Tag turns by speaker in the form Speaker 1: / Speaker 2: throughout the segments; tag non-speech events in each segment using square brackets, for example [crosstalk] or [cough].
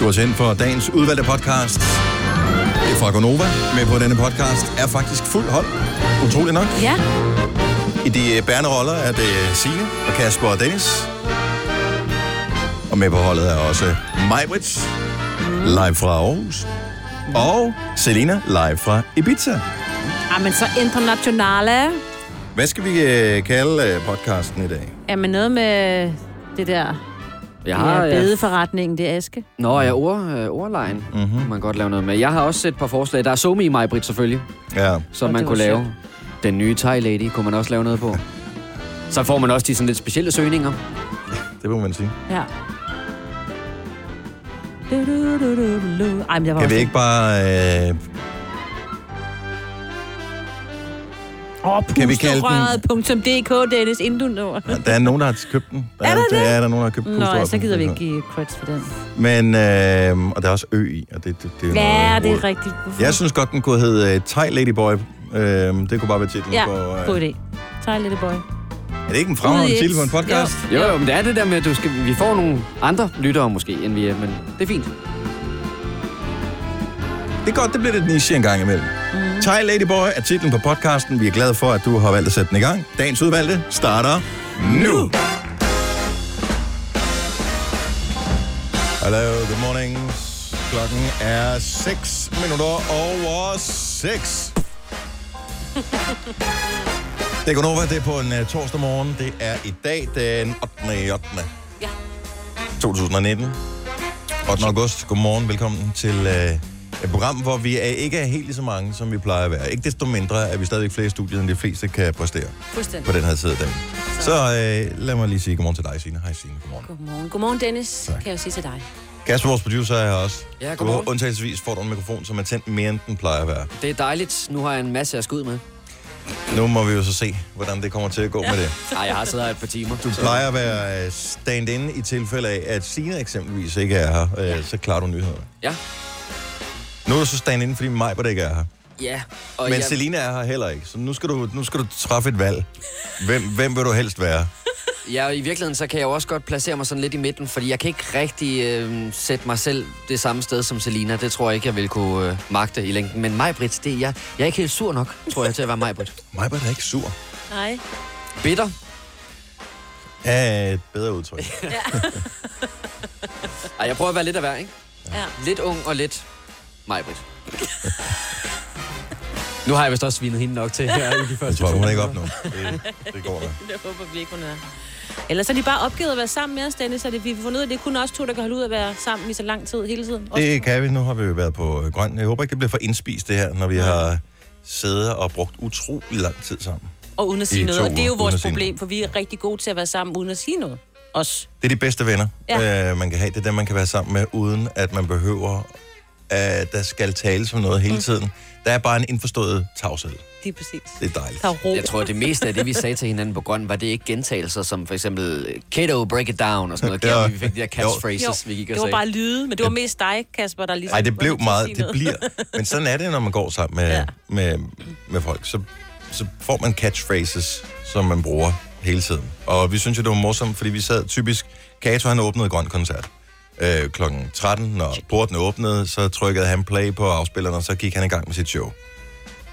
Speaker 1: Du har sendt for dagens udvalgte podcast. Det er fra Gonova. Med på denne podcast er faktisk fuld hold. Utrolig nok.
Speaker 2: Ja.
Speaker 1: I de øh, bærende roller er det Signe og Kasper og Dennis. Og med på holdet er også Majbrits, live fra Aarhus. Og Selina, live fra Ibiza.
Speaker 2: Ej, men så internationale.
Speaker 1: Hvad skal vi øh, kalde øh, podcasten i dag?
Speaker 2: Er man noget med det der
Speaker 3: Jeg
Speaker 2: ja,
Speaker 3: har, ja,
Speaker 2: bedeforretningen, det er aske?
Speaker 3: Nå, ja, ord, øh, ordlejen
Speaker 1: Mhm.
Speaker 3: mm-hmm. man godt lave noget med. Jeg har også set et par forslag. Der er Somi i mig, Britt, selvfølgelig,
Speaker 1: Ja.
Speaker 3: som
Speaker 2: Åh,
Speaker 3: man
Speaker 2: det var
Speaker 3: kunne lave. Den nye Thai Lady kunne man også lave noget på. Så får man også de sådan lidt specielle søgninger.
Speaker 1: Det må man sige.
Speaker 2: Ja. Du, du, du, du, du. Ej, men jeg var
Speaker 1: Kan vi
Speaker 2: også...
Speaker 1: ikke bare... Øh,
Speaker 2: Åh,
Speaker 1: kan vi kalde den-
Speaker 2: pusterøret.dk, Dennis, inden du når.
Speaker 1: der er nogen, der har købt den. Der
Speaker 2: Er der
Speaker 1: det? Er der nogen, der har købt
Speaker 2: Nå, ja, så
Speaker 1: pusterøret.
Speaker 2: gider vi ikke give creds for den.
Speaker 1: Men, øh, og der er også ø i, og det, det, det er
Speaker 2: Ja,
Speaker 1: noget
Speaker 2: det
Speaker 1: rod.
Speaker 2: er rigtigt. Hvorfor?
Speaker 1: Jeg synes godt, den kunne hedde uh, Thai Ladyboy. Uh, det kunne bare være titlen
Speaker 2: Ja,
Speaker 1: på... Uh,
Speaker 2: god idé. Tak, lille boy.
Speaker 1: er det ikke en
Speaker 2: Ude
Speaker 1: fremragende
Speaker 2: i
Speaker 1: titel på en
Speaker 2: et-
Speaker 1: podcast?
Speaker 2: Jo.
Speaker 3: Jo, jo, men det er det der med, at du skal, vi får nogle andre lyttere måske, end vi er, men det er fint.
Speaker 1: Det er godt, det bliver lidt niche en gang imellem. Mm. Thai Ladyboy er titlen på podcasten. Vi er glade for, at du har valgt at sætte den i gang. Dagens udvalgte starter nu. Hallo, good morning. Klokken er 6 minutter over 6. Det er Gunova, det er på en uh, torsdag morgen. Det er i dag den 8. 8.
Speaker 2: Ja.
Speaker 1: 2019. 8. august. Godmorgen. Velkommen til øh, et program, hvor vi er, ikke er helt lige så mange, som vi plejer at være. Ikke desto mindre er vi stadigvæk flere i studiet, end de fleste kan præstere
Speaker 2: Fuldstændig.
Speaker 1: på den her side af dagen. Så, øh, lad mig lige sige godmorgen til dig, Signe. Hej, Signe. Godmorgen.
Speaker 2: Godmorgen. Godmorgen, Dennis,
Speaker 1: Tak.
Speaker 2: kan jeg jo sige til dig.
Speaker 1: Kasper, vores producer, er her også.
Speaker 3: Ja,
Speaker 1: Du
Speaker 3: godmorgen.
Speaker 1: har Undtagelsesvis får du en mikrofon, som er tændt mere, end den plejer at være.
Speaker 3: Det er dejligt. Nu har jeg en masse, jeg skal ud med.
Speaker 1: Nu må vi jo så se, hvordan det kommer til at gå med det.
Speaker 3: Nej, jeg har siddet her et par timer.
Speaker 1: Du plejer at være øh, stand-in i tilfælde af, at Signe eksempelvis ikke er her. Øh, Så klarer du nyhederne.
Speaker 3: Ja.
Speaker 1: Nu er du så stand-in, fordi mig ikke er her.
Speaker 3: Ja. Og
Speaker 1: Men
Speaker 3: jeg,
Speaker 1: Selina er her heller ikke, så nu skal du, nu skal du træffe et valg. Hvem, hvem vil du helst være?
Speaker 3: jeg, i virkeligheden, så kan jeg jo også godt placere mig sådan lidt i midten, fordi jeg kan ikke rigtig øh, sætte mig selv det samme sted som Selina. Det tror jeg ikke, jeg vil kunne øh, magte i længden. Men mig, Britt, det er jeg. Jeg er ikke helt sur nok, tror jeg, til at være mig, Britt.
Speaker 1: Mig er ikke sur.
Speaker 2: Nej.
Speaker 3: Bitter.
Speaker 1: Ja, et bedre
Speaker 3: [laughs]
Speaker 1: udtryk.
Speaker 3: Ej, jeg prøver at være lidt af hver, ikke?
Speaker 2: Ja.
Speaker 3: Lidt ung og lidt mig, Britt. nu har jeg vist også svinet hende nok til her i de
Speaker 1: Jeg
Speaker 3: første
Speaker 1: tror, hun er ikke op nu. Det, det går da.
Speaker 2: Det håber vi ikke, hun er. Ellers er de bare opgivet at være sammen med os, Dennis, så det, vi får fundet ud af, at det er kun os to, der kan holde ud at være sammen i så lang tid hele tiden. Også
Speaker 1: Det kan vi. Nu har vi jo været på øh, grøn. Jeg håber ikke, det bliver for indspist det her, når vi har siddet og brugt utrolig lang tid sammen.
Speaker 2: Og uden at
Speaker 1: I
Speaker 2: sige noget.
Speaker 1: to
Speaker 2: Og det er jo
Speaker 1: uger, uden at
Speaker 2: vores
Speaker 1: sige
Speaker 2: problem,
Speaker 1: noget.
Speaker 2: for vi er rigtig gode til at være sammen uden at sige noget. Os.
Speaker 1: Det er de bedste venner,
Speaker 2: Ja.
Speaker 1: ja. øh, man kan have. Det er dem, man kan være sammen med, uden at man behøver, at der skal tales om noget hele tiden. Der er bare en indforstået tavshed.
Speaker 2: Det er præcis.
Speaker 1: Det er dejligt.
Speaker 2: Der er ro.
Speaker 3: Jeg tror, det meste af det, vi sagde til hinanden på grøn, var det ikke gentagelser, som for eksempel kiddo, break it down og sådan
Speaker 1: [laughs]
Speaker 3: noget.
Speaker 1: Ja.
Speaker 3: Kære, vi fik de der
Speaker 2: Jo,
Speaker 3: catchphrases, vi gik og
Speaker 2: det var
Speaker 3: sagde.
Speaker 2: bare lyde, men det var mest dig, Kasper, der ligesom...
Speaker 1: Nej, det blev
Speaker 2: var nødt til at sige
Speaker 1: meget. Det
Speaker 2: noget.
Speaker 1: bliver. Men sådan er det, når man går sammen med,
Speaker 2: Ja.
Speaker 1: ja. med, med folk. Så, så får man catchphrases, som man bruger hele tiden. Og vi synes jo, det var morsomt, fordi vi sad typisk... Kato, han åbnede Grøn Koncert øh, klokken 13. Når porten åbnede, så trykkede han play på afspilleren, og så gik han i gang med sit show.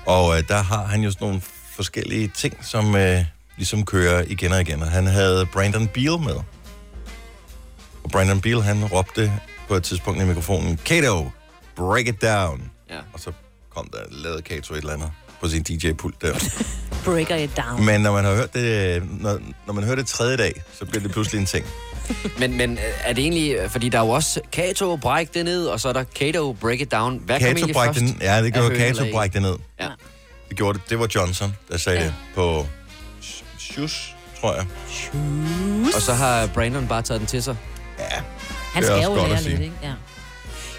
Speaker 1: Og øh, der har han jo sådan nogle forskellige ting, som øh, ligesom kører igen og igen. Og han havde Brandon Beal med. Og Brandon Beal, han råbte på et tidspunkt i mikrofonen, Kato, break it down.
Speaker 3: Ja.
Speaker 1: Og så kom der, lavede Kato et eller andet på sin DJ-pult der.
Speaker 2: Breaker it down.
Speaker 1: Men når man har hørt det, når, når man hører det tredje dag, så bliver det pludselig en ting.
Speaker 3: Men, men øh, er det egentlig, øh, fordi der er jo også Kato, break det ned, og så er der Kato, break it down. Hvad kom
Speaker 1: Kato
Speaker 3: egentlig
Speaker 1: bræk
Speaker 3: først? Altså,
Speaker 1: det ned. Ja, det
Speaker 3: af
Speaker 1: gjorde Kato
Speaker 3: hønelag?
Speaker 1: bræk det ned.
Speaker 3: Ja.
Speaker 1: Det gjorde det. Det var Johnson, der sagde
Speaker 2: Ja.
Speaker 1: ja. det på Sh- Shoes, tror jeg.
Speaker 3: Og så har Brandon bare taget den til sig.
Speaker 2: Han
Speaker 1: det er
Speaker 2: skal
Speaker 1: også
Speaker 2: jo
Speaker 1: godt at
Speaker 2: lære
Speaker 1: sige. Mhm.
Speaker 2: lidt,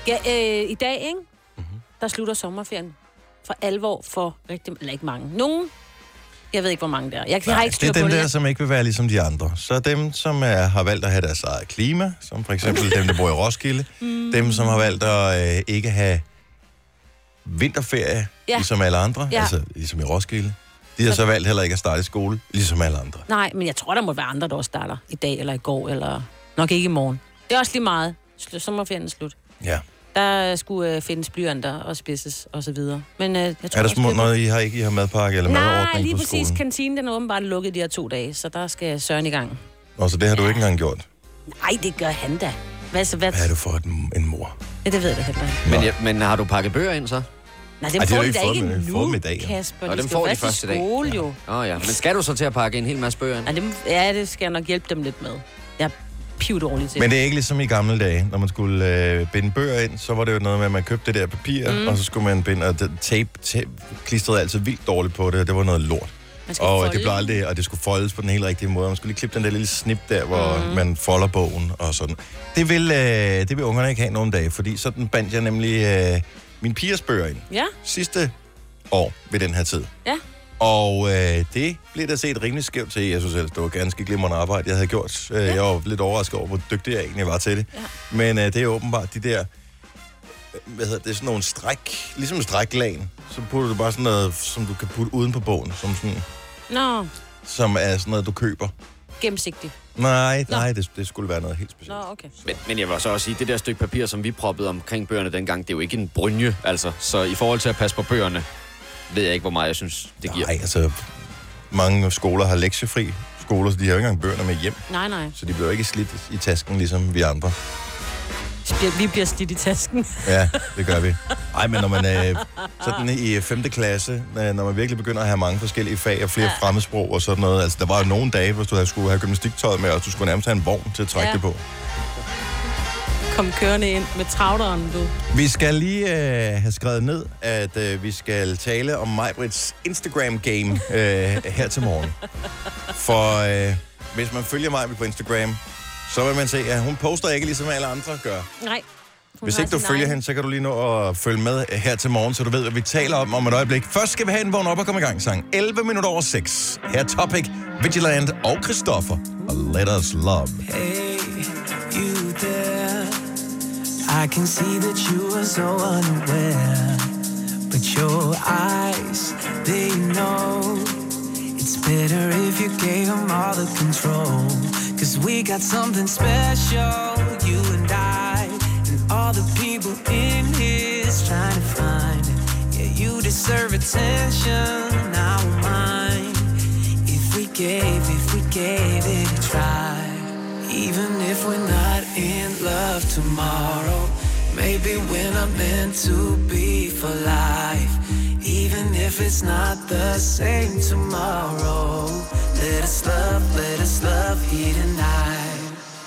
Speaker 2: ikke? Ja. ja øh, I dag, ikke? Der slutter sommerferien. For alvor for rigtig... Eller ikke mange. Nogen. Jeg ved ikke, hvor mange der er. Jeg har ikke
Speaker 1: det
Speaker 2: styr
Speaker 1: er
Speaker 2: på
Speaker 1: dem
Speaker 2: det.
Speaker 1: der, som ikke vil være ligesom de andre. Så dem, som er, har valgt at have deres eget klima, som for eksempel dem, der bor i Roskilde. Mm. Dem, som har valgt at øh, ikke have vinterferie,
Speaker 2: Ja.
Speaker 1: ja. ligesom alle andre,
Speaker 2: Ja.
Speaker 1: ja. altså ligesom i Roskilde. De har så valgt heller ikke at starte i skole, ligesom alle andre.
Speaker 2: Nej, men jeg tror, der må være andre, der også starter i dag eller i går, eller nok ikke i morgen. Det er også lige meget. Sl- Sommerferien er slut.
Speaker 1: Ja.
Speaker 2: Der skulle øh, findes blyanter og spidses og så videre. Men øh, jeg tror,
Speaker 1: Er der
Speaker 2: også,
Speaker 1: små,
Speaker 2: det-
Speaker 1: når I har ikke I har madpakke eller
Speaker 2: Nej,
Speaker 1: madordning
Speaker 2: lige
Speaker 1: på
Speaker 2: præcis.
Speaker 1: skolen?
Speaker 2: Kantinen den er åbenbart lukket de her to dage, så der skal Søren i gang.
Speaker 1: Og så det har du ikke engang gjort.
Speaker 2: Nej, det gør han da. Hvad så, hvad?
Speaker 1: Hvad er du for en, en mor?
Speaker 2: Ja, det ved jeg da heller ikke.
Speaker 3: Men,
Speaker 1: Nå.
Speaker 3: ja, men har du pakket bøger ind så?
Speaker 2: Nej, dem
Speaker 1: Ej, det
Speaker 2: får
Speaker 1: har du
Speaker 2: de
Speaker 1: ikke
Speaker 2: da
Speaker 1: fået
Speaker 2: ikke
Speaker 1: dem, de har
Speaker 2: endnu,
Speaker 1: fået dem i dag, jo.
Speaker 2: Kasper.
Speaker 3: Nå,
Speaker 2: de
Speaker 3: dem
Speaker 2: skal
Speaker 3: får
Speaker 2: jo
Speaker 3: de
Speaker 2: først i
Speaker 3: først i dag.
Speaker 2: skole, jo.
Speaker 3: Åh oh, ja, men skal du så til at pakke en hel masse bøger ind?
Speaker 2: Ja, dem, ja, det skal jeg nok hjælpe dem lidt med. Jeg er pivet dårlig til.
Speaker 1: Men det er ikke ligesom i gamle dage, når man skulle øh, binde bøger ind, så var det jo noget med, at man købte det der papir, mm. og så skulle man binde, og det, tape, tape klistrede altid vildt dårligt på det, og det var noget lort.
Speaker 2: Man skal
Speaker 1: Og
Speaker 2: folde
Speaker 1: det blev
Speaker 2: den.
Speaker 1: aldrig, og det skulle foldes på den helt rigtige måde. Man skulle lige klippe den der lille snip der, hvor mm. man folder bogen og sådan. Det vil, øh, det vil ungerne ikke have nogle dage, fordi sådan bandt jeg nemlig øh, min pigers bøger ind
Speaker 2: Ja,
Speaker 1: sidste år ved den her tid.
Speaker 2: ja.
Speaker 1: Og øh, det blev der set rimelig skævt til. Jeg synes ellers, det var ganske glimrende arbejde, jeg havde gjort. Øh, Jeg var lidt overrasket over, hvor dygtig jeg egentlig var til det. Ja. Men øh, det er åbenbart de der... øh, Hvad hedder det? Sådan nogle stræk... Ligesom stræklagen. Så putter du bare sådan noget, som du kan putte uden på bogen. Som, sådan,
Speaker 2: Nå,
Speaker 1: som er sådan noget, du køber.
Speaker 2: gennemsigtig.
Speaker 1: Nej, nej, det, det skulle være noget helt specielt.
Speaker 2: Nå, okay.
Speaker 3: Men, men jeg vil så også sige, det der stykke papir, som vi proppede omkring bøgerne dengang, det er jo ikke en brynje, altså. Så i forhold til at passe på bøgerne, ved jeg ikke, hvor meget jeg synes, det giver.
Speaker 1: Nej, altså... Mange skoler har lektiefri skoler, så de har jo ikke engang bøgerne med hjem.
Speaker 2: Nej, nej.
Speaker 1: Så de bliver jo ikke slidt i tasken, ligesom vi andre.
Speaker 2: Bliver- Vi bliver slidt i tasken. [laughs]
Speaker 1: Ja, det gør vi. Ej, men når man er sådan i 5. klasse, øh, når man virkelig begynder at have mange forskellige fag og flere ja. fremmedsprog og sådan noget. Altså, der var jo nogle dage, hvor du havde- skulle have gymnastiktøj med, og du skulle nærmest have en vogn til at trække ja.
Speaker 2: Ja.
Speaker 1: det på.
Speaker 2: Kom kørende ind med travleren, du.
Speaker 1: Vi skal lige øh, have skrevet ned, at øh, vi skal tale om Majbrits Instagram-game øh, her til morgen. For øh, hvis man følger Majbrit på Instagram, så vil man se, at hun poster ikke ligesom alle andre gør.
Speaker 2: Nej. Hun
Speaker 1: Hvis
Speaker 2: har
Speaker 1: ikke du
Speaker 2: sin
Speaker 1: følger
Speaker 2: egen-
Speaker 1: hende, så kan du lige nå at følge med her til morgen, så du ved, hvad vi taler om om et øjeblik. Først skal vi have en vågn op og komme i gang sang. 11 minutter over 6. Her er Topic, Vigilant og Christoffer. Og let us love.
Speaker 4: Hey, you there? I can see that you are so unaware. But your eyes, they know. It's better if you gave them all the control. Cause we got something special, you and I. And all the people in here's trying to find. it. Yeah, you deserve attention, I will mine. If we gave, if we gave it a try, even if we're not in love tomorrow, maybe we're not meant to be for life. Even if it's not the same tomorrow, let us love, let us love here tonight.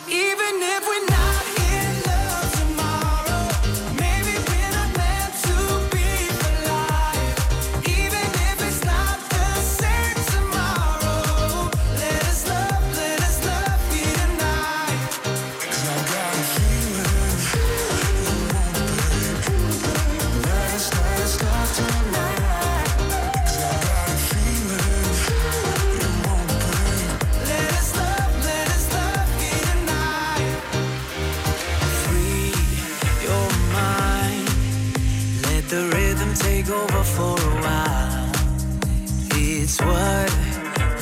Speaker 4: Even if we're not in love tomorrow, maybe we're not meant to be for life. Even if it's not the same tomorrow, let us love, let us love here tonight. Let us love, let us love here tonight. Free your mind. Let the rhythm take over for a while. It's what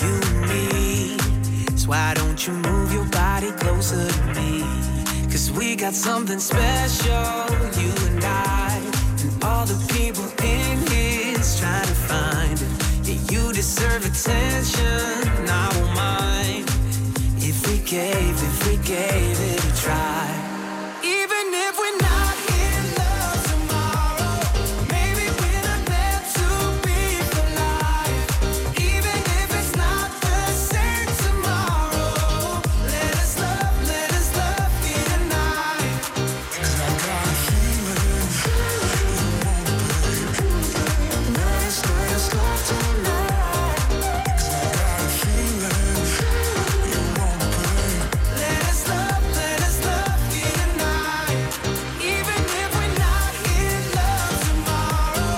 Speaker 4: you need. So why don't you move your body closer to me? Cause we got something special, you and I. And all the people in here's trying to find it. Yeah, you deserve attention, I won't mind. If we gave, if we gave it a try. Even if we're not in love tomorrow, maybe we're not meant to be for life. Even if it's not the same tomorrow, let us love, let us love here tonight. Let us love, let us love here tonight. Even if we're not in love tomorrow,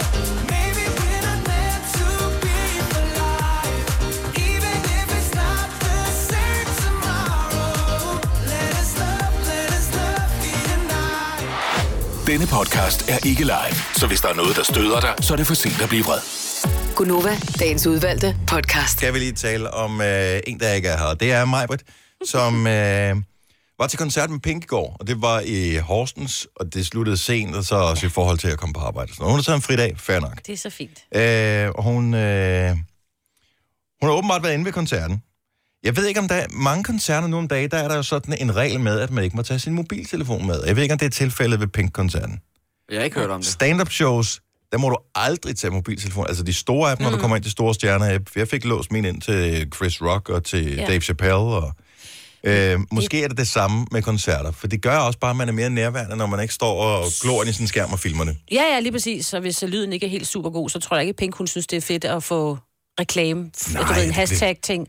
Speaker 4: maybe we're not meant to be for life. Even if it's not the same tomorrow, let us love, let us love here tonight.
Speaker 5: Denne podcast er ikke live, så hvis der er noget, der støder dig, så er det for sent at blive vred.
Speaker 6: Gunova, dagens udvalgte podcast.
Speaker 1: Skal vi lige tale om øh, en, der ikke er her. Det er Majbrit, som øh, Var til koncert med Pink i går, og det var i Horsens, og det sluttede sent, og så også i forhold til at komme på arbejde. og Sådan. noget. Hun har taget en fridag, fair nok.
Speaker 2: Det er så fint.
Speaker 1: Øh, og hun, øh, hun har åbenbart været inde ved koncerten. Jeg ved ikke, om der er mange koncerter nu om dagen, der er der jo sådan en regel med, at man ikke må tage sin mobiltelefon med. Jeg ved ikke, om det er tilfældet ved Pink-koncerten.
Speaker 3: Jeg har ikke hørt om det.
Speaker 1: Stand-up shows, der må du aldrig tage mobiltelefon. Altså de store af dem, mm. når du kommer ind til store stjerner. Jeg- Jeg fik låst min ind til Chris Rock og til
Speaker 2: Ja.
Speaker 1: yeah. Dave Chappelle. Og, øh, måske er det det samme med koncerter, for det gør også bare, at man er mere nærværende, når man ikke står og glor ind i sin skærm og filmer det.
Speaker 2: Ja, ja, lige præcis. Så hvis øh, lyden ikke er helt super god, så tror jeg ikke, at Pink, hun synes, det er fedt at få reklame. Nej, du
Speaker 1: det
Speaker 2: ved, en
Speaker 1: bliver-
Speaker 2: hashtag-ting.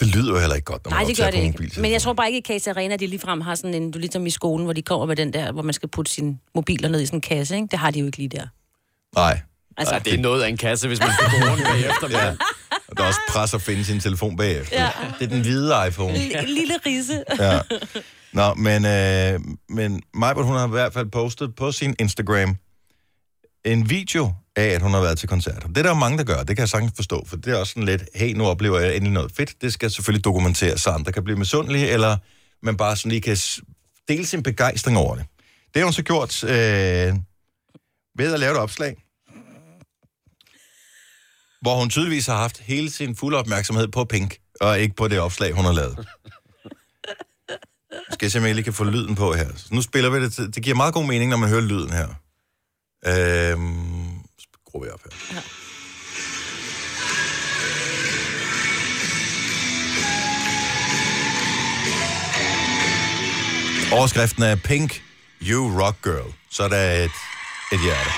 Speaker 1: Det lyder jo heller ikke godt, når man
Speaker 2: Nej, det gør
Speaker 1: optager
Speaker 2: det
Speaker 1: på
Speaker 2: ikke.
Speaker 1: mobiltelefon.
Speaker 2: Men jeg tror bare ikke, at Casa Arena, de ligefrem har sådan en, du ligesom i skolen, hvor de kommer med den der, hvor man skal putte sine mobiler ned i sådan en kasse, ikke? Det har de jo ikke lige der.
Speaker 1: Nej.
Speaker 2: Altså,
Speaker 3: det er noget af en kasse, hvis man skal gå rundt
Speaker 1: [laughs]
Speaker 3: bagefter. Ja.
Speaker 1: Og der er også pres at finde sin telefon bagefter. Ja. Det er den hvide iPhone.
Speaker 2: En lille rise.
Speaker 1: Ja. Nå, men, øh, men Majbert, hun har i hvert fald postet på sin Instagram en video af, at hun har været til koncert. Det er der jo mange, der gør, det kan jeg sagtens forstå, for det er også sådan lidt, hey, nu oplever jeg endelig noget fedt. Det skal selvfølgelig dokumenteres, så andre kan blive misundelige, eller man bare sådan lige kan s- dele sin begejstring over det. Det har hun så gjort øh, ved at lave et opslag, hvor hun tydeligvis har haft hele sin fulde opmærksomhed på Pink, og ikke på det opslag, hun har lavet. Skal jeg se, om jeg lige kan få lyden på her. Så nu spiller vi det. til- Det giver meget god mening, når man hører lyden her. Øhm, skruer vi op her. Overskriften er Pink, You Rock Girl. Så er der et, et hjerte.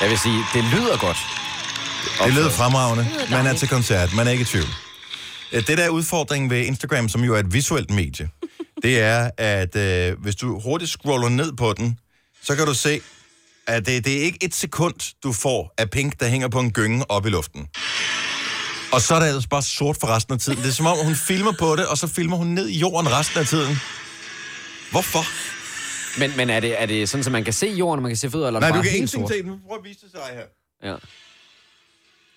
Speaker 3: Jeg vil sige, det lyder godt.
Speaker 1: Det lyder fremragende.
Speaker 2: lyder
Speaker 1: Man er
Speaker 2: dejligt.
Speaker 1: til koncert. Man er ikke i tvivl. Øh, Det der er udfordringen ved Instagram, som jo er et visuelt
Speaker 2: [laughs]
Speaker 1: medie, det er, at øh, hvis du hurtigt scroller ned på den, så kan du se, at det, det er ikke et sekund, du får af pink, der hænger på en gynge op i luften. Og så er der ellers bare sort for resten af tiden. Det er som om, hun filmer på det, og så filmer hun ned i jorden resten af tiden. Hvorfor?
Speaker 3: Men, men er, det, er det sådan, at man kan se jorden, og man kan se fødder, eller er
Speaker 1: Nej,
Speaker 3: det
Speaker 1: du
Speaker 3: bare
Speaker 1: kan
Speaker 3: helt
Speaker 1: ingenting
Speaker 3: sort?
Speaker 1: se den. Prøv at vise det til dig her.
Speaker 3: Ja.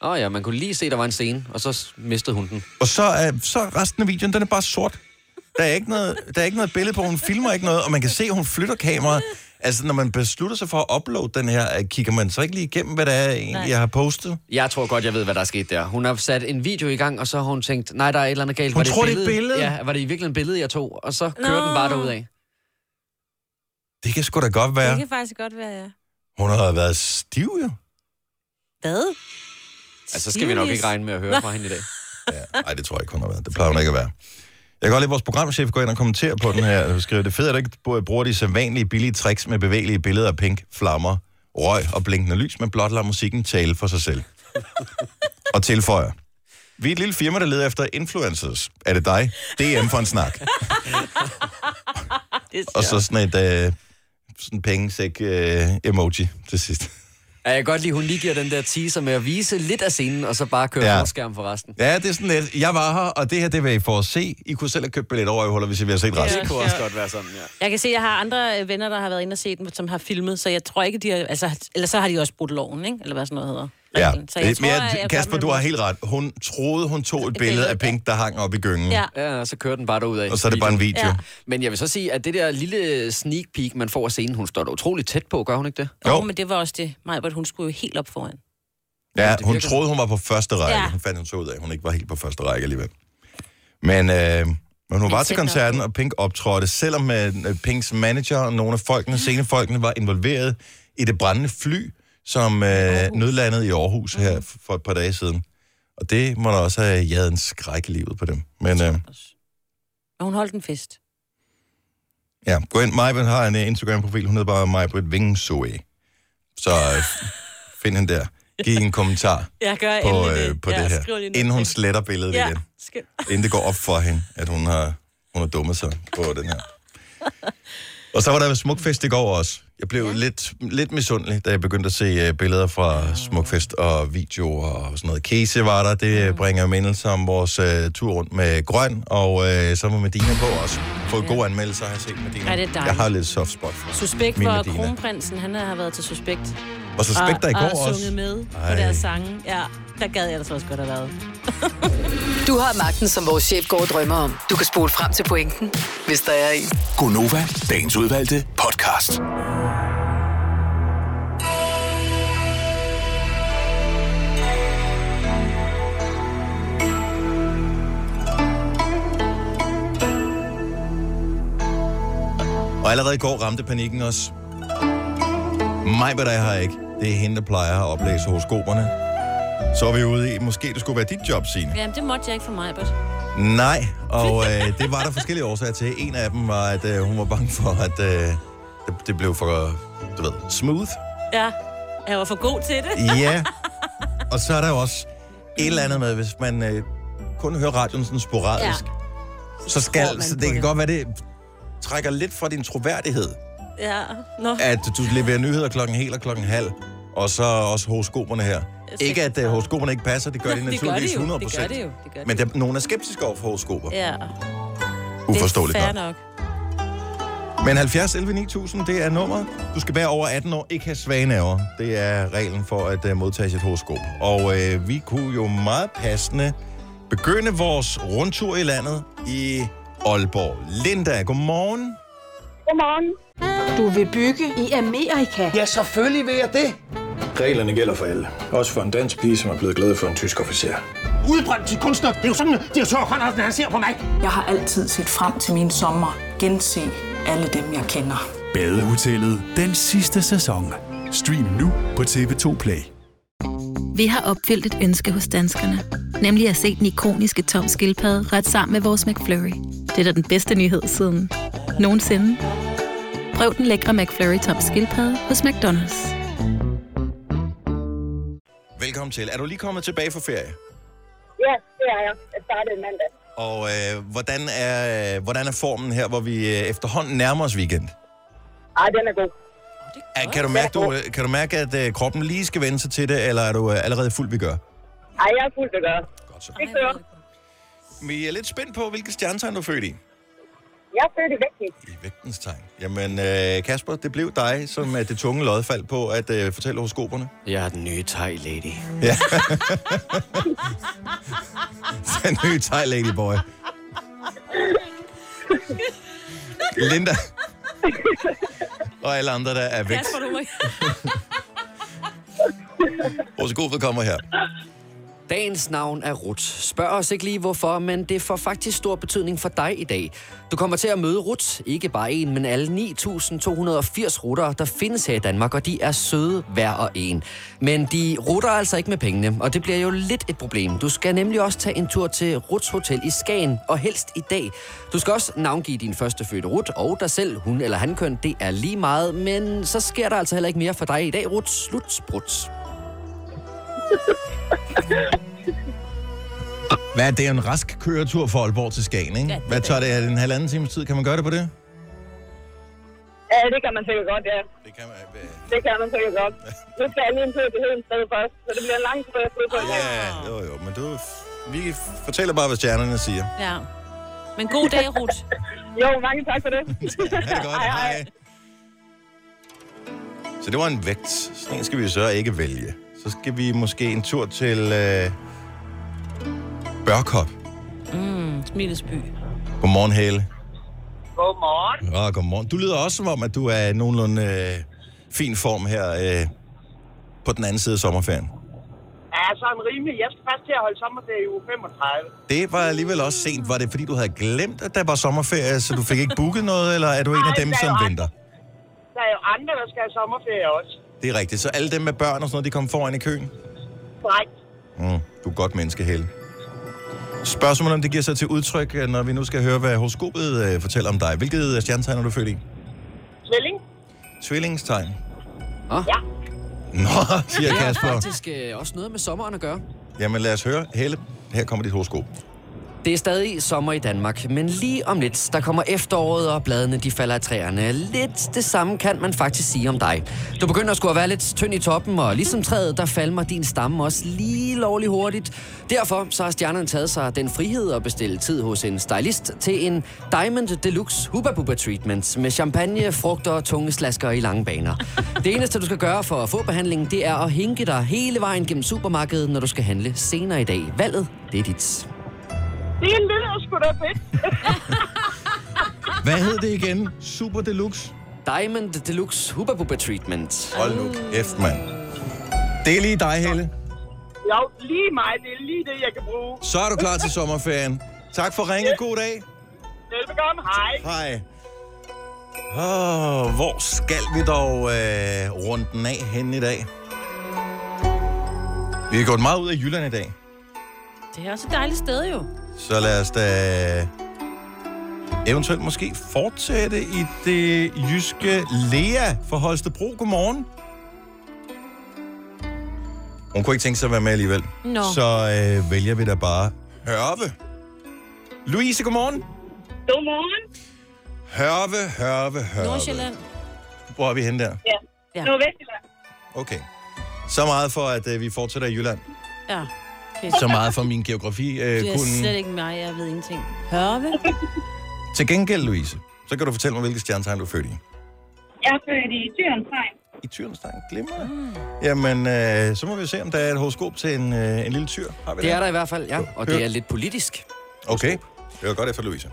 Speaker 3: Åh oh, ja, man kunne lige se, der var en scene, og så s- mistede hun den.
Speaker 1: Og så er, så er resten af videoen, den er bare sort. Der er, ikke noget, der er ikke noget billede på, hun filmer ikke noget, og man kan se, at hun flytter kameraet. Altså, når man beslutter sig for at uploade den her, øh, kigger man så ikke lige igennem, hvad der er, egentlig, jeg har postet?
Speaker 3: Jeg tror godt, jeg ved, hvad der er sket der. Hun har sat en video i gang, og så har hun tænkt, nej, der er et eller andet galt.
Speaker 1: Hun tror, det er et billede?
Speaker 3: Ja, var det i virkeligheden et billede, jeg tog? Og så kører
Speaker 2: Nå.
Speaker 3: den bare derudad.
Speaker 1: Det kan sgu da godt
Speaker 2: Ja. Det
Speaker 1: være.
Speaker 2: kan faktisk godt være, ja.
Speaker 1: Hun har været stiv, jo.
Speaker 2: Hvad?
Speaker 3: Altså, så skal vi nok ikke regne med at høre fra hende i dag.
Speaker 1: Ja. Nej, det tror jeg ikke, hun har været. Det plejer hun ikke at være. Jeg kan godt lide, at vores programchef går ind og kommenterer på den her. og skriver, det er fedt, at du ikke bruger de sædvanlige billige tricks med bevægelige billeder af pink, flammer, røg og blinkende lys, men blot lader musikken tale for sig [laughs] selv. og tilføjer. Vi er et lille firma, der leder efter influencers. Er det dig? DM for en snak. og så sådan et øh, sådan pengesæk øh, emoji til sidst.
Speaker 3: Ja, jeg kan godt lide, hun lige giver den der teaser med at vise lidt af scenen, og så bare køre
Speaker 1: Ja.
Speaker 3: ja. overskærm for resten.
Speaker 1: Ja, det er sådan lidt. Jeg var her, og det her, det var I for at se. I kunne selv have købt billet over, jeg holder, hvis I vil have set resten.
Speaker 3: Det kunne også godt være sådan, ja.
Speaker 2: Jeg kan se, at jeg har andre øh, venner, der har været inde og set den, som har filmet, så jeg tror ikke, de har... Altså, eller så har de også brudt loven, ikke? Eller hvad sådan noget hedder.
Speaker 1: Ja,
Speaker 2: Reglen. Så
Speaker 1: jeg tror,
Speaker 2: at
Speaker 1: jeg, Kasper,
Speaker 2: godt
Speaker 1: du
Speaker 2: vil-
Speaker 1: har helt ret. Hun troede, hun tog et billede
Speaker 2: billede
Speaker 1: af Pink, der hang op i gyngen.
Speaker 2: Ja.
Speaker 3: Ja, og så kører den bare derudad.
Speaker 1: Og så er det bare en video.
Speaker 2: Ja.
Speaker 3: Men jeg vil så sige, at det der lille sneak peek, man får af scenen, hun står da utroligt tæt på, gør hun ikke det?
Speaker 2: Jo,
Speaker 1: Jo.
Speaker 2: men det var også det. Majbert, hun skulle jo helt op foran.
Speaker 1: Ja,
Speaker 3: det
Speaker 1: hun
Speaker 3: virker-
Speaker 1: troede, hun var på første række.
Speaker 2: Ja.
Speaker 1: Hun fandt hun så ud af, at hun ikke var helt på første række alligevel. Men, øh, men hun var til
Speaker 2: tæt nok.
Speaker 1: koncerten, og Pink optrådte, selvom øh, Pinks manager og nogle af folkene, scenefolkene, var involveret i det brændende fly, som øh, nødlandede i Aarhus her
Speaker 2: Mm.
Speaker 1: f- for et par dage siden. Og det må da også have jaget en skræk i livet på dem. Men øh,
Speaker 2: Og hun holdt en fest.
Speaker 1: Ja, gå ind. Majbrit har en øh, Instagram-profil. Hun hedder bare Majbrit Vingesoe. Så øh, find hende der. Giv en [laughs] kommentar
Speaker 2: Jeg gør
Speaker 1: på, øh, på det her, inden hun sletter billedet
Speaker 2: ja.
Speaker 1: igen.
Speaker 2: skal-
Speaker 1: Inden det går op for hende, at hun har, hun har dummet sig på den her. Og så var der smukfest i går også. Jeg blev ja. lidt, lidt misundelig, da jeg begyndte at se øh, billeder
Speaker 2: Ah.
Speaker 1: fra smukfest og videoer og sådan noget. Kese var der, det
Speaker 2: Ah.
Speaker 1: øh, bringer mindelser om vores øh, tur rundt med Grøn, og øh, så var Medina på også. Fået gode anmeldelser har jeg set Medina.
Speaker 2: Ja, det er dejligt.
Speaker 1: Jeg har lidt soft spot for
Speaker 2: Suspekt
Speaker 1: Min
Speaker 2: var
Speaker 1: Medina.
Speaker 2: kronprinsen, han har været til Suspekt.
Speaker 1: Og så spæk der i går
Speaker 2: og, og
Speaker 1: også.
Speaker 2: sunget med på
Speaker 1: Ej.
Speaker 2: deres sange. Ja, der gad jeg ellers også godt have været.
Speaker 6: Du har magten, som vores chef går og drømmer om. Du kan spole frem til pointen, hvis der er en.
Speaker 5: Gonova, dagens udvalgte podcast.
Speaker 1: Og allerede i går ramte panikken os. Mig, hvad der har ikke. Det er hende, der plejer at oplæse horoskoperne. Så er vi ude i, måske det skulle være dit job, Signe.
Speaker 2: Jamen, det måtte jeg ikke for mig, but.
Speaker 1: Nej, og øh, det var der forskellige årsager til. En af dem var, at øh, hun var bange for, at øh, det, det blev for, du ved, smooth.
Speaker 2: Ja, jeg var for god til det.
Speaker 1: Ja, og så er der jo også et eller andet med, hvis man øh, kun hører radioen sådan sporadisk, ja. så
Speaker 2: tror
Speaker 1: skal,
Speaker 2: man
Speaker 1: så
Speaker 2: på
Speaker 1: det kan
Speaker 2: det.
Speaker 1: godt være, det trækker lidt fra din troværdighed,
Speaker 2: Ja, nå.
Speaker 1: at du leverer nyheder klokken hel og klokken halv, og så også horoskoperne her. Ikke at øh, horoskoperne ikke passer, det gør
Speaker 2: [laughs]
Speaker 1: de
Speaker 2: det gør
Speaker 1: naturligvis
Speaker 2: det jo.
Speaker 1: 100%.
Speaker 2: Det gør det jo. Det gør det.
Speaker 1: Men der, nogen er skeptiske over for horoskoper.
Speaker 2: ja,
Speaker 1: Uforståeligt
Speaker 2: det er
Speaker 1: nok.
Speaker 2: fair nok.
Speaker 1: Men 70 11 9000, det er nummeret. Du skal være over 18 år, ikke have svage nerver. Det er reglen for at uh, modtage sit horoskop. Og øh, vi kunne jo meget passende begynde vores rundtur i landet i Aalborg. Linda, godmorgen.
Speaker 7: Godmorgen.
Speaker 8: Du vil bygge i Amerika?
Speaker 9: Ja, selvfølgelig vil jeg det.
Speaker 10: Reglerne gælder for alle. Også for en dansk pige, som er blevet glad for en tysk officer.
Speaker 9: Udbrøndt til kunstner. Det er jo sådan, at de har Conradsen, han ser på mig.
Speaker 11: Jeg har altid set frem til min sommer, gense alle dem, jeg kender.
Speaker 5: Badehotellet, den sidste sæson. Stream nu på TV2 Play.
Speaker 12: Vi har opfyldt et ønske hos danskerne. Nemlig at se den ikoniske tom skildpadde ret sammen med vores McFlurry. Det er da den bedste nyhed siden nogensinde. Prøv den lækre McFlurry tom skildpadde hos McDonald's.
Speaker 1: Velkommen til. Er du lige kommet tilbage fra ferie?
Speaker 7: Ja, det er jeg. Jeg startede mandag.
Speaker 1: Og øh, hvordan, er, øh, hvordan er formen her, hvor vi øh, efterhånden nærmer os weekend?
Speaker 7: Ej, den er god.
Speaker 1: Er, kan, du mærke, du, øh, kan du mærke, at øh, kroppen lige skal vende sig til det, eller er du øh, allerede fuld vi gør?
Speaker 7: Ej, jeg er fuldt at gøre.
Speaker 1: Godt så.
Speaker 7: Det kører.
Speaker 1: Vi er lidt spændt på, hvilke stjernetegn du er født i.
Speaker 7: Jeg er født i vægten.
Speaker 1: I vægtens tegn. Jamen, øh, Kasper, det blev dig, som øh, det tunge lod faldt på at øh, fortælle [laughs] horoskoperne.
Speaker 3: Jeg er den nye thai lady.
Speaker 1: Ja. Den nye thai lady boy. Linda. Og alle andre, der er væk.
Speaker 2: Kasper, du må
Speaker 1: [laughs] Horoskopet kommer her.
Speaker 3: Dagens navn er Rut. Spørg os ikke lige hvorfor, men det får faktisk stor betydning for dig i dag. Du kommer til at møde Rut, ikke bare en, men alle 9.280 rutter, der findes her i Danmark, og de er søde hver og en. Men de rutter altså ikke med pengene, og det bliver jo lidt et problem. Du skal nemlig også tage en tur til Ruts Hotel i Skagen, og helst i dag. Du skal også navngive din førstefødte Rut, og dig selv, hun eller han køn, det er lige meget, men så sker der altså heller ikke mere for dig i dag, Rut. Slut, Rut.
Speaker 1: Hvad er det? En rask køretur fra Aalborg til Skagen, ikke? Hvad tager det? Er det en halvanden times tid? Kan man gøre det på det?
Speaker 7: Ja, det kan man sikkert godt, ja.
Speaker 1: Det kan man...
Speaker 7: Det kan man sikkert godt. Nu skal jeg lige en tur til Hedensted først, så det bliver en lang tur, jeg skal på.
Speaker 1: Ja, jo jo, men du... Vi fortæller bare, hvad stjernerne siger.
Speaker 2: Ja. Men god dag, Ruth.
Speaker 7: Jo, mange tak for det.
Speaker 1: Ha' det godt. Hej, hej. Så det var en vægt. Sådan en skal vi så ikke vælge. Så skal vi måske en tur til øh, Børkop.
Speaker 2: Mm, Smilets by.
Speaker 1: Godmorgen, Hale.
Speaker 7: Godmorgen.
Speaker 1: Nå, godmorgen. Du lyder også som om, at du er i nogenlunde øh, fin form her øh, på den anden side af sommerferien.
Speaker 13: Ja, så en rimelig. Jeg skal først til at holde sommerferie i uge 35.
Speaker 1: Det var alligevel også sent. Var det, fordi du havde glemt, at der var sommerferie, så du fik
Speaker 13: [laughs]
Speaker 1: ikke booket noget, eller er du en af
Speaker 13: Nej,
Speaker 1: dem,
Speaker 13: der er
Speaker 1: som
Speaker 13: jo andre.
Speaker 1: venter?
Speaker 13: Der er jo andre, der skal have sommerferie også.
Speaker 1: Det er rigtigt. Så alle dem med børn og sådan noget, de kom foran i køen?
Speaker 13: Korrekt.
Speaker 1: Mm, du er godt menneske, Helle. Spørgsmålet om det giver sig til udtryk, øh, når vi nu skal høre, hvad horoskopet øh, fortæller om dig. Hvilket øh, stjernetegn er du født i?
Speaker 13: Tvilling?
Speaker 1: Tvillingstegn.
Speaker 3: Ah.
Speaker 13: Ja.
Speaker 1: Nå, siger
Speaker 3: Det har
Speaker 1: Kasper.
Speaker 3: faktisk øh, også noget med sommeren at gøre.
Speaker 1: Jamen lad os høre. Helle, her kommer dit horoskop.
Speaker 3: Det er stadig sommer i Danmark, men lige om lidt, der kommer efteråret, og bladene de falder af træerne. Lidt det samme kan man faktisk sige om dig. Du begynder at skulle at være lidt tynd i toppen, og ligesom træet, der falmer din stamme også lige lovlig hurtigt. Derfor så har stjernerne taget sig den frihed at bestille tid hos en stylist til en Diamond Deluxe Hubba Bubba Treatment med champagne, frugter og tunge slasker i lange baner. Det eneste, du skal gøre for at få behandlingen, det er at hænke dig hele vejen gennem supermarkedet, når du skal handle senere i dag. Valget, det er dit.
Speaker 7: Det lyder sgu da fedt.
Speaker 1: Hvad hed det igen? Super Deluxe?
Speaker 3: Diamond Deluxe Hubba Bubba Treatment.
Speaker 1: Hold nu kæft, mand. Det er lige dig, Helle.
Speaker 7: Jo, lige mig. Det er lige det, jeg kan bruge.
Speaker 1: Så er du klar til sommerferien. Tak for ringet. God dag.
Speaker 7: Velbekomme. Hej.
Speaker 1: Hej. Oh, hvor skal vi dog øh, rundt den af hen i dag? Vi har gået meget ud af Jylland i dag,
Speaker 2: Det er også et dejligt sted jo.
Speaker 1: så lad os da eventuelt måske fortsætte i det jyske Lea for Holstebro. Godmorgen. Hun kunne ikke tænke sig at være med alligevel.
Speaker 2: Nå.
Speaker 1: Så øh, vælger vi da bare Hørve. Louise, godmorgen.
Speaker 7: Godmorgen.
Speaker 1: Hørve, Hørve, Hørve.
Speaker 2: Nordsjælland.
Speaker 1: Hvor er vi henne der?
Speaker 7: Ja.
Speaker 2: ja.
Speaker 7: Nordvestjylland.
Speaker 1: Okay. Så meget for, at øh, vi fortsætter i Jylland.
Speaker 2: Ja. fedt.
Speaker 1: Så meget for min geografi øh,
Speaker 2: Det er
Speaker 1: kunne.
Speaker 2: slet ikke mig, jeg ved ingenting. Hørve?
Speaker 1: Til gengæld, Louise, så kan du fortælle mig, hvilket stjernetegn du er født i.
Speaker 7: Jeg er født i Tyrenstein.
Speaker 1: I Tyrenstein? Glimmer Jamen, øh, så må vi se, om der er et horoskop til en, øh, en lille tyr. Har vi
Speaker 3: Det er der i hvert fald, ja. Og det
Speaker 1: Hør.
Speaker 3: er lidt politisk.
Speaker 1: Okay. Det var godt efter, Louise.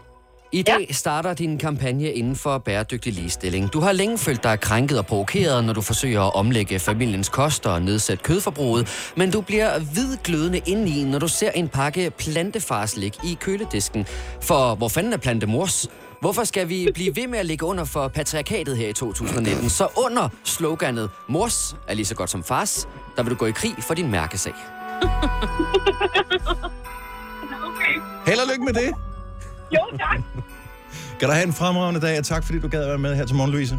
Speaker 3: I dag starter din kampagne inden for bæredygtig ligestilling. Du har længe følt dig krænket og provokeret, når du forsøger at omlægge familiens kost og nedsætte kødforbruget, men du bliver hvidglødende indeni, når du ser en pakke plantefarslik i køledisken. For hvor fanden er plantemors? Hvorfor skal vi blive ved med at ligge under for patriarkatet her i 2019? Så under sloganet Mors er lige så godt som fars, der vil du gå i krig for din mærkesag.
Speaker 1: Held og lykke med det.
Speaker 7: Jo, tak.
Speaker 1: Kan du have en fremragende dag, og tak fordi du gad at være med her til morgen, Louise.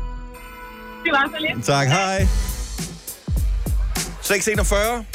Speaker 7: Det var så lidt.
Speaker 1: Tak, hej. 641.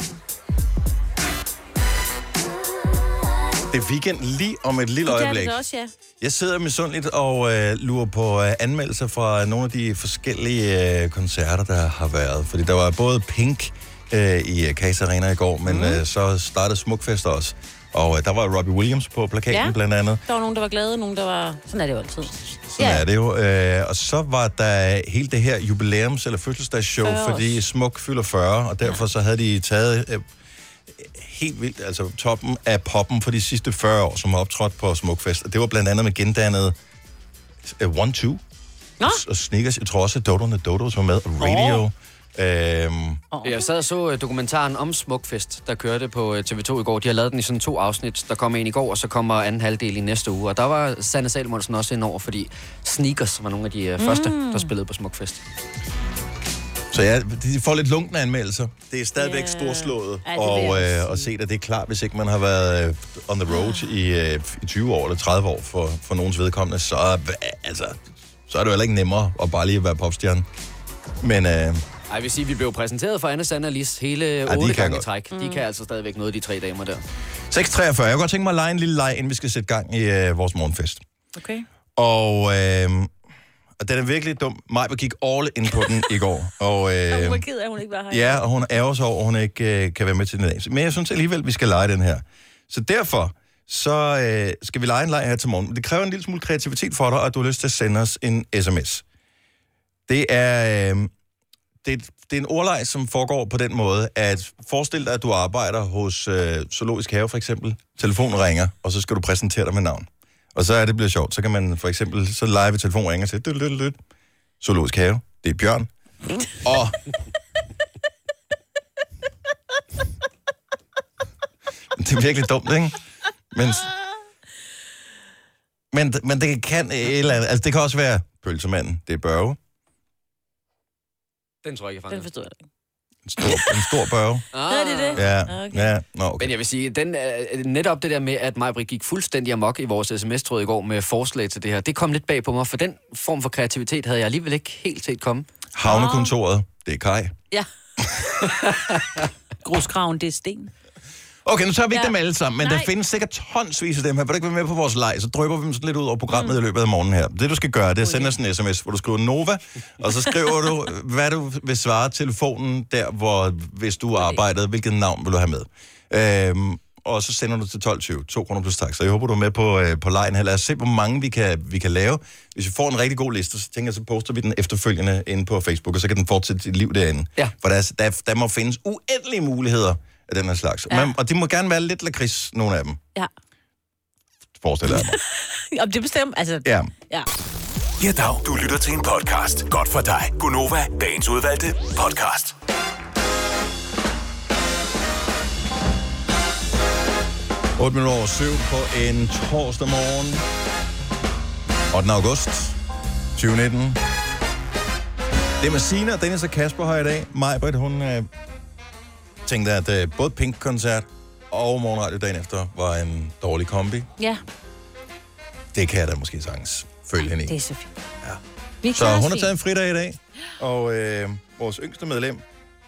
Speaker 1: Det er weekend lige om et lille
Speaker 2: Det er
Speaker 1: øjeblik.
Speaker 2: det også, ja.
Speaker 1: Jeg sidder misundeligt og øh, lurer på øh, anmeldelser fra nogle af de forskellige øh, koncerter, der har været. Fordi der var både Pink øh, i øh, Case Arena i går, men
Speaker 2: Mhm.
Speaker 1: mm. øh, så startede Smukfest også. Og øh, der var Robbie Williams på plakaten
Speaker 2: Ja.
Speaker 1: ja. blandt andet.
Speaker 2: Der var nogen, der var glade, nogen, der var... Sådan er det jo altid.
Speaker 1: Sådan ja. er det jo. Øh, og så var der hele det her jubilæums- eller fødselsdagsshow,
Speaker 2: 40 års.
Speaker 1: fordi Smuk fylder 40, og derfor så havde de taget øh, helt vildt, altså toppen af poppen for de sidste 40 år, som har optrådt på Smukfest. Og det var blandt andet med gendannet øh, One Two.
Speaker 2: Nå.
Speaker 1: Og Snickers, jeg tror også, at Dodo and the Dodos var med, og Radio. Oh. Øhm,
Speaker 3: Jeg sad og så øh, dokumentaren om Smukfest, der kørte på øh, TV2 i går. De har lavet den i sådan to afsnit. Der kommer en i går, og så kommer anden halvdel i næste uge. Og der var Sanne Salmonsen også ind over, fordi Sneakers var nogle af de øh, første,
Speaker 1: Mm.
Speaker 3: der spillede på Smukfest.
Speaker 1: Så ja, de får lidt lunkne anmeldelser. Det er stadigvæk yeah. storslået
Speaker 3: Ja,
Speaker 1: ja,
Speaker 3: det vil
Speaker 1: og,
Speaker 3: jeg også Ah.
Speaker 1: øh, og se det. Det er klart, hvis ikke man har været øh, on the road i, øh, i 20 år eller 30 år for, for nogens vedkommende, så, øh, altså, så er det jo heller ikke nemmere at bare lige være popstjerne. Men øh,
Speaker 3: Ej, jeg vil sige, vi blev præsenteret for Anna Sand og Lis hele
Speaker 1: de
Speaker 3: otte
Speaker 1: kan
Speaker 3: gange i
Speaker 1: godt.
Speaker 3: træk. De kan altså stadigvæk noget, de tre damer der.
Speaker 1: 6.43. Jeg kunne godt tænke mig at lege en lille leg, inden vi skal sætte gang i øh, vores morgenfest.
Speaker 2: Okay.
Speaker 1: Og, øh, og den er virkelig dum. Maj gik all in på den i går. Og,
Speaker 3: [laughs]
Speaker 2: Og
Speaker 1: øh,
Speaker 3: Oh
Speaker 2: hun var ked af, at hun ikke var her.
Speaker 1: Ja, og hun ærger sig over, at hun ikke øh, kan være med til den i dag. Men jeg synes alligevel, vi skal lege den her. Så derfor, så øh, skal vi lege en leg her til morgen. Men Det kræver en lille smule kreativitet for dig, og at du har lyst til at sende os en sms. Det er, øh, det, er- det er en ordleg, som foregår på den måde, at forestil dig, at du arbejder hos øh, Zoologisk Have for eksempel. Telefonen ringer, og så skal du præsentere dig med navn. Og så er det bliver sjovt. Så kan man for eksempel, så leger vi telefonen ringer til, dyt, dyt, dyt. Zoologisk Have, det er Bjørn. Og Det er virkelig dumt, ikke? Men, men, men det kan et eller andet. Altså, det kan også være pølsemanden. Det er børge.
Speaker 3: Den tror jeg ikke, jeg
Speaker 2: Den forstod jeg ikke.
Speaker 1: En stor, en stor børge.
Speaker 3: Ah.
Speaker 2: Er det det?
Speaker 1: Ja,
Speaker 2: Okay.
Speaker 1: ja. Nå, okay.
Speaker 3: Men jeg vil sige, den, øh, netop det der med, at Majbrit gik fuldstændig amok i vores sms-tråd i går med forslag til det her, det kom lidt bag på mig, for den form for kreativitet havde jeg alligevel ikke helt set komme.
Speaker 2: [laughs]
Speaker 1: Havnekontoret. Det er Kai.
Speaker 2: Ja. Grusgraven, det er sten.
Speaker 1: Okay, nu tager vi ikke
Speaker 2: Ja.
Speaker 1: ja. dem alle sammen, men Nej.
Speaker 2: Nej.
Speaker 1: der findes sikkert tonsvis af dem her. Vil du ikke være med på vores leg, så drypper vi dem sådan lidt ud over programmet mm. i løbet af morgenen her. Det du skal gøre, det er at sende os en sms, hvor du skriver Nova, og så skriver du, hvad du vil svare telefonen der, hvor, hvis du arbejdede, hvilket navn vil du have med. Øhm, og så sender du til 12.20, 2 kroner plus tak. Så jeg håber, du er med på, øh, på lejen her. Lad os se, hvor mange vi kan, vi kan lave. Hvis vi får en rigtig god liste, så tænker jeg, så poster vi den efterfølgende inde på Facebook, og så kan den fortsætte sit liv derinde. Ja. For der, er- der, der må findes uendelige muligheder af den her slags. Ja. Man, og de må gerne være lidt lakrids, nogle af dem,
Speaker 2: Ja.
Speaker 1: forestiller jeg mig.
Speaker 2: Om det bestemmer, altså...
Speaker 1: Ja.
Speaker 2: ja.
Speaker 5: Ja, dag. Du lytter til en podcast. Godt for dig. Gunova, dagens udvalgte podcast.
Speaker 1: mig. 8 minutter over 7 på en torsdag morgen. 8. august 2019. Det er med Sina, Dennis og Kasper her i dag. Majbrit, hun øh, tænkte, at øh, både Pink-koncert og morgenradio dagen efter var en dårlig kombi.
Speaker 2: Ja,
Speaker 1: Det kan jeg da måske sagtens følge hende i.
Speaker 2: det er så fint. Vi
Speaker 1: Så
Speaker 2: klarer os
Speaker 1: hun har
Speaker 2: fint.
Speaker 1: taget en fridag i dag, og øh, vores yngste medlem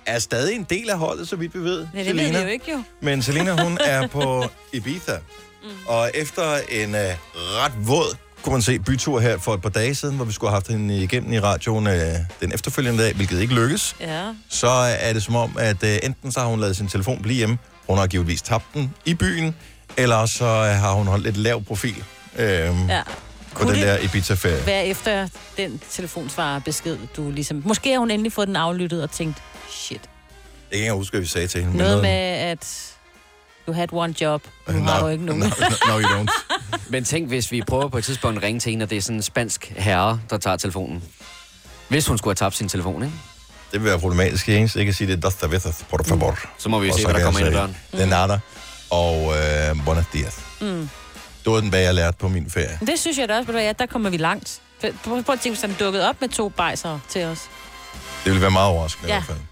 Speaker 1: er stadig en del af holdet, så vidt vi ved.
Speaker 2: Nej, det ved
Speaker 1: Selena.
Speaker 2: vi jo ikke, jo.
Speaker 1: Men Selina, hun er på Ibiza. Mm. Og efter en øh, ret våd, kunne man se, bytur her for et par dage siden, hvor vi skulle have haft hende igennem i radioen øh, den efterfølgende dag, hvilket ikke lykkes.
Speaker 2: Ja.
Speaker 1: Så er det som om, at øh, enten så har hun lavet sin telefon blive hjemme, hun har givetvis tabt den i byen, eller så øh, har hun holdt lidt lav profil øh, ja.
Speaker 2: Ja.
Speaker 1: på den der Ibiza-ferie.
Speaker 2: Hvad efter den telefonsvarerbesked, du ligesom... Måske har hun endelig fået den aflyttet og tænkt, shit.
Speaker 1: Jeg kan ikke huske, hvad vi sagde til hende. men
Speaker 2: Noget med, at du had one job, nu
Speaker 3: No,
Speaker 2: har du ikke nogen.
Speaker 1: [laughs] no, you don't.
Speaker 3: Men tænk, hvis vi prøver på et tidspunkt at ringe til en, og det er sådan en spansk herre, der tager telefonen. Hvis hun skulle have tabt sin telefon, ikke?
Speaker 1: Det vil være problematisk, ikke? Så jeg kan sige, det er dos cervezas, por favor.
Speaker 3: Så må vi jo
Speaker 1: Og
Speaker 3: se,
Speaker 1: så
Speaker 3: hvad der
Speaker 1: kan
Speaker 3: kommer
Speaker 1: jeg
Speaker 3: ind ad
Speaker 1: sige, Den er der. Og øh, buenos dias.
Speaker 2: Mm.
Speaker 1: Det var den, hvad jeg lærte på min ferie.
Speaker 2: Men Det synes jeg da også, ved du hvad, ja, der kommer vi langt. Prøv- Prøv prøv at tænke, hvis han dukkede op med to bajser til os.
Speaker 1: Det ville være meget overraskende ja. i
Speaker 2: Ja.
Speaker 1: hvert fald.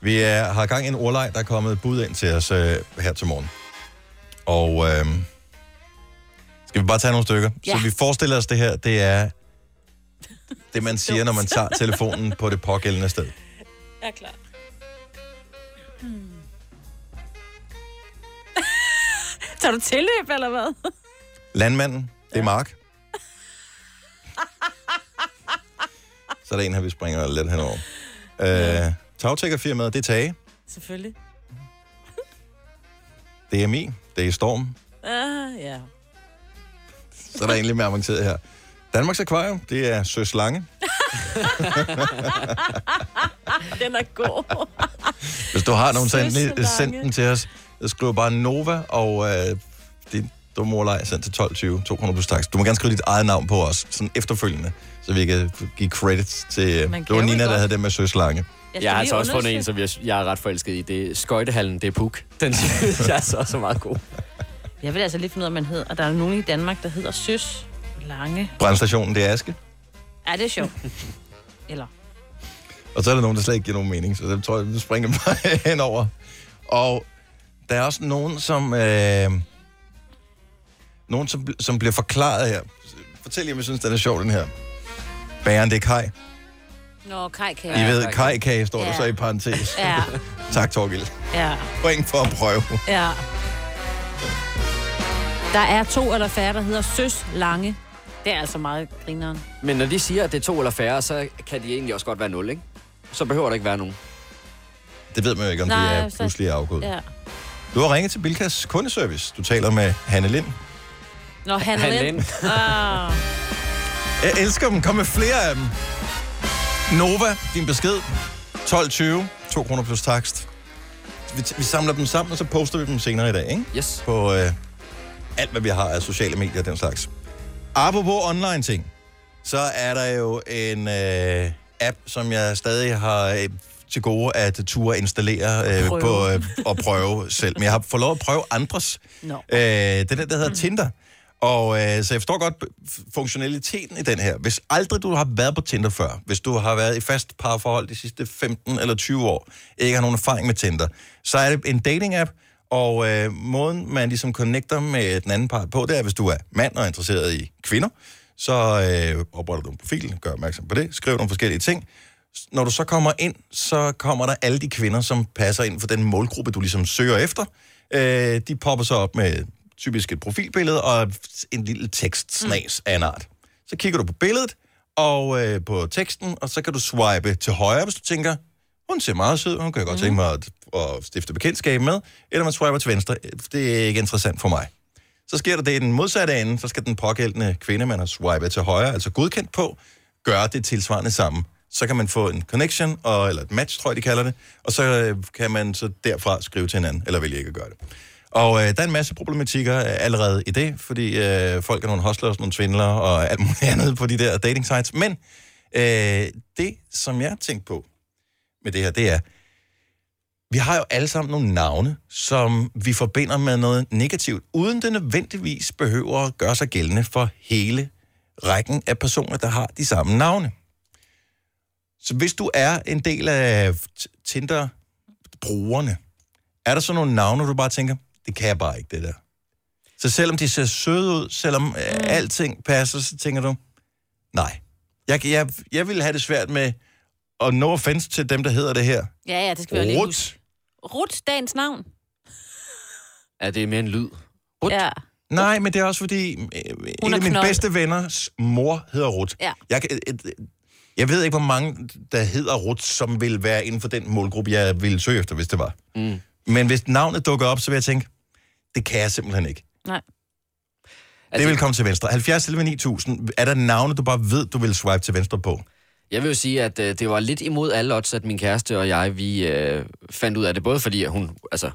Speaker 1: Vi er, har gang i en ordleg, der er kommet et bud ind til os øh, her til morgen. Og øh, skal vi bare tage nogle stykker?
Speaker 2: Ja.
Speaker 1: Så vi forestiller os det her,
Speaker 2: [laughs]
Speaker 1: det er det, man siger, når man tager telefonen på det pågældende sted.
Speaker 2: Jeg er klar. Hmm. [laughs] Tager du tilløb, eller hvad?
Speaker 1: Landmanden, det er Mark. Så er der en her, vi springer lidt henover. Øh, Tagtækkerfirmaet, det er Tage.
Speaker 2: Selvfølgelig.
Speaker 1: Det er Mi. Det er Storm.
Speaker 2: Ah, ja.
Speaker 1: Så er der egentlig mere avanceret her. Danmarks Akvarium, det er Søs Lange.
Speaker 2: Den er [laughs] god.
Speaker 1: Hvis du har nogen, så
Speaker 2: Søs
Speaker 1: endelig
Speaker 2: Lange.
Speaker 1: send den til os. Skriv bare Nova og øh, din dumme ordleg sendt til 12.20. 2 kroner plus tax. Du må gerne skrive dit eget navn på os, sådan efterfølgende, så vi kan give credit til...
Speaker 3: Man
Speaker 1: Øh, det
Speaker 3: kan
Speaker 1: var
Speaker 3: jo
Speaker 1: Nina, der
Speaker 3: godt.
Speaker 1: havde det med Søs Lange.
Speaker 3: Jeg, jeg har
Speaker 2: lige
Speaker 3: altså også fundet en,
Speaker 2: undersøge.
Speaker 3: som jeg, jeg er ret forelsket i. Det er skøjtehallen, det er Puk. Den [laughs] synes jeg altså også er meget god.
Speaker 2: Jeg vil altså lige finde ud af, hvad man hedder. Og der er nogen i Danmark, der hedder Søs Lange.
Speaker 1: Brandstationen, det er Aske.
Speaker 2: Er det er sjovt? [laughs] Eller?
Speaker 1: Og så er der nogen, der slet ikke giver nogen mening, så det tror jeg, vi springer [laughs] bare henover. Og der er også nogen, som, øh, nogen, som, bl- som bliver forklaret her. Fortæl jer, om I synes, den er sjov, den her. Bageren, det er Kai.
Speaker 2: Nå, Kaj kan
Speaker 1: I ved, Kai Kage står der så i parentes.
Speaker 2: Ja,
Speaker 1: Tak, Torgild.
Speaker 2: ja,
Speaker 1: Point for at prøve.
Speaker 2: ja. Der er to eller færre, der hedder Søs Lange. Det er altså meget grineren.
Speaker 3: Men når de siger, at det er to eller færre, så kan de egentlig også godt være nul, ikke? Så behøver der ikke være nogen.
Speaker 1: Det ved man jo ikke, om Nej, de er pludselig afgået. Ja.
Speaker 2: Ja.
Speaker 1: Du har ringet til Bilkas kundeservice. Du taler med Hanne Lind.
Speaker 2: Nå, han
Speaker 1: Han
Speaker 2: er
Speaker 1: er
Speaker 2: Lind.
Speaker 1: Lind.
Speaker 2: Ah.
Speaker 1: Jeg elsker dem. Kom med flere af dem. Nova, din besked. 12.20. 2 kroner plus takst. Vi, vi samler dem sammen, og så poster vi dem senere i dag, ikke?
Speaker 3: Yes.
Speaker 1: På øh, alt, hvad vi har af sociale medier og den slags. Apropos online ting, så er der jo en øh, app, som jeg stadig har øh, til gode at ture installere øh,
Speaker 5: Prøve.
Speaker 1: på, øh, og prøve selv. Men jeg har fået lov at prøve andres.
Speaker 5: Nå.
Speaker 1: Øh, det er den, der hedder Tinder. Og øh, så jeg forstår godt f- funktionaliteten i den her. Hvis aldrig du har været på Tinder før, hvis du har været i fast parforhold de sidste 15 eller 20 år, ikke har nogen erfaring med Tinder, så er det en dating-app, og øh, måden, man ligesom connecter med den anden part på, det er, hvis du er mand og er interesseret i kvinder, så øh, opretter du en profil, gør opmærksom på det, skriv nogle forskellige ting, når du så kommer ind, så kommer der alle de kvinder, som passer ind for den målgruppe, du ligesom søger efter. Øh, de popper så op med typisk et profilbillede og en lille tekstsnas af en art. Så kigger du på billedet og øh, på teksten, og så kan du swipe til højre, hvis du tænker, hun ser meget sød, hun kan jeg godt tænke mig at, at stifte bekendtskab med, eller man swiper til venstre, det er ikke interessant for mig. Så sker der det i den modsatte ende, så skal den pågældende kvinde, man har swipet til højre, altså godkendt på, gøre det tilsvarende sammen. Så kan man få en connection, og, eller et match, tror jeg, de kalder det, og så øh, kan man så derfra skrive til hinanden, eller vælge ikke at gøre det. Og øh, der er en masse problematikker øh, allerede i det, fordi øh, folk er nogle hustlers, nogle svindler og alt muligt andet på de der dating sites. Men øh, det, som jeg tænkte på med det her, det er, vi har jo alle sammen nogle navne, som vi forbinder med noget negativt, uden det nødvendigvis behøver at gøre sig gældende for hele rækken af personer, der har de samme navne. Så hvis du er en del af t- Tinder-brugerne, er der så nogle navne, du bare tænker, det kan jeg bare ikke, det der. Så selvom de ser søde ud, selvom øh,
Speaker 2: Mm.
Speaker 1: alting passer, så tænker du, nej. Jeg, jeg, jeg ville have det svært med, og no offense til dem, der hedder det her.
Speaker 2: Ja, ja, det skal vi jo lige
Speaker 1: Rut.
Speaker 2: huske. Rut, dagens navn.
Speaker 1: Ja, det er mere en lyd.
Speaker 3: Altså,
Speaker 2: Rut? Ja.
Speaker 1: Nej, men det er også fordi, øh, en
Speaker 2: er
Speaker 1: af mine
Speaker 2: knold.
Speaker 1: bedste venners mor hedder Rut.
Speaker 2: Ja.
Speaker 1: Jeg, kan- øh, øh, jeg ved ikke, hvor mange, der hedder Rut, som vil være inden for den målgruppe, jeg ville søge efter, hvis det var. Mm. Men hvis navnet dukker op, så vil jeg tænke, det kan jeg simpelthen ikke.
Speaker 2: Nej.
Speaker 1: Altså, det vil komme til venstre. 70 11 9000. Er der navne, du bare ved, du vil swipe til venstre på?
Speaker 3: Jeg vil jo sige, at øh, det var lidt imod alle odds, at min kæreste og jeg, vi øh, fandt ud af det. Både fordi, at hun altså,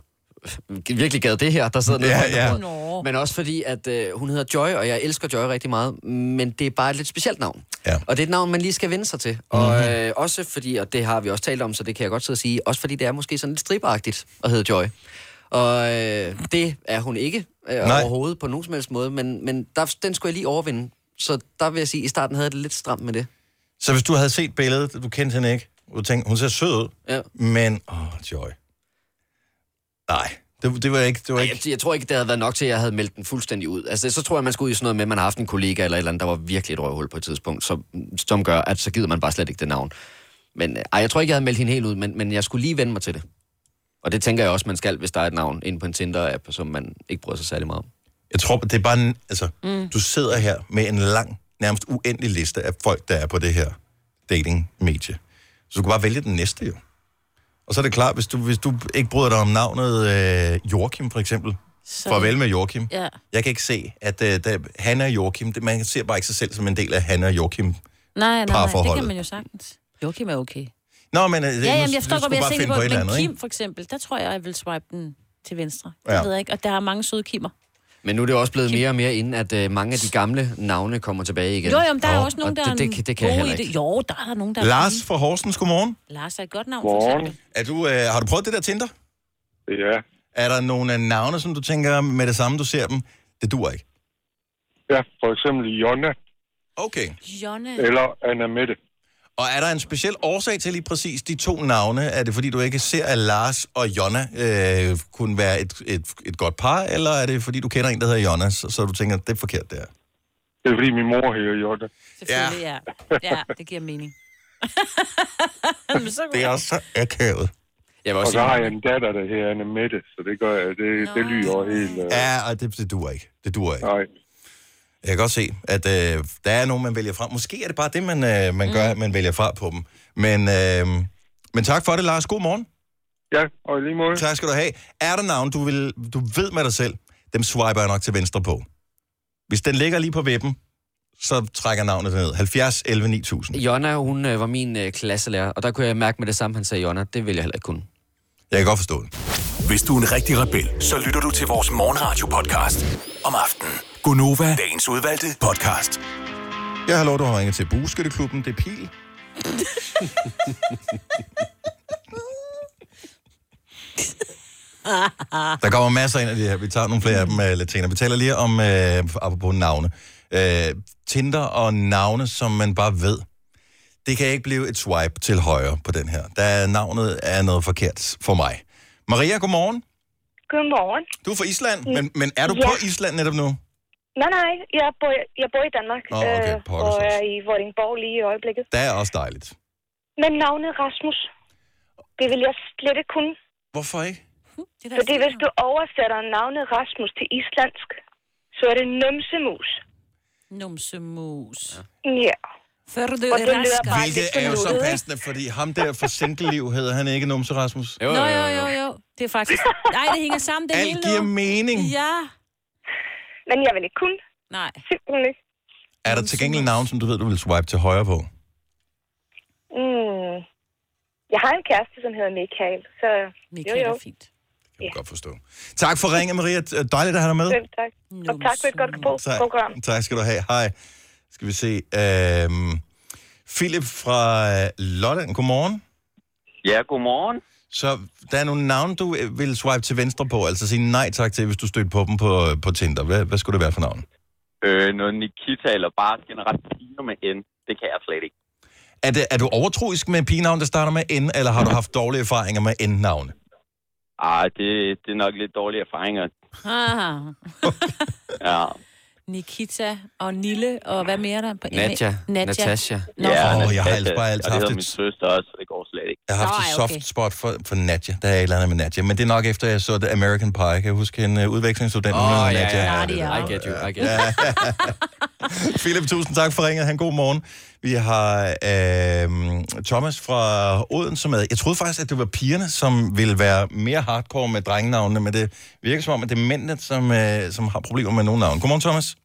Speaker 3: virkelig gad det her, der sidder nede
Speaker 1: Ja,
Speaker 3: foran
Speaker 1: ja.
Speaker 3: bordet. Men også fordi, at øh, hun hedder Joy, og jeg elsker Joy rigtig meget. Men det er bare et lidt specielt navn.
Speaker 1: Ja. Mhm.
Speaker 3: Og det er et navn, man lige skal vende sig til. Og øh, også fordi, og det har vi også talt om, så det kan jeg godt sidde og sige, også fordi det er måske sådan lidt striberagtigt at hedde Joy. Og øh, det er hun ikke øh,
Speaker 1: Nej.
Speaker 3: overhovedet på nogen som helst måde, men, men der, den skulle jeg lige overvinde. Så der vil jeg sige, at i starten havde jeg det lidt stramt med det.
Speaker 1: Så hvis du havde set billedet, du kendte hende ikke, og du tænkte, hun ser sød ud,
Speaker 3: ja.
Speaker 1: men, åh, oh, Joy. Nej, det, det var ikke... Det var
Speaker 3: ikke... Jeg, jeg tror ikke, det havde været nok til, at jeg havde meldt den fuldstændig ud. Altså, så tror jeg, man skulle ud i sådan noget med, at man har haft en kollega eller et eller andet, der var virkelig et røvhul på et tidspunkt, som, som gør, at så gider man bare slet ikke det navn. Men øh, ej, jeg tror ikke, jeg havde meldt hende helt ud, men, men jeg skulle lige vende mig til det. Og det tænker jeg også, man skal, hvis der er et navn inde på en Tinder-app, som man ikke bryder sig særlig meget om.
Speaker 1: Jeg tror, det er bare... en- Altså, mm. du sidder her med en lang, nærmest uendelig liste af folk, der er på det her dating-medie. Så du kan bare vælge den næste, jo. Og så er det klart, hvis du, hvis du ikke bryder dig om navnet øh, Joachim, for eksempel.
Speaker 2: Så...
Speaker 1: Farvel med Joachim.
Speaker 2: Ja.
Speaker 1: Jeg kan ikke se, at øh, der, Hanna og Joachim, det, man ser bare ikke sig selv som en del af Hanna og Joachim.
Speaker 2: Nej, nej, nej, det
Speaker 1: Parforholdet.
Speaker 2: kan man jo sagtens. Joachim er okay.
Speaker 1: Nå, men... Øh, nu-
Speaker 2: Ja, jamen, jeg forstår
Speaker 1: nu
Speaker 2: godt,
Speaker 1: skulle
Speaker 2: hvad jeg
Speaker 1: bare
Speaker 2: tænker
Speaker 1: finde
Speaker 2: på,
Speaker 1: et eller
Speaker 2: men
Speaker 1: andet, ikke?
Speaker 2: Kim for eksempel, der tror jeg, jeg vil swipe den til venstre. Ja.
Speaker 3: Ja.
Speaker 2: Det ved jeg ikke, og der er mange søde Kimmer.
Speaker 3: Men nu er det også blevet mere og mere inden, at øh, mange af de gamle navne kommer tilbage igen.
Speaker 2: Jo, jo, men der er jo
Speaker 3: Og-
Speaker 2: også nogen,
Speaker 3: og
Speaker 2: der
Speaker 3: det, det, det, det kan
Speaker 2: gode
Speaker 3: jeg heller
Speaker 2: i
Speaker 3: ikke.
Speaker 2: Det. Jo, der er der nogen, der
Speaker 1: Lars
Speaker 2: er
Speaker 1: fra Horsens, godmorgen.
Speaker 2: gode. Lars er et godt navn, for eksempel.
Speaker 1: Er du, øh, har du prøvet det der Tinder?
Speaker 14: Ja.
Speaker 1: Er der nogle af navne, som du tænker med det samme, du ser dem? Det dur ikke.
Speaker 14: Ja, for eksempel Jonna
Speaker 1: Okay.
Speaker 2: Jonne.
Speaker 14: eller Anna Mette.
Speaker 1: Og er der en speciel årsag til lige præcis de to navne? Er det fordi, du ikke ser, at Lars og Jonna øh, kunne være et, et, et godt par, eller er det fordi, du kender en, der hedder Jonna, så, så du tænker, det er forkert, det her?
Speaker 14: Det er fordi, min mor hedder Jonna.
Speaker 2: Selvfølgelig, ja. ja. det giver mening. Men så
Speaker 1: Det er også så akavet.
Speaker 3: Jeg
Speaker 14: Og så har jeg en datter, der hedder Anna Mette, så det gør jeg. Det, det lyder jo helt... Øh,
Speaker 1: Ja, og det, det duer ikke. Det duer ikke. Nej. Jeg kan godt se, at øh, der er nogen, man vælger fra. Måske er det bare det, man, øh, man gør, at man vælger fra på dem. Men, øh, men tak for det, Lars. God morgen.
Speaker 14: Ja, og lige måde.
Speaker 1: Tak skal du have. Er der navn, du, vil, du ved med dig selv, dem swiper jeg nok til venstre på. Hvis den ligger lige på vippen, så trækker navnet ned. 70 11 9000.
Speaker 3: Jonna, hun øh, var min øh, klasselærer, og der kunne jeg mærke med det samme, han sagde Jonna. Det vil jeg heller ikke kunne.
Speaker 1: Jeg kan godt forstå det.
Speaker 5: Hvis du er en rigtig rebel, så lytter du til vores morgenradio-podcast om aftenen. Gunova, dagens udvalgte podcast.
Speaker 1: Jeg har lov, du har ringet til Bueskytteklubben. Det er Pil. Der kommer masser ind af det her. Vi tager nogle flere af dem uh, lidt senere. Vi taler lige om, uh, apropos navne, uh, Tinder og navne, som man bare ved. Det kan ikke blive et swipe til højre på den her. Da navnet er noget forkert for mig. Maria, godmorgen.
Speaker 15: Godmorgen.
Speaker 1: Du er fra Island, men, men er du
Speaker 15: Ja.
Speaker 1: på Island netop nu?
Speaker 15: Nej, nej, jeg bor, jeg bor i Danmark,
Speaker 1: Nå, okay,
Speaker 15: øh,
Speaker 1: pokker
Speaker 15: og
Speaker 1: så.
Speaker 15: er i Vordingborg lige i øjeblikket.
Speaker 1: Det er også dejligt.
Speaker 15: Men navnet Rasmus, det vil jeg slet ikke kunne.
Speaker 1: Hvorfor ikke?
Speaker 15: Fordi hvis du oversætter navnet Rasmus til islandsk, så er det numsemus.
Speaker 2: Numsemus.
Speaker 15: Ja.
Speaker 2: Før du
Speaker 15: Og det lyder bare
Speaker 1: Hvilket
Speaker 15: lidt
Speaker 1: er jo
Speaker 15: som
Speaker 1: så
Speaker 15: nuttet.
Speaker 1: passende, fordi ham der for single-liv hedder han ikke Numse Rasmus.
Speaker 2: Jo, jo, jo, jo. Det er faktisk... Nej, det hænger sammen. Det
Speaker 1: Alt
Speaker 2: hele
Speaker 1: giver
Speaker 2: nu.
Speaker 1: mening.
Speaker 2: Ja.
Speaker 15: Men jeg vil ikke kunne.
Speaker 2: Nej.
Speaker 15: Simpelthen ikke.
Speaker 1: Er der til gengæld navn, som du ved, du vil swipe til højre på?
Speaker 15: Mm. Jeg har en kæreste, som hedder Michael, så Michael jo, jo.
Speaker 2: er fint.
Speaker 15: Det kan ja.
Speaker 1: godt forstå. Tak for ringen, Maria. Dejligt at have dig med.
Speaker 15: Selv tak. Og tak for et godt program.
Speaker 1: tak skal du have. Hej. Skal vi se. Øhm, Philip fra øh, Lolland, godmorgen.
Speaker 16: Ja, godmorgen.
Speaker 1: Så der er nogle navne, du øh, vil swipe til venstre på, altså sige nej tak til, hvis du stødte på dem på, øh, på Tinder. Hvad, hvad skulle det være for navn?
Speaker 16: Øh, noget Nikita eller bare generelt piger med N, det kan jeg slet ikke.
Speaker 1: Er, det, er du overtroisk med pigenavn, der starter med N, eller har du haft dårlige erfaringer med N-navne?
Speaker 16: Ah, det, det er nok lidt dårlige erfaringer.
Speaker 2: Ah,
Speaker 16: Ja.
Speaker 2: Nikita og Nille, og hvad mere er der? På
Speaker 16: Natja.
Speaker 2: Natja.
Speaker 16: Natasha.
Speaker 2: Nå.
Speaker 1: Åh, jeg har
Speaker 16: Natasha.
Speaker 1: altså bare altid
Speaker 16: Og det
Speaker 1: haft
Speaker 16: hedder
Speaker 1: et-
Speaker 16: min søster også, og det går slet ikke.
Speaker 1: Jeg har haft et
Speaker 16: Nå, ej, okay.
Speaker 1: soft spot for, for Nadja. Der er et eller andet med Nadja. Men det er nok efter, jeg så The American Pie. Kan jeg huske en uh, udvekslingsstudent?
Speaker 3: Åh,
Speaker 1: hun hedder
Speaker 3: ja, ja,
Speaker 1: Nadja.
Speaker 3: ja, det er I get you, I get you.
Speaker 1: Philip, tusind tak for ringet. Han god morgen. Vi har øh, Thomas fra Odense med. Jeg troede faktisk, at det var pigerne, som ville være mere hardcore med drengenavnene, men det virker som om, at det er mændene, som, øh, som har problemer med nogle navne. Godmorgen, Thomas.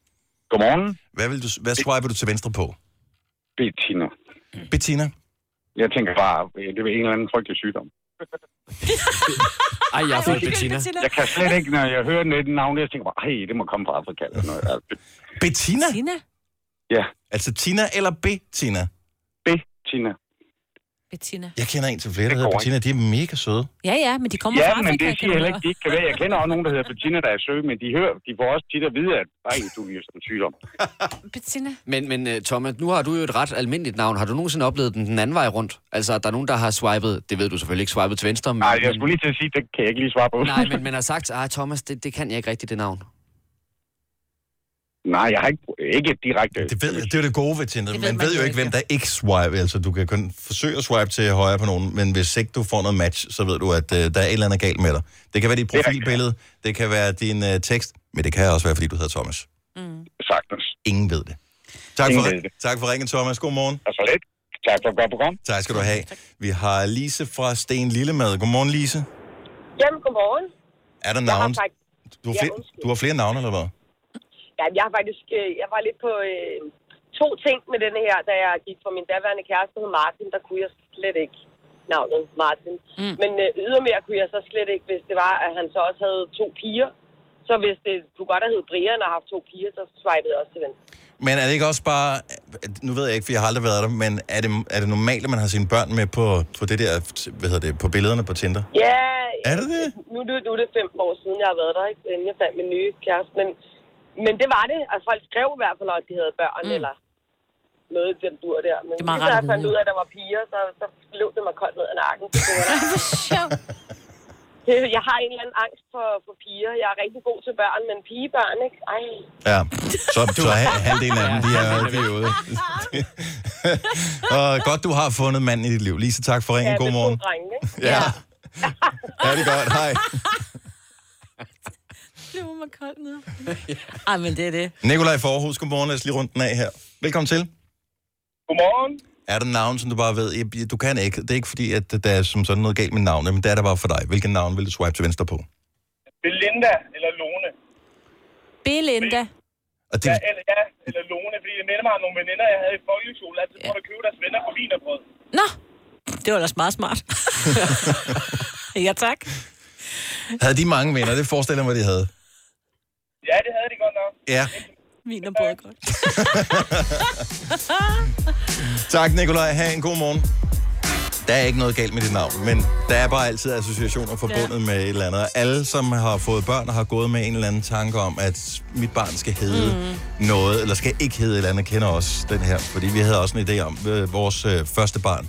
Speaker 17: Godmorgen.
Speaker 1: Hvad, vil du, hvad swiper du til venstre på?
Speaker 17: Bettina.
Speaker 1: Bettina?
Speaker 17: Jeg tænker bare, øh, det er en eller anden frygtelig sygdom.
Speaker 3: Ej, jeg har [laughs] fået Bettina.
Speaker 17: Jeg kan slet ikke, når jeg hører net navn, jeg tænker bare, hey, det må komme fra Afrika. Eller noget. Altså,
Speaker 1: Bettina?
Speaker 2: Tina?
Speaker 17: Ja.
Speaker 1: Altså Tina eller Bettina?
Speaker 17: Bettina.
Speaker 2: Bettina.
Speaker 1: Jeg kender en til flere, der hedder Bettina. De er mega søde.
Speaker 2: Ja, ja, men de kommer
Speaker 17: ja,
Speaker 2: fra Afrika.
Speaker 17: men det
Speaker 2: kan
Speaker 17: siger
Speaker 2: du
Speaker 17: heller
Speaker 2: høre.
Speaker 17: ikke, de ikke kan være. Jeg kender også nogen, der hedder Bettina, der er søge, men de, hører, de får også tit at vide, at ej, du er sådan en sygdom.
Speaker 2: Bettina.
Speaker 3: Men, men øh, Thomas, nu har du jo et ret almindeligt navn. Har du nogensinde oplevet den den anden vej rundt? Altså, at der er nogen, der har swipet, det ved du selvfølgelig ikke, swipet til venstre. Men,
Speaker 17: Nej, jeg skulle lige til at sige, det kan jeg ikke lige svare på.
Speaker 3: Nej, men man har sagt, at Thomas, det, det kan jeg ikke rigtigt, det navn.
Speaker 17: [laughs] Nej, jeg har ikke, ikke et direkte...
Speaker 1: Det, ved, det er jo det gode ved Tinder.
Speaker 17: Det ved
Speaker 1: Man ved,
Speaker 17: man
Speaker 1: jo
Speaker 17: jo
Speaker 1: ikke, hvem der ikke swipe. Altså, du kan kun forsøge at swipe til højre på nogen, men hvis ikke du får noget match, så ved du, at øh, der er et eller andet galt med dig. Det kan være dit profilbillede, det kan være din øh, tekst, men det kan også være, fordi du hedder Thomas.
Speaker 2: Mm.
Speaker 17: Sagtens.
Speaker 1: Ingen ved det. Tak
Speaker 17: Ingen
Speaker 1: for,
Speaker 17: ved det.
Speaker 1: tak for ringen, Thomas. God morgen.
Speaker 17: Og Altså, så lidt. Tak for et godt program.
Speaker 1: Tak skal du have. Vi har Lise fra Sten Lille med. Godmorgen, Lise.
Speaker 18: Jamen, godmorgen.
Speaker 1: Er der
Speaker 18: Jeg har
Speaker 1: navn?
Speaker 18: faktisk...
Speaker 1: Du har
Speaker 18: Ja,
Speaker 1: flere,
Speaker 18: undskyld.
Speaker 1: du har flere navne, eller hvad?
Speaker 18: Ja, jeg har faktisk... øh, Jeg var lidt på øh, to ting med denne her, da jeg gik fra min daværende kæreste, hed Martin. Der kunne jeg slet ikke navnet Martin. Mm. Men øh, ydermere kunne jeg så slet ikke, hvis det var, at han så også havde to piger. Så hvis det kunne godt have heddet Brian og haft to piger, så swipede jeg også til venstre.
Speaker 1: Men er det ikke også bare, nu ved jeg ikke, for jeg har aldrig været der, men er det, er det normalt, at man har sine børn med på, på det der, hvad hedder det, på billederne på Tinder?
Speaker 18: Ja,
Speaker 1: Er det det?
Speaker 18: nu, er det- nu er det fem år siden, jeg har været der, ikke? inden jeg fandt min nye kæreste. Men, men det var det. Altså, folk skrev i hvert fald, at de havde børn, mm. eller noget i den dur der. Men
Speaker 2: Det
Speaker 18: det
Speaker 2: er meget
Speaker 18: lige da
Speaker 2: rart
Speaker 18: jeg
Speaker 2: at
Speaker 18: fandt
Speaker 2: vide,
Speaker 18: ud af, at der var piger, så, så løb det mig koldt ned ad nakken. Så det var der. Det- jeg har en eller anden angst for, for piger. Jeg er rigtig god til børn, men pigebørn, ikke? Ej.
Speaker 1: Ja, så, så ha- halvdelen af dem, de er okay ude. Og godt, du har fundet manden i dit liv. Lise, tak for ringen.
Speaker 18: Ja,
Speaker 1: God
Speaker 18: med to
Speaker 1: morgen.
Speaker 18: drenge, ikke?
Speaker 1: Ja. Ja, det er godt. Hej.
Speaker 2: Det var mig koldt ned. [laughs] Ej, men det er det.
Speaker 1: Nikolaj Forhus, godmorgen. Lad os lige runde den af her. Velkommen til.
Speaker 18: Godmorgen.
Speaker 1: Er der navn, som du bare ved, "Jeg- du kan ikke. Det er ikke fordi, at der er som sådan noget galt med navnet, men det er der bare for dig. Hvilken navn vil du swipe til venstre på?
Speaker 19: Belinda eller Lone.
Speaker 2: Belinda.
Speaker 1: Og det,
Speaker 19: Ja, eller, ja, eller Lone, fordi det minder mig om nogle veninder, jeg havde i folkeskole. Altså, ja. at købe deres venner på vinerbrød.
Speaker 2: Nå, det var ellers meget [laughs] smart. ja, tak.
Speaker 1: havde de mange venner? Det forestiller jeg mig, de havde.
Speaker 19: Ja, det havde de godt nok.
Speaker 1: Ja.
Speaker 2: Min er både godt.
Speaker 1: Tak, Nikolaj. Ha' en god morgen. Der er ikke noget galt med dit navn, men der er bare altid associationer forbundet ja. med et eller andet. Og Alle, som har fået børn og har gået med en eller anden tanke om, at mit barn skal hedde mm. noget, eller skal ikke hedde et eller andet, kender også den her. Fordi vi havde også en idé om, øh, vores øh, første barn,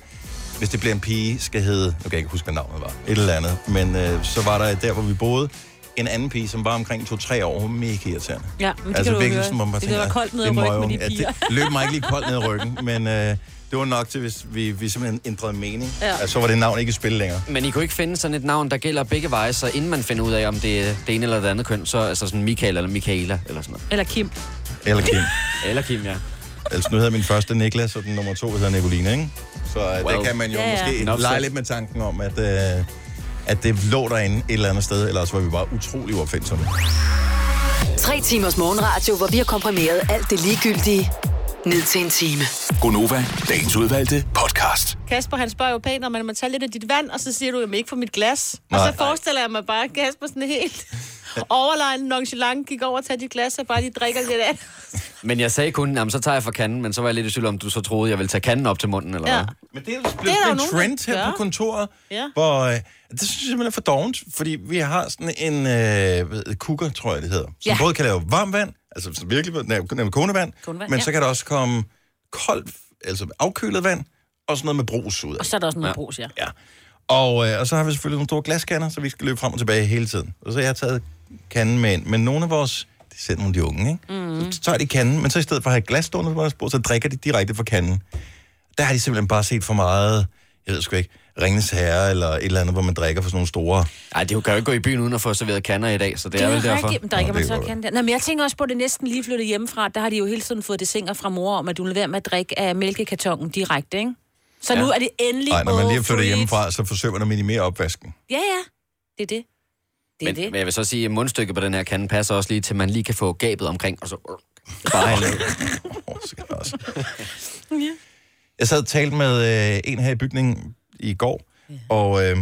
Speaker 1: hvis det bliver en pige, skal hedde, nu kan jeg ikke huske, hvad navnet var, et eller andet. Men øh, så var der der, hvor vi boede, en anden pige, som var omkring 2-3 år. Hun var mega irriterende.
Speaker 2: Ja, men det
Speaker 1: altså
Speaker 2: kan du
Speaker 1: virkelig
Speaker 2: høre.
Speaker 1: sådan, hvor man bare
Speaker 2: det var
Speaker 1: tænker,
Speaker 2: koldt ned
Speaker 1: "Det
Speaker 2: ad
Speaker 1: er
Speaker 2: ryggen med
Speaker 1: møgung."
Speaker 2: de piger.
Speaker 1: Ja, det løb mig ikke lige koldt ned ad ryggen, men øh, det var nok til, hvis vi, vi simpelthen ændrede mening.
Speaker 3: Ja.
Speaker 1: Ja. Altså, så var det navn ikke i spil længere.
Speaker 3: Men I kunne ikke finde sådan et navn, der gælder begge veje, så inden man finder ud af, om det er det ene eller det andet køn, så altså sådan Michael eller Michaela eller sådan noget.
Speaker 2: Eller Kim.
Speaker 1: Eller Kim.
Speaker 3: Eller Kim, ja.
Speaker 1: altså, nu hedder min første Niklas, og den nummer to hedder Nicoline, ikke? Så øh,
Speaker 3: Well.
Speaker 1: well. der kan man jo
Speaker 3: Ja,
Speaker 1: ja,
Speaker 3: ja.
Speaker 1: ja. måske
Speaker 3: Nok
Speaker 1: Not
Speaker 3: så.
Speaker 1: lege lidt med tanken om, at, øh, at det lå derinde et eller andet sted, eller også var vi bare utrolig uopfindsomme.
Speaker 6: Tre timers morgenradio, hvor vi har komprimeret alt det ligegyldige ned til en time.
Speaker 5: Gonova, dagens udvalgte podcast.
Speaker 2: Kasper, han spørger jo pænt, om man må tage lidt af dit vand, og så siger du, jamen ikke for mit glas. Nej. Og
Speaker 1: Nej.
Speaker 2: så forestiller jeg mig bare, at Kasper sådan helt overlegen nonchalant gik over og tager dit glas, og bare lige drikker lidt af. det.
Speaker 3: Men jeg sagde kun, jamen så tager jeg fra kanden, men så var jeg lidt i tvivl om, du så troede, jeg ville tage kanden op til munden, eller
Speaker 2: Ja.
Speaker 3: hvad?
Speaker 1: Men det er jo blevet
Speaker 2: der
Speaker 1: det
Speaker 2: jo
Speaker 1: er en
Speaker 2: nogen, der
Speaker 1: trend her
Speaker 2: gør.
Speaker 1: på kontoret,
Speaker 2: Ja.
Speaker 1: hvor øh, det synes jeg simpelthen er for dovent, fordi vi har sådan en øh, hvad hedder det, kukker, tror jeg det hedder, som
Speaker 2: Ja.
Speaker 1: ja. både kan lave varmt vand, altså sådan virkelig nemlig kogende vand,
Speaker 2: Kogende vand, ja.
Speaker 1: men så kan der også komme koldt, altså afkølet vand, og sådan noget med brus ud af.
Speaker 2: Og så er der også noget
Speaker 1: Ja.
Speaker 2: brus, ja.
Speaker 1: Ja. Og, øh, og så har vi selvfølgelig nogle store glaskander, så vi skal løbe frem og tilbage hele tiden. Og så har jeg taget kanden med ind. Men nogle af vores, det er selv nogle af de unge, ikke? Mm. Så tager de kanden, men så i stedet for at have et glas stående på deres bord, så drikker de direkte fra kanden. Der har de simpelthen bare set for meget, jeg ved sgu ikke, Ringens Herre eller et eller andet, hvor man drikker fra sådan nogle store...
Speaker 3: Nej, det kan jo ikke gå i byen uden at få serveret kander i dag, så det, er vel derfor.
Speaker 2: rigtigt, men der ikke, man så kan der. Nå, men jeg tænker også på, at det næsten lige flyttet hjemmefra. Der har de jo hele tiden fået det singer fra mor om, at du leverer med at drikke af mælkekartongen direkte, ikke? Så
Speaker 1: Ja.
Speaker 2: ja. nu er det endelig...
Speaker 1: Nej, når man lige er
Speaker 2: overfree.
Speaker 1: flyttet hjemmefra, så forsøger man at minimere opvasken.
Speaker 2: Ja, ja. Det er det. Det er
Speaker 3: Men,
Speaker 2: det.
Speaker 3: men jeg vil så sige, at mundstykket på den her kande passer også lige til, at man lige kan få gabet omkring, og så... Bare hælde ud.
Speaker 1: Jeg sad og talte med øh, en her i bygningen i går, og øh,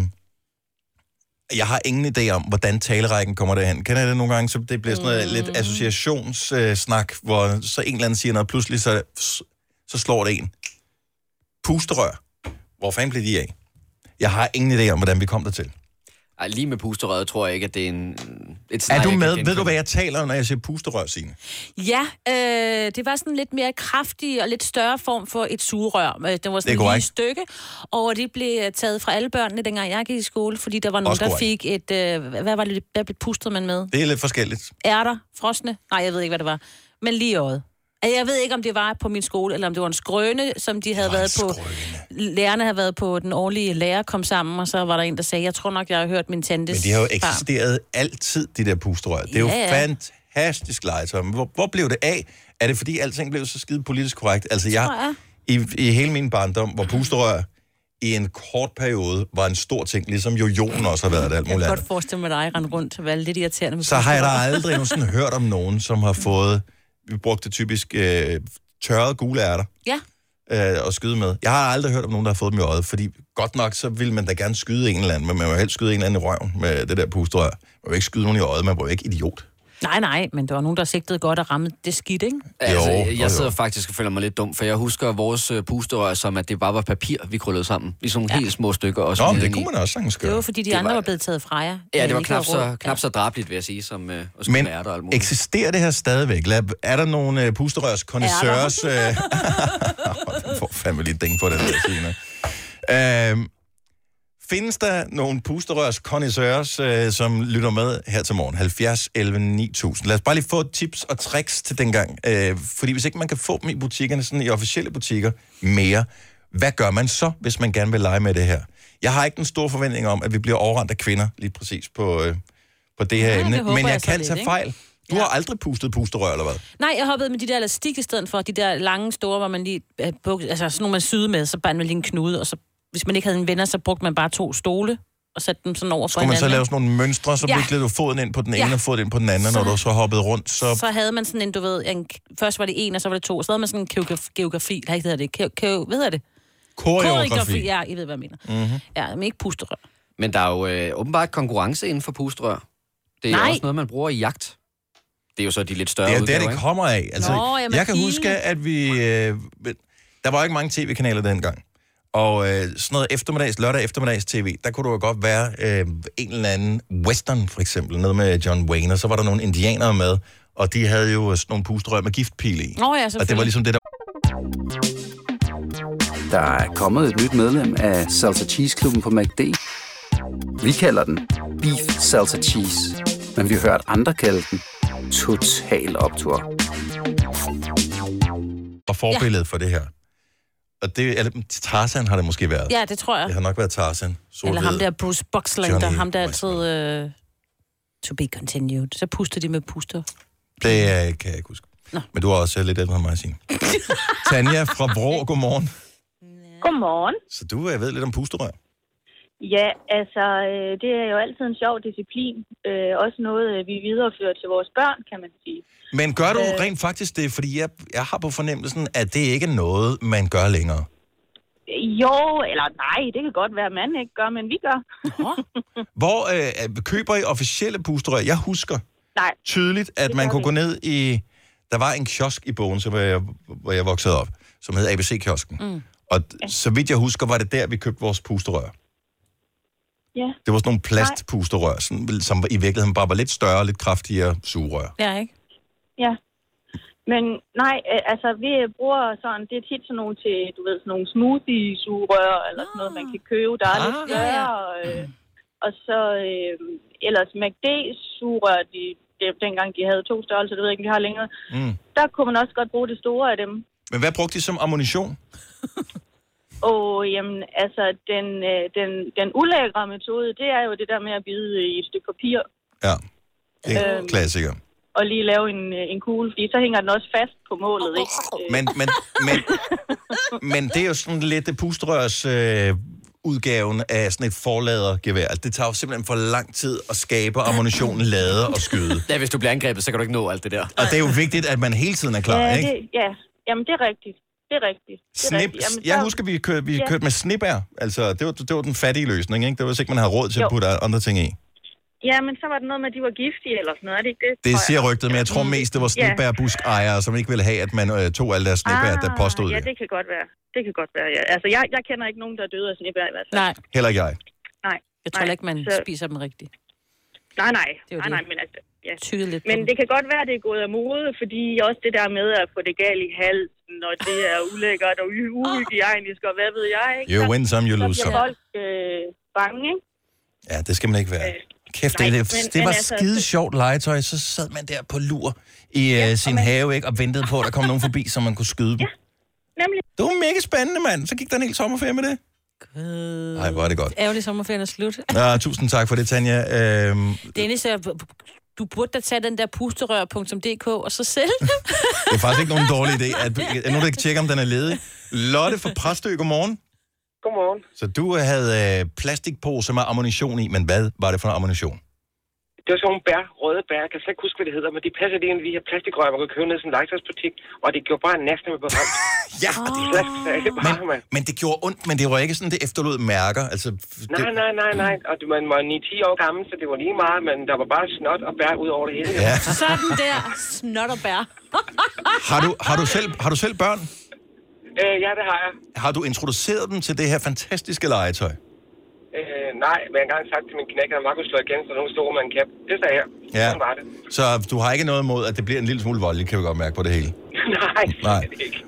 Speaker 1: jeg har ingen idé om, hvordan talerækken kommer derhen. Kender I det nogle gange? Så det bliver sådan noget mm. lidt associationssnak, øh, snak, hvor så en eller anden siger noget, og pludselig så, så slår det en. Pusterør. Hvor fanden blev de af? Jeg har ingen idé om, hvordan vi kom dertil.
Speaker 3: Ej, lige med pusterøret tror jeg ikke, at det er en... Et
Speaker 1: Er
Speaker 3: scenarie,
Speaker 1: du
Speaker 3: jeg kan
Speaker 1: med? Ved
Speaker 3: genkende.
Speaker 1: du, hvad jeg taler om, når jeg siger pusterør, Signe?
Speaker 2: Ja, øh, det var sådan lidt mere kraftig og lidt større form for et sugerør. Øh, Det var sådan
Speaker 1: Det er
Speaker 2: et lille
Speaker 1: korrekt.
Speaker 2: stykke, og det blev øh, taget fra alle børnene, dengang jeg gik i skole, fordi der var nogen,
Speaker 1: Også
Speaker 2: der
Speaker 1: korrekt.
Speaker 2: fik et... Øh, hvad var det, hvad blev pustet man med?
Speaker 1: Det er lidt forskelligt.
Speaker 2: Ærter? Frosne? Nej, jeg ved ikke, hvad det var. Men lige i øjet. Altså, Jeg ved ikke, om det var på min skole, eller om det var en skrøne, som de havde været på... Lærerne havde været på den årlige lærer kom sammen, og så var der en, der sagde, jeg tror nok, jeg har hørt min tantes
Speaker 1: Men de har jo
Speaker 2: barn."
Speaker 1: eksisteret altid, de der pusterør. Det er jo
Speaker 2: Ja, ja.
Speaker 1: ja, ja. fantastisk legetøj. Men Hvor, hvor blev det af? Er det fordi alting blev så skide politisk korrekt? Altså jeg, i, i hele min barndom, hvor pusterør i en kort periode var en stor ting, ligesom jo Jon også har været det alt
Speaker 2: Jeg
Speaker 1: muligt
Speaker 2: kan
Speaker 1: andet.
Speaker 2: godt forestille mig dig rende rundt og være lidt irriterende. med
Speaker 1: Så har jeg da
Speaker 2: pusterør.
Speaker 1: aldrig nogensinde hørt om nogen, som har fået, vi brugte typisk øh, tørrede gule ærter
Speaker 2: Ja.
Speaker 1: øh, at skyde med. Jeg har aldrig hørt om nogen, der har fået dem i øjet, fordi godt nok, så vil man da gerne skyde en eller anden, men man må helst skyde en eller anden i røven med det der pusterør. Man må ikke skyde nogen i øjet, man må ikke idiot.
Speaker 2: Nej, nej, men der var nogen, der sigtede godt og ramte det skidt, ikke?
Speaker 3: Altså,
Speaker 1: Jo,
Speaker 3: jeg,
Speaker 1: jo, jo.
Speaker 3: jeg sidder faktisk og føler mig lidt dum, for jeg husker vores øh, pusterør som, at det bare var papir, vi kryllede sammen. I sådan nogle ja. helt små stykker. Og
Speaker 1: Nå, men det kunne man også sagtens
Speaker 2: Det
Speaker 1: gøre.
Speaker 2: var, fordi de det andre var... var blevet taget fra jer.
Speaker 3: Ja, det var
Speaker 2: Ikke
Speaker 3: knap
Speaker 2: råd.
Speaker 3: så, knap så drabeligt, vil jeg sige, som øh, at skulle
Speaker 1: Men
Speaker 3: være og alt muligt.
Speaker 1: eksisterer det her stadigvæk? Lad, er der nogle øh, pusterørs kondisseurs... Øh, [laughs] den får fandme lige ding på den der Signe. Øhm, findes der nogle pusterørs kondisseurs, øh, som lytter med her til morgen? 70 11 9000. Lad os bare lige få tips og tricks til dengang. Øh, fordi hvis ikke man kan få dem i butikkerne, sådan i officielle butikker mere, hvad gør man så, hvis man gerne vil lege med det her? Jeg har ikke den store forventning om, at vi bliver overrendt af kvinder lige præcis på, øh, på det her
Speaker 2: Nej, det
Speaker 1: emne.
Speaker 2: håber
Speaker 1: Men jeg,
Speaker 2: jeg så
Speaker 1: kan
Speaker 2: lidt,
Speaker 1: tage
Speaker 2: ikke?
Speaker 1: fejl. Du har aldrig pustet pusterør, eller hvad?
Speaker 2: Nej, jeg hoppede med de der elastik i stedet for. De der lange store, hvor man lige... Øh, buk, altså sådan nogle, man syede med, så bare man lige en knude. Og så, hvis man ikke havde en venner, så brugte man bare to stole og satte dem sådan over for
Speaker 1: Skulle man så
Speaker 2: hinanden.
Speaker 1: lave sådan nogle mønstre, så
Speaker 2: Ja.
Speaker 1: ja. viklede du foden ind på den ene
Speaker 2: Ja.
Speaker 1: ja. og foden ind på den anden, og når
Speaker 2: Så-
Speaker 1: du så hoppede rundt, så...
Speaker 2: så havde man sådan en, du ved, en, først var det en, og så var det to, og så havde man sådan en geografi, geografi nej, ikke hedder det, Geo- geo- hvad hedder det?
Speaker 3: Koreografi.
Speaker 2: Ja, I ved, hvad jeg mener.
Speaker 3: Mm-hmm.
Speaker 1: Mhm.
Speaker 2: Ja, men ikke pusterør.
Speaker 3: Men der er jo øh, åbenbart konkurrence inden for pusterør. Det er
Speaker 2: Nej.
Speaker 3: også noget, man bruger i jagt. Det er jo så de lidt større
Speaker 1: Det er jo der,
Speaker 3: udgaver,
Speaker 1: det
Speaker 3: ikke?
Speaker 1: kommer af. Altså,
Speaker 3: Nå, jamen,
Speaker 1: jeg kan
Speaker 3: pilene.
Speaker 1: huske, at vi... Øh, der var jo ikke mange tv-kanaler dengang. Og øh, sådan noget eftermiddags, lørdag eftermiddags tv, der kunne du jo godt være øh, en eller anden western, for eksempel. Noget med John Wayne, og så var der nogle indianere med, og de havde jo sådan nogle pusterør med giftpile i.
Speaker 2: Nå ja,
Speaker 1: og det var
Speaker 2: selvfølgelig.
Speaker 1: ligesom det, der...
Speaker 20: Der er kommet et nyt medlem af Salsa Cheese Klubben på MACD. Vi kalder den Beef Salsa Cheese. men vi har hørt andre kalde den total optur.
Speaker 1: Og forbilledet ja. for det her. Og det, eller, Tarzan har det måske været.
Speaker 2: Ja, det tror jeg.
Speaker 1: Det har nok været Tarzan. Sort
Speaker 2: Eller ham
Speaker 1: hvid.
Speaker 2: der Bruce Boxland, der
Speaker 1: Johnny
Speaker 2: ham der altid... Øh, to be continued. Så puster de med puster.
Speaker 1: Det øh, kan jeg ikke huske.
Speaker 2: Nå.
Speaker 1: Men du er også øh, lidt ældre end mig,
Speaker 2: [laughs]
Speaker 1: Signe. Tanja fra Vrå, godmorgen.
Speaker 6: Godmorgen.
Speaker 1: Så du øh, ved lidt om pusterør.
Speaker 6: Ja, altså, øh, det er jo altid en sjov disciplin. Øh, også noget, øh, vi viderefører til vores børn, kan man sige.
Speaker 1: Men gør du
Speaker 6: Øh.
Speaker 1: rent faktisk det? Fordi jeg, jeg har på fornemmelsen, at det ikke er noget, man gør længere.
Speaker 6: Jo, eller nej, det kan godt være, at man ikke gør, men vi gør.
Speaker 1: Hvor øh, køber I officielle pusterør? Jeg husker
Speaker 6: nej.
Speaker 1: tydeligt, at man kunne gå ned i... Der var en kiosk i Bogen, som jeg, hvor jeg voksede op, som hed ABC-kiosken.
Speaker 6: Mm.
Speaker 1: Og d- så vidt jeg husker, var det der, vi købte vores pusterør.
Speaker 6: Ja.
Speaker 1: Det var sådan nogle plastpusterør, sådan, som i virkeligheden bare var lidt større og lidt kraftigere sugerør.
Speaker 2: Ja, ikke?
Speaker 6: Ja. Men nej, øh, altså vi bruger sådan, det er tit sådan nogle til, du ved, sådan nogle smoothie-sugerør, eller sådan noget, man kan købe, der er ah, lidt
Speaker 2: Ah, ja, ja.
Speaker 6: større. Øh, og så øh, ellers McD-sugerør, de, de, dengang de havde to størrelser, det ved jeg ikke, om de har længere,
Speaker 1: Mm.
Speaker 6: der kunne man også godt bruge det store af dem.
Speaker 1: Men hvad brugte I som ammunition?
Speaker 6: Og jamen, altså, den, øh, den, den ulækre metode, det er jo det der med at bide i et stykke papir
Speaker 1: Ja, det er en
Speaker 6: Øhm.
Speaker 1: klassiker.
Speaker 6: og lige lave en, øh, en kugle, fordi så hænger den også fast på målet, ikke? Øh,
Speaker 1: Men, men, men, men det er jo sådan lidt pusterørs øh, udgaven af sådan et forladergevær. Altså, Det tager jo simpelthen for lang tid at skabe ammunitionen, lade og skyde.
Speaker 3: Ja, hvis du bliver angrebet, så kan du ikke nå alt det der.
Speaker 1: Og det er jo vigtigt, at man hele tiden er klar,
Speaker 6: ja,
Speaker 1: ikke?
Speaker 6: Det, ja, jamen det er rigtigt. Det er rigtigt. Det er
Speaker 1: Snip,
Speaker 6: rigtigt. Jamen,
Speaker 1: jeg
Speaker 6: der-
Speaker 1: husker, vi kørte, vi
Speaker 6: Ja.
Speaker 1: kørte med snibær. Altså, det var, det var den fattige løsning, ikke? Det var, hvis ikke man havde råd til
Speaker 6: Jo.
Speaker 1: at putte andre ting i.
Speaker 6: Ja, men så var det noget med, at de var giftige eller sådan noget, er det ikke det?
Speaker 1: Det
Speaker 6: tror jeg?
Speaker 1: siger rygtet, men jeg tror mest, det var
Speaker 6: Ja. Ah,
Speaker 1: snibærbuskejere, som ikke ville have, at man øh, tog alle deres snibær, der påstod
Speaker 6: Ja,
Speaker 1: det.
Speaker 6: det kan godt være. Det kan godt være, ja. Altså, jeg, jeg kender ikke nogen, der er døde af snibær i hvert fald.
Speaker 2: Nej,
Speaker 1: Heller ikke jeg.
Speaker 6: Nej.
Speaker 2: jeg tror
Speaker 6: nej.
Speaker 2: heller ikke, man
Speaker 6: så,
Speaker 2: spiser dem rigtigt.
Speaker 6: Nej, nej.
Speaker 2: er jo
Speaker 6: Nej,
Speaker 2: det.
Speaker 6: nej, men altså, ja.
Speaker 2: Tyder lidt på
Speaker 6: Men
Speaker 2: dem.
Speaker 6: det kan godt være, det er gået af mode, fordi også det der med at få det galt i halsen, og det er ulækkert og u- uhygiejnisk, og hvad ved jeg, ikke?
Speaker 1: You
Speaker 6: Så-
Speaker 1: win some, you
Speaker 6: så
Speaker 1: lose
Speaker 6: bliver
Speaker 1: some.
Speaker 6: folk øh, bange, ikke?
Speaker 1: Ja, det skal man ikke være. Kæft,
Speaker 6: Øh, Nej,
Speaker 1: det,
Speaker 6: men-
Speaker 1: det, det
Speaker 6: men
Speaker 1: var
Speaker 6: altså-
Speaker 1: skide sjovt legetøj. Så sad man der på lur i ja, sin have, ikke? Og ventede på, at der kom nogen forbi, så man kunne skyde dem. Ja.
Speaker 6: Nemlig.
Speaker 1: Det var mega spændende, mand. Så gik der en hel sommerferie med det.
Speaker 2: Øh,
Speaker 1: Nej, hvor er det godt.
Speaker 2: Ærgerlig sommerferien er slut.
Speaker 1: Nå, Ah, tusind tak for det, Tanja. Øhm,
Speaker 2: Dennis, jeg- du burde da tage den der pusterør.dk og så sælge den.
Speaker 1: det er faktisk ikke nogen dårlig idé. At, er nogen, der kan tjekke, om den er ledig? Lotte fra Præstø, godmorgen.
Speaker 21: Godmorgen.
Speaker 1: Så du havde øh, plastikpose med ammunition i, men hvad var det for en ammunition?
Speaker 21: Det var sådan nogle bær, røde bær. Jeg kan slet ikke huske, hvad det hedder, men de passer lige ind i de her plastikrør, man kunne købe ned i sådan en legetøjsbutik, og det gjorde bare næsten med berømt.
Speaker 1: ja,
Speaker 21: og det er det bare, mand.
Speaker 1: Men det gjorde ondt, men det var ikke sådan, det efterlod mærker. Altså, f- det,
Speaker 21: Nej, nej, nej, nej. Og det- man var 9-10 år gammel, så det var lige meget, men der var bare snot og bær ud over det hele.
Speaker 1: Ja.
Speaker 2: Sådan der, snot og bær.
Speaker 1: har, du, har, du selv, har du selv børn?
Speaker 21: Øh, ja, det har jeg.
Speaker 1: Har du introduceret dem til det her fantastiske legetøj?
Speaker 21: Øh, nej, men jeg har engang sagt til min knækker, at Markus slår igen, så nogen stod med en kæp. Det sagde jeg.
Speaker 1: Ja.
Speaker 21: Sådan var det.
Speaker 1: Så du har ikke noget imod, at det bliver en lille smule voldeligt, kan vi godt mærke på det hele.
Speaker 21: nej,
Speaker 1: Nej.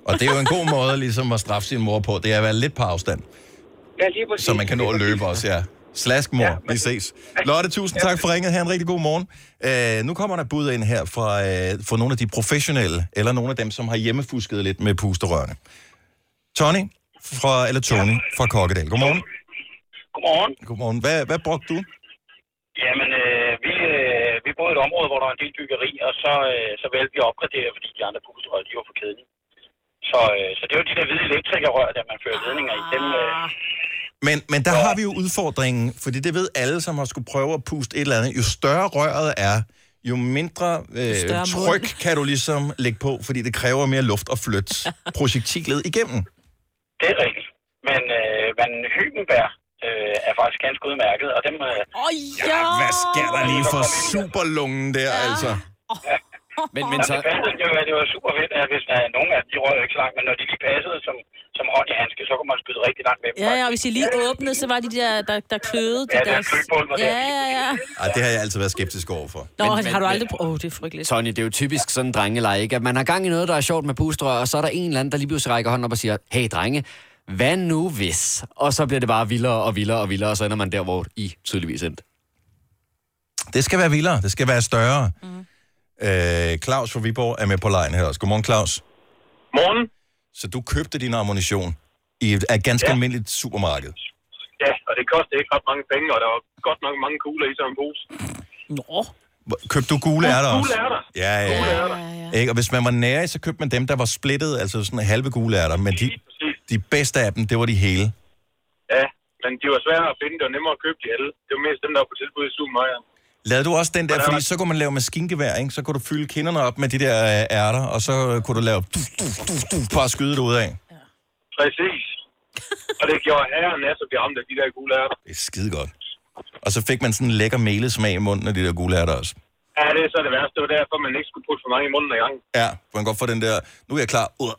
Speaker 1: Og det er jo en god måde ligesom at straffe sin mor på. Det er at være lidt på afstand,
Speaker 21: Ja, lige præcis.
Speaker 1: så man kan nå at løbe også, ja. Slask, mor. Vi ses. Lotte, tusind tak for ringet. Ha' en rigtig god morgen. Øh, nu kommer der et bud ind her fra, øh, fra nogle af de professionelle, eller nogle af dem, som har hjemmefusket lidt med pusterørene. Tony, fra, eller Tony fra Kokkedal. Godmorgen.
Speaker 22: Godmorgen.
Speaker 1: Godmorgen. Hvad, hvad brugte du?
Speaker 22: Jamen, øh, vi, øh, vi boede i et område, hvor der var en del dykkeri, og så, øh, så valgte vi at opgradere, fordi de andre pusterøjer, de var for kedelige. Så, øh, så det var de der hvide elektrikerrør, der man fører ledninger i. Dem, øh,
Speaker 2: Ah.
Speaker 1: Men, men der har vi jo udfordringen, fordi det ved alle, som har skulle prøve at puste et eller andet. Jo større røret er, jo mindre øh,
Speaker 23: større mund.
Speaker 1: tryk kan du ligesom lægge på, fordi det kræver mere luft at flytte projektilet igennem.
Speaker 22: det er rigtigt. Men, øh, men hybenbær øh, er faktisk ganske udmærket, og dem... Øh,
Speaker 2: oh, ja.
Speaker 1: Hvad sker der lige for superlungen der, altså?
Speaker 22: Men, men så... Det, passede, det, var, det var super fedt, at hvis uh, nogen af de røg ikke så langt, men når de lige passede som, som hånd i handske, så kunne man skyde rigtig langt med dem.
Speaker 2: Ja, ja, og hvis I lige åbnede, så var de der, der, der kløede.
Speaker 22: Ja,
Speaker 2: De
Speaker 22: der
Speaker 2: deres...
Speaker 22: kløbulmer der.
Speaker 2: Ja, ja, ja.
Speaker 1: Ej, det har jeg altid været skeptisk overfor.
Speaker 2: Nå,
Speaker 3: Men- men-
Speaker 2: har du
Speaker 3: men-
Speaker 2: aldrig... Åh, oh, det er frygteligt.
Speaker 3: Tony, det er jo typisk sådan en drengeleje, ikke? At man har gang i noget, der er sjovt med pustrør, og så er der en eller anden, der lige pludselig rækker hånden op og siger, hey drenge, hvad nu hvis? Og så bliver det bare vildere og vildere og vildere, og så ender man der, hvor I tydeligvis endte.
Speaker 1: Det skal være vildere, det skal være større. Mm. Øh, Claus fra Viborg er med på lejen her også. Godmorgen, Claus.
Speaker 24: Morgen.
Speaker 1: Så du købte din ammunition i et, et ganske ja.
Speaker 24: Ja.
Speaker 1: almindeligt supermarked.
Speaker 24: Ja, og det kostede ikke ret mange penge, og der var godt nok mange kugler i sådan en pose.
Speaker 2: Nå.
Speaker 1: Hvor- Købte du gule ærter
Speaker 24: Gule
Speaker 1: også?
Speaker 24: ærter.
Speaker 1: Ja, ja,
Speaker 24: Gule
Speaker 1: ja.
Speaker 24: ærter.
Speaker 1: Ikke? Og hvis man var nære, så købte man dem, der var splittet, altså sådan halve gule ærter. Men de, de bedste af dem, det var de hele.
Speaker 24: Ja, men de var svære at finde. Det var nemmere at købe de alle. Det var mest dem, der var på tilbud i supermarkedet.
Speaker 1: Lavede du også den der, fordi så kunne man lave maskingevær, ikke? Så kunne du fylde kinderne op med de der øh, ærter, og så kunne du lave du, du, du, du, bare skyde det ud af. [laughs]
Speaker 24: Præcis. og det gjorde herren af, så blev ramt af de der gule ærter.
Speaker 1: Det er skide godt. Og så fik man sådan en lækker melet smag i munden af de der gule ærter også.
Speaker 24: Ja, det er så det værste. Det var derfor, man ikke skulle putte for mange i munden ad gangen.
Speaker 1: Ja, for man kan godt få den der, nu er jeg klar, ud,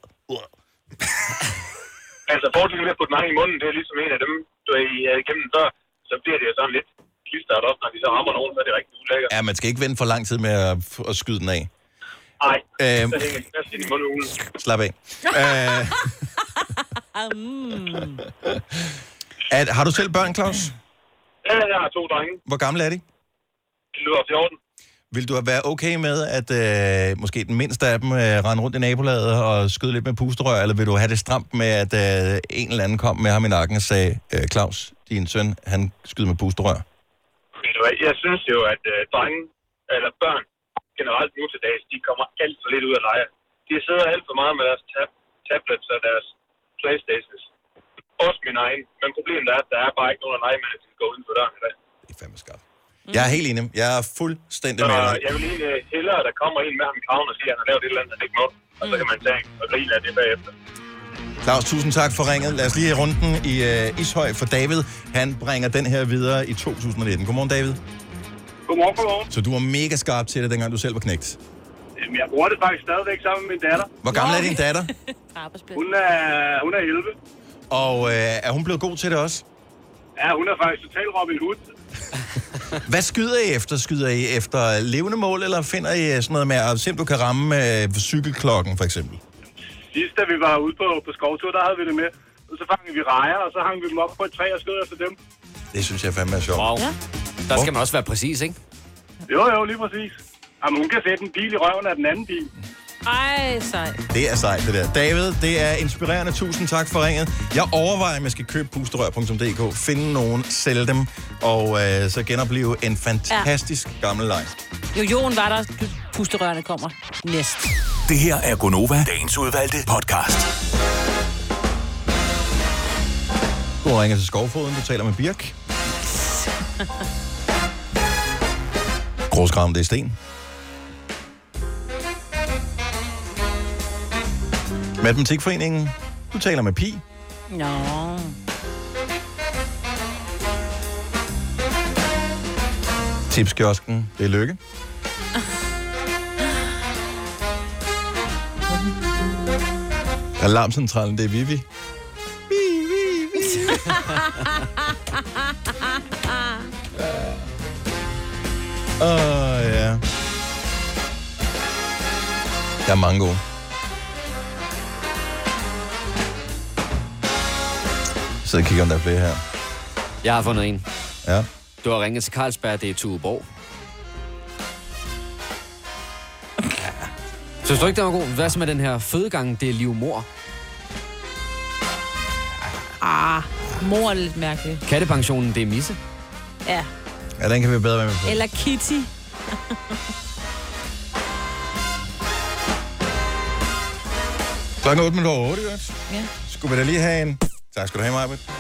Speaker 24: Altså, fordelen ved at putte mange i munden, det er ligesom en af dem, du er i uh, gennem før. Så bliver det jo sådan lidt klistret op, når de så rammer nogen, så er det rigtig ulækkert.
Speaker 1: Ja, man skal ikke vente for lang tid med at, at skyde den af.
Speaker 24: Nej,
Speaker 1: Øhm.
Speaker 24: så hænger de fast ind i mundhulen.
Speaker 1: Slap af. Øh. Æh,
Speaker 24: Mm.
Speaker 1: at, har du selv børn, Claus?
Speaker 24: Ja, jeg har to drenge.
Speaker 1: Hvor gamle er de?
Speaker 24: De lyder 14.
Speaker 1: Vil du være okay med, at øh, måske den mindste af dem øh, rende rundt i nabolaget og skyde lidt med pusterør, eller vil du have det stramt med, at øh, en eller anden kom med ham i nakken og sagde, øh, Claus, din søn, han skyder med pusterør?
Speaker 24: Ved du hvad, Jeg synes jo, at øh, drenge, eller børn generelt nu til dags, de kommer alt for lidt ud af lege. De sidder alt for meget med deres tab- tablets og deres Playstations. Også min egen. Men problemet er, at der er bare ikke nogen at lege med, at de kan gå uden for døren i dag.
Speaker 1: Mm. Jeg er helt enig. Jeg er fuldstændig
Speaker 24: Så
Speaker 1: med dig.
Speaker 24: jeg vil egentlig øh, hellere, at der kommer en med ham i kraven og siger, at han har lavet et eller andet, han ikke må. Og så kan man tage en og grine af det bagefter.
Speaker 1: Claus, tusind tak for ringet. Lad os lige have runden i øh, Ishøj for David. Han bringer den her videre i 2019. Godmorgen, David.
Speaker 24: Godmorgen, godmorgen.
Speaker 1: Så du var mega skarp til det, dengang du selv var knægt.
Speaker 24: Jamen, jeg bruger det faktisk stadigvæk sammen med min datter.
Speaker 1: Hvor gammel er din datter?
Speaker 24: Hun er, hun er 11.
Speaker 1: Og øh, er hun blevet god til det også?
Speaker 24: Ja, hun er faktisk total Robin Hood.
Speaker 1: Hvad skyder I efter? Skyder I efter levende mål, eller finder I øh, sådan noget med, at se om du kan ramme øh, cykelklokken, for eksempel?
Speaker 24: Sidst, da vi var ude på, på skovtur, der havde vi det med. Og så fangede vi rejer, og så hang vi dem op på et træ og skød efter dem.
Speaker 1: Det synes jeg fandme er sjovt.
Speaker 3: Wow.
Speaker 24: Ja.
Speaker 3: Der skal man også være præcis, ikke?
Speaker 24: Jo, jo, lige præcis. Jamen, hun kan sætte en bil i røven af den anden bil.
Speaker 2: Ej, sej.
Speaker 1: Det er sejt, det der. David, det er inspirerende. Tusind tak for ringet. Jeg overvejer, om jeg skal købe pusterør.dk, finde nogen, sælge dem, og øh, så genopleve en fantastisk ja. gammel leg.
Speaker 2: Jo, Jon var der. Pusterørene kommer næst.
Speaker 5: Det her er Gonova, dagens udvalgte podcast.
Speaker 1: Du har ringet til skovfoden, du taler med Birk. Gråskram, det er sten. Matematikforeningen, du taler med Pi.
Speaker 2: Nå.
Speaker 1: Tipskiosken, det er lykke. Alarmcentralen, det er Vivi.
Speaker 25: Vi, vi, vi.
Speaker 1: Åh, oh, ja. Der er mange gode. Så jeg kigger, om der er flere her.
Speaker 3: Jeg har fundet en.
Speaker 1: Ja.
Speaker 3: Du har ringet til Carlsberg, det er Tueborg. Ja. Synes du ikke, den var god? Hvad så med den her fødegang, det er livmor?
Speaker 2: Ah, mor er lidt mærkelig.
Speaker 3: Kattepensionen, det er misse.
Speaker 2: Ja.
Speaker 1: Ja, den kan vi bedre være med på.
Speaker 2: Eller Kitty.
Speaker 1: Klokken er 8 minutter over 8, ikke?
Speaker 2: Ja.
Speaker 1: Skulle vi da lige have en... Tak skal du have, Majbet.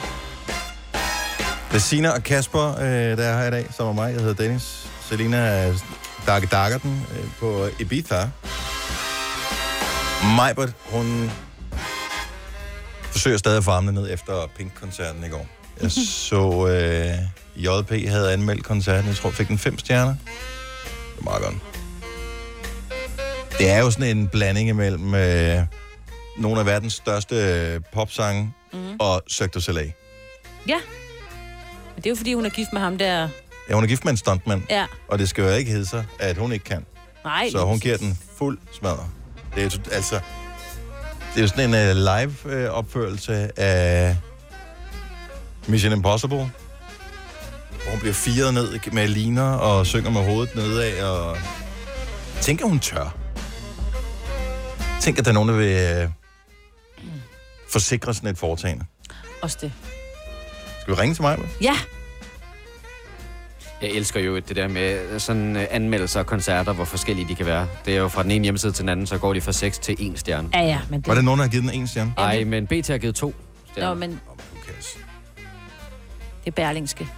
Speaker 1: Det er Sina og Kasper, øh, der er her i dag, sammen med mig. Jeg hedder Dennis. Selina er Darke Darkerten øh, på Ibiza. Majbert, hun forsøger stadig at farme ned efter Pink-koncerten i går. Jeg så øh, JP havde anmeldt koncerten. Jeg tror, fik den fem stjerner. Det er meget godt. Det er jo sådan en blanding imellem øh, nogle af verdens største øh, popsange mm. og Cirque du Soleil.
Speaker 2: Ja. Men det er jo, fordi hun er gift med ham der.
Speaker 1: Ja, hun er gift med en stuntmand,
Speaker 2: Ja.
Speaker 1: og det skal jo ikke hedde sig, at hun ikke kan.
Speaker 2: Nej.
Speaker 1: Så hun giver den fuld smadre. Det er, jo- altså, det er jo sådan en uh, live-opførelse af Mission Impossible. hun bliver firet ned med liner og synger med hovedet nedad. Og... Tænk, at hun tør. Tænk, at der er nogen, der vil øh, forsikre sådan et foretagende.
Speaker 2: Også det.
Speaker 1: Skal vi ringe til mig?
Speaker 2: Ja,
Speaker 3: Jeg elsker jo det der med sådan øh, anmeldelser af koncerter, hvor forskellige de kan være. Det er jo fra den ene hjemmeside til den anden, så går de fra 6 til 1 stjerne.
Speaker 2: ja, ja. Men det...
Speaker 1: Var det nogen, der har givet den en stjerne?
Speaker 3: Nej, men BT har givet to.
Speaker 2: Nå, men... Det er Berlingske.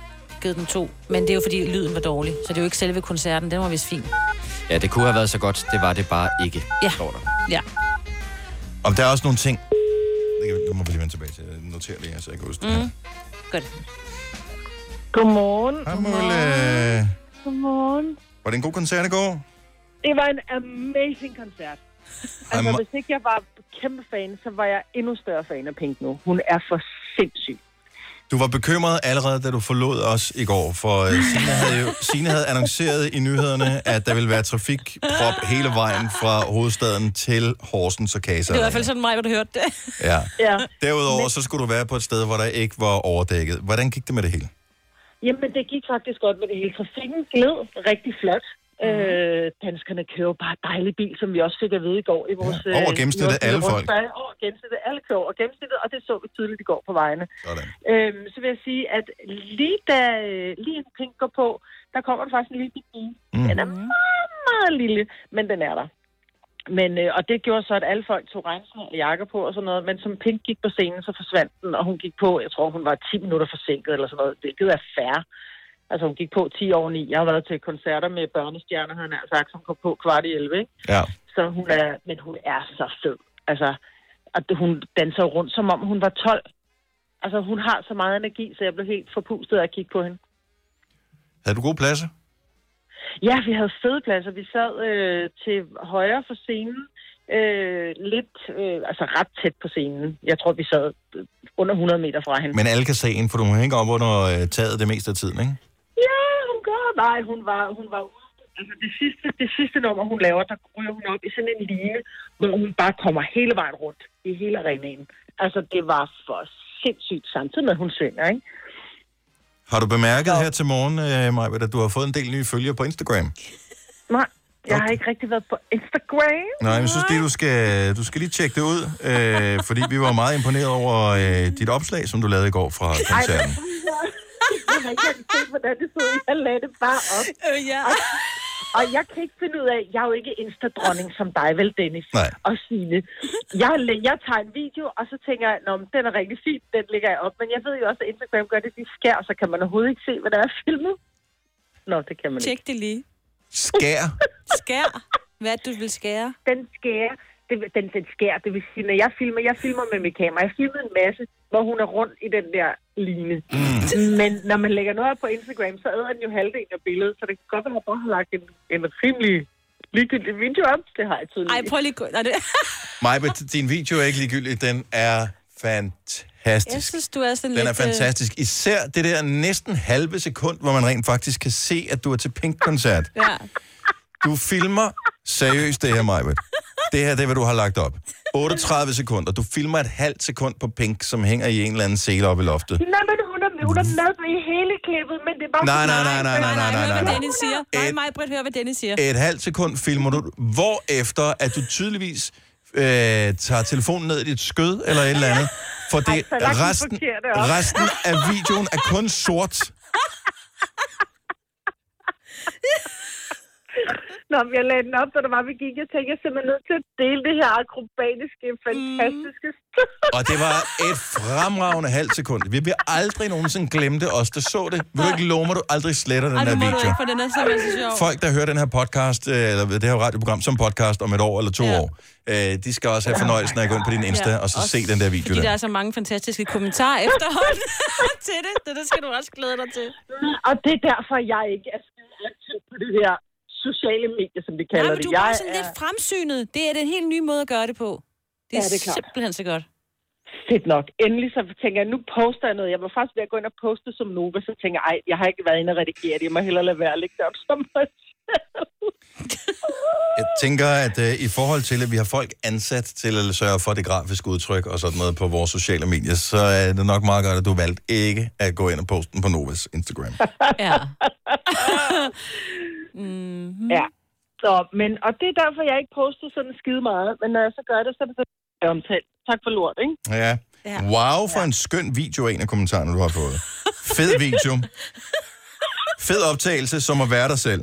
Speaker 2: Givet den to. Men det er jo fordi, lyden var dårlig. Så det er jo ikke selve koncerten. Den var vist fin.
Speaker 3: Ja, det kunne have været så godt. Det var det bare ikke.
Speaker 2: Ja.
Speaker 3: Står der.
Speaker 2: Ja.
Speaker 1: Om der er også nogle ting... Det kan- Det må vi lige vende tilbage til. Jeg noterer lige, her, så jeg kan huske det.
Speaker 2: Mm. Godt.
Speaker 7: Godmorgen.
Speaker 1: Hej, Mulle.
Speaker 7: Godmorgen.
Speaker 1: Var det en god koncert i går?
Speaker 7: Det var en amazing koncert. Altså,
Speaker 1: Ej, må-
Speaker 7: hvis ikke jeg var kæmpe fan, så var jeg endnu større fan af Pink nu. Hun er for sindssyg.
Speaker 1: Du var bekymret allerede, da du forlod os i går, for øh, Signe havde, jo, Signe havde annonceret i nyhederne, at der ville være trafikprop hele vejen fra hovedstaden til Horsens og Kasa.
Speaker 2: Det var i hvert fald sådan mig, hvor du hørte det.
Speaker 1: Ja.
Speaker 7: Ja.
Speaker 1: Derudover så skulle du være på et sted, hvor der ikke var overdækket. Hvordan gik det med det hele?
Speaker 7: Jamen, det gik faktisk godt med det hele. Trafikken gled rigtig flot.
Speaker 1: Mhm.
Speaker 7: Mm. Øh, danskerne kører jo bare dejlig bil, som vi også fik at vide i går i vores...
Speaker 1: Ja, over
Speaker 7: øh,
Speaker 1: gennemsnittet
Speaker 7: i vores
Speaker 1: alle folk.
Speaker 7: rundspørg. Over gennemsnittet alle kører over gennemsnittet, og det så vi tydeligt i går på vejene.
Speaker 1: Sådan.
Speaker 7: Øhm, så vil jeg sige, at lige da øh, lige en pink går på, der kommer der faktisk en lille bit bil.
Speaker 1: Mm.
Speaker 7: Den er meget, meget lille, men den er der. Men, øh, og det gjorde så, at alle folk tog regnsmænd og jakker på og sådan noget, men som Pink gik på scenen, så forsvandt den, og hun gik på, jeg tror, hun var 10 minutter forsinket eller sådan noget, hvilket er færre. Altså, hun gik på 10 år 9. Jeg har været til koncerter med børnestjerner, havde han sagt, som kom på kvart i 11, ikke?
Speaker 1: Ja.
Speaker 7: Så hun er, men hun er så fed. Altså, at hun danser rundt, som om hun var 12. Altså, hun har så meget energi, så jeg blev helt forpustet af at kigge på hende.
Speaker 1: Havde du gode pladser?
Speaker 7: Ja, vi havde fede pladser. Vi sad øh, til højre for scenen, øh, lidt, øh, altså ret tæt på scenen. Jeg tror, vi sad øh, under 100 meter fra hende.
Speaker 1: Men alle kan se en, for du hænger op under øh, taget det meste af tiden, ikke?
Speaker 7: Ja, hun gør. Nej, hun var, hun var ude. Altså det sidste, det sidste nummer, hun laver, der ryger hun op i sådan en line, hvor hun bare kommer hele vejen rundt i hele arenaen. Altså det var for sindssygt, samtidig med, at hun synger, ikke?
Speaker 1: Har du bemærket her til morgen, øh, Maja, at du har fået en del nye følgere på Instagram?
Speaker 7: Nej, jeg har ikke rigtig været på Instagram.
Speaker 1: Nej, men jeg synes lige, du skal, du skal lige tjekke det ud, øh, fordi vi var meget imponeret over øh, dit opslag, som du lavede i går fra
Speaker 7: Ej, [laughs] men-
Speaker 1: koncerten.
Speaker 7: Jeg har ikke engang tænkt, hvordan det så ud. Jeg lagde det bare op.
Speaker 2: [laughs] Øh, ja.
Speaker 7: og, og jeg kan ikke finde ud af, jeg er jo ikke instadronning som dig, vel Dennis Nej. og Signe. Jeg, la- jeg tager en video, og så tænker jeg, Nå, men den er rigtig fin, den lægger jeg op. Men jeg ved jo også, at Instagram gør det, de skærer, så kan man overhovedet ikke se, hvad der er filmet. Nå, det kan man ikke.
Speaker 2: Tjek det lige.
Speaker 1: Skær.
Speaker 2: Skær. Hvad er det, du vil skære?
Speaker 7: Den skærer, det, vil- den, den skærer, det vil sige, når jeg filmer, jeg filmer med mit kamera, jeg filmede en masse, hvor hun er rundt i den der line. Mm. Men når man lægger noget op på Instagram, så æder den jo halvdelen af billedet, så det kan godt være, at jeg bare har lagt en, en rimelig ligegyldig video op. Det har jeg tydeligvis.
Speaker 2: Ej, prøv lige... gå- Nej, det... [laughs]
Speaker 1: Maja, din video er ikke ligegyldig, den er
Speaker 2: Jeg
Speaker 1: fantastisk.
Speaker 2: synes, du er sådan
Speaker 1: Den
Speaker 2: lidt... øh,
Speaker 1: er fantastisk. Især det der næsten halve sekund, hvor man rent faktisk kan se, at du er til Pink-koncert.
Speaker 2: Øh, ja.
Speaker 1: Du filmer seriøst det her, Maja. Det her, det er, hvad du har lagt op. 38 sekunder. Du filmer et halvt sekund på Pink, som hænger i en eller anden sele op i loftet.
Speaker 7: Nej, men hun er, hun er med i hele klippet, men det er bare...
Speaker 1: Mhm. Nej, nej, nej, nej, nej, nej, nej,
Speaker 2: Hør,
Speaker 1: nej.
Speaker 2: hvad Dennis siger. Nej, mig, Britt, hør, hvad Dennis siger.
Speaker 1: Et halvt sekund filmer du, hvor efter at du tydeligvis øh, tager telefonen ned i dit skød eller et eller andet. For det,
Speaker 7: så Altså, lagt den
Speaker 1: resten,
Speaker 7: forkerte op.
Speaker 1: resten af videoen er kun sort.
Speaker 7: Nå, men jeg lagde den op, da der var, vi gik. Jeg tænkte, jeg er simpelthen nødt til at dele det her akrobatiske, fantastiske...
Speaker 2: Mm.
Speaker 1: Og det var et fremragende halvt sekund. Vi vil aldrig nogensinde glemme det, os der så det. Vil du ikke love mig, du aldrig sletter den
Speaker 2: Ej,
Speaker 1: her
Speaker 2: nu må du
Speaker 1: video?
Speaker 2: ikke, for den er simpelthen så sjov.
Speaker 1: Folk, der hører den her podcast, øh, eller det her radioprogram som podcast om et år eller to ja. år, øh, de skal også have fornøjelsen af at gå ind på din Insta
Speaker 2: Ja,
Speaker 1: og så
Speaker 2: også
Speaker 1: se den der video.
Speaker 2: Fordi der
Speaker 1: Der.
Speaker 2: er så mange fantastiske kommentarer [laughs] efterhånden til det. Det, det skal du også glæde dig til.
Speaker 7: Og det er derfor, jeg ikke er skide aktiv på det her sociale medier, som vi kalder
Speaker 2: Nej, men du
Speaker 7: det.
Speaker 2: er
Speaker 7: Jeg
Speaker 2: bare sådan lidt fremsynet. Det er den helt nye måde at gøre det på. Det er,
Speaker 7: Ja, det er klart.
Speaker 2: simpelthen så godt.
Speaker 7: fedt nok. Endelig så tænker jeg, nu poster jeg noget. Jeg var faktisk ved at gå ind og poste som Nova, så tænker jeg, ej, jeg har ikke været inde og redigere det. Jeg må hellere lade være at lægge det op som
Speaker 1: Jeg tænker, at øh, i forhold til, at vi har folk ansat til at sørge for det grafiske udtryk og sådan noget på vores sociale medier, så er det nok meget godt, at du valgte ikke at gå ind og poste den på Novas Instagram.
Speaker 2: ja.
Speaker 7: mm-hmm. Ja. Så, men, og det er derfor, jeg ikke poster sådan skide meget. Men når jeg så gør det, så er det sådan, omtalt. Tak for lort, ikke?
Speaker 1: Ja.
Speaker 7: Ja.
Speaker 1: Wow, for en skøn video er en af kommentarerne, du har fået. Fed video. Fed optagelse, som at være dig selv.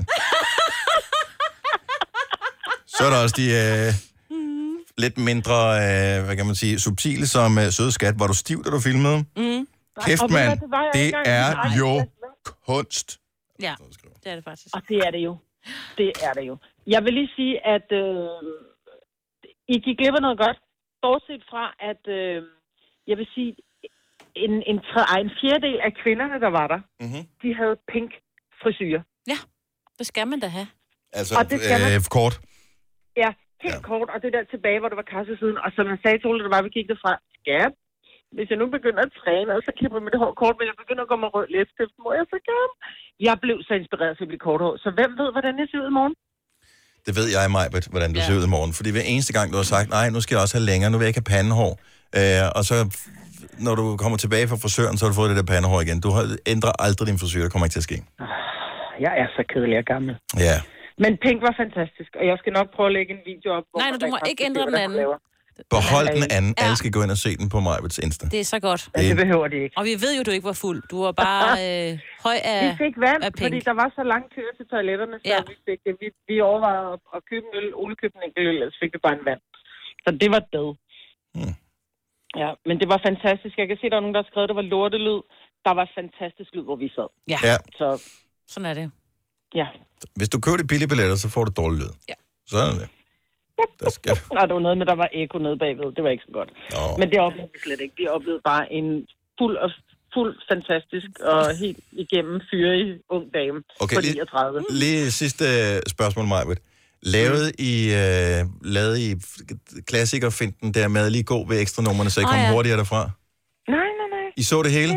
Speaker 1: Så er der også de øh, lidt mindre, øh, hvad kan man sige, subtile som øh, Søde Skat. Var du stiv, da du filmede?
Speaker 2: Mm.
Speaker 1: Kæft,
Speaker 7: Og ved du hvad,
Speaker 1: mand.
Speaker 7: det var jeg
Speaker 1: Det
Speaker 7: ikke engang.
Speaker 1: er
Speaker 7: Nej.
Speaker 1: jo kunst.
Speaker 2: Ja, det er det
Speaker 7: [laughs]
Speaker 2: faktisk.
Speaker 7: Og det er det jo. Det er det jo. Jeg vil lige sige, at øh, I gik glip af noget godt, bortset fra, at øh, jeg vil sige, en, en, tre, ej, en fjerdedel af kvinderne, der var der,
Speaker 1: mm-hmm.
Speaker 7: de havde pink frisyrer.
Speaker 2: Ja, det skal man da have.
Speaker 1: Altså,
Speaker 7: Og det skal man.
Speaker 1: øh, kort.
Speaker 7: Ja, helt ja. kort, og det der tilbage, hvor det var kassesiden, og som jeg sagde til Ole, der var, vi gik derfra, skat, hvis jeg nu begynder at træne, og så klipper jeg mit hår kort, men jeg begynder at gå med rød læbstift, må jeg så gerne? Jeg blev så inspireret til at blive korthåret, så hvem ved, hvordan jeg ser ud i morgen?
Speaker 1: Det ved jeg, Majbet, hvordan det ja. ser ud i morgen. Fordi hver eneste gang, du har sagt, nej, nu skal jeg også have længere, nu vil jeg ikke have pandehår. Øh, og så, når du kommer tilbage fra frisøren, så har du fået det der pandehår igen. Du har, ændrer aldrig din frisyr, det kommer ikke til at ske.
Speaker 7: Jeg er så kedelig og gammel.
Speaker 1: Ja.
Speaker 7: Men pink var fantastisk, og jeg skal nok prøve at lægge en video op. Hvor
Speaker 2: Nej,
Speaker 7: man
Speaker 2: du må
Speaker 7: rent
Speaker 2: ikke
Speaker 7: faktisk
Speaker 2: ændre
Speaker 7: ser,
Speaker 2: den
Speaker 7: hvordan hun
Speaker 2: anden.
Speaker 7: laver.
Speaker 1: Behold den anden. Alle skal gå ind og se den på Majbets Insta.
Speaker 2: Det er så godt.
Speaker 1: Ja, det
Speaker 7: behøver de ikke.
Speaker 2: Og vi ved jo, du ikke var fuld. Du var
Speaker 7: [laughs]
Speaker 2: bare øh, høj af...
Speaker 7: Vi fik vand,
Speaker 2: af penge.
Speaker 7: fordi der var så lang kø til toiletterne, så
Speaker 2: Ja.
Speaker 7: ja. vi, fik, vi, vi overvejede at, at købe en øl, Ole købte en enkelt øl, ellers fik vi bare en vand. Så det var død.
Speaker 1: Mm.
Speaker 7: Ja, men det var fantastisk. Jeg kan se, der er nogen, der har skrevet, der var lortelyd. Der var fantastisk lyd, hvor vi sad.
Speaker 2: Ja.
Speaker 1: Ja.
Speaker 7: Så
Speaker 2: Sådan er det.
Speaker 7: ja.
Speaker 1: Hvis du køber de billige billetter, så får du dårlig lyd.
Speaker 2: Ja.
Speaker 1: Sådan er det. Der skal...
Speaker 7: Nå, det var noget med, der var ekko nede bagved. Det var ikke så godt.
Speaker 1: Nå.
Speaker 7: Men det oplevede vi slet ikke. Vi oplevede bare en fuld og fuld fantastisk og helt igennem fyrig ung dame
Speaker 1: Okay,
Speaker 7: på
Speaker 1: lige-
Speaker 7: 39.
Speaker 1: Lige sidste øh, spørgsmål, Majbet. Lavet i, øh, lavet i klassikerfinden der med at lige gå ved ekstra nummerne, så I
Speaker 7: Åh,
Speaker 1: kom
Speaker 7: ja.
Speaker 1: hurtigere derfra?
Speaker 7: Nej, nej, nej.
Speaker 1: I så det hele?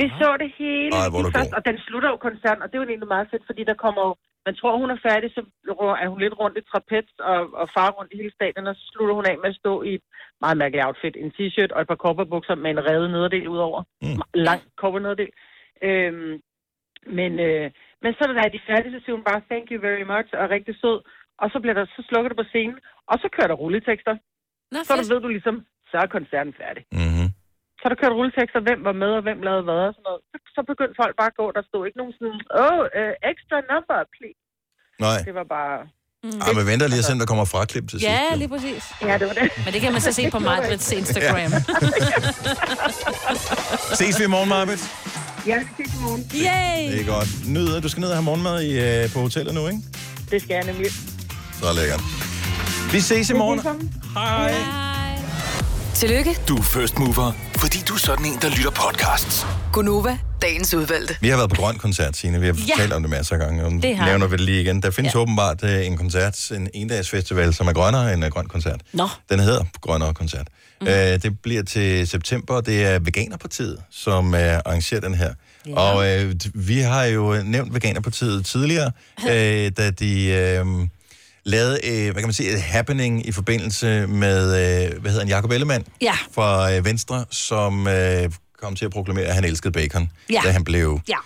Speaker 7: Vi så det hele.
Speaker 1: Ej, hvor er
Speaker 7: de
Speaker 1: du
Speaker 7: første, og den slutter jo koncerten, og det er jo egentlig meget fedt, fordi der kommer jo, man tror, hun er færdig, så rører- er hun lidt rundt i trapez og, og farer rundt i hele staten, og så slutter hun af med at stå i et meget mærkeligt outfit. En t-shirt og et par kopperbukser med en revet nederdel udover.
Speaker 1: Mm.
Speaker 7: Lang koppernederdel. Øhm, men, øh, men så da de er færdige, så siger hun bare, thank you very much, og er rigtig sød. Og så, bliver der, så slukker det på scenen, og så kører der rulletekster.
Speaker 2: Nå,
Speaker 7: så du ved du ligesom, så er koncerten færdig.
Speaker 1: Mm-hmm.
Speaker 7: Så der kørte rulletekster, hvem var med, og hvem lavede hvad og sådan noget. Så, så begyndte folk bare at gå, der stod ikke nogen sådan, oh, uh, extra number, please.
Speaker 1: Nej.
Speaker 7: Det var bare...
Speaker 1: Mm. Ej, men venter lige og se, om der kommer fraklip til sidst.
Speaker 2: Ja, lige præcis.
Speaker 7: Ja, det var [laughs] det.
Speaker 2: Men det kan man så se på Margrets Instagram.
Speaker 1: Ses vi i morgen, Marbet.
Speaker 7: [laughs] Ja, det ses i morgen.
Speaker 2: Yay!
Speaker 1: Det er godt. Nyder, du skal ned og have morgenmad i, øh, på hotellet nu, ikke?
Speaker 7: Det skal jeg nemlig.
Speaker 1: Så lækkert. Vi ses i morgen. Hej.
Speaker 6: Tillykke,
Speaker 5: Du er first mover, fordi du er sådan en, der lytter podcasts.
Speaker 6: Gunova, dagens udvalgte.
Speaker 1: Vi har været på Grøn Koncert, Signe. Vi har
Speaker 6: Ja.
Speaker 1: ja. talt om det masser af gange. og Nu
Speaker 6: Det har vi.
Speaker 1: nævner vi det lige igen. Der findes ja. åbenbart øh, en koncert, en endagsfestival, som er grønnere end øh, Grøn Koncert.
Speaker 2: Nå.
Speaker 1: Den hedder Grønnere Koncert. Mm. Øh, det bliver til september. Det er Veganerpartiet, som øh, arrangerer den her.
Speaker 5: Ja.
Speaker 1: Og øh, d- vi har jo øh, nævnt Veganerpartiet tidligere, øh, da de øh, lavede, øh, hvad kan man sige, et happening i forbindelse med, øh, hvad hedder han, Jacob Ellemann?
Speaker 2: Ja.
Speaker 1: fra øh, Venstre, som øh, kom til at proklamere, at han elskede bacon,
Speaker 2: Ja.
Speaker 1: da han blev...
Speaker 2: Ja.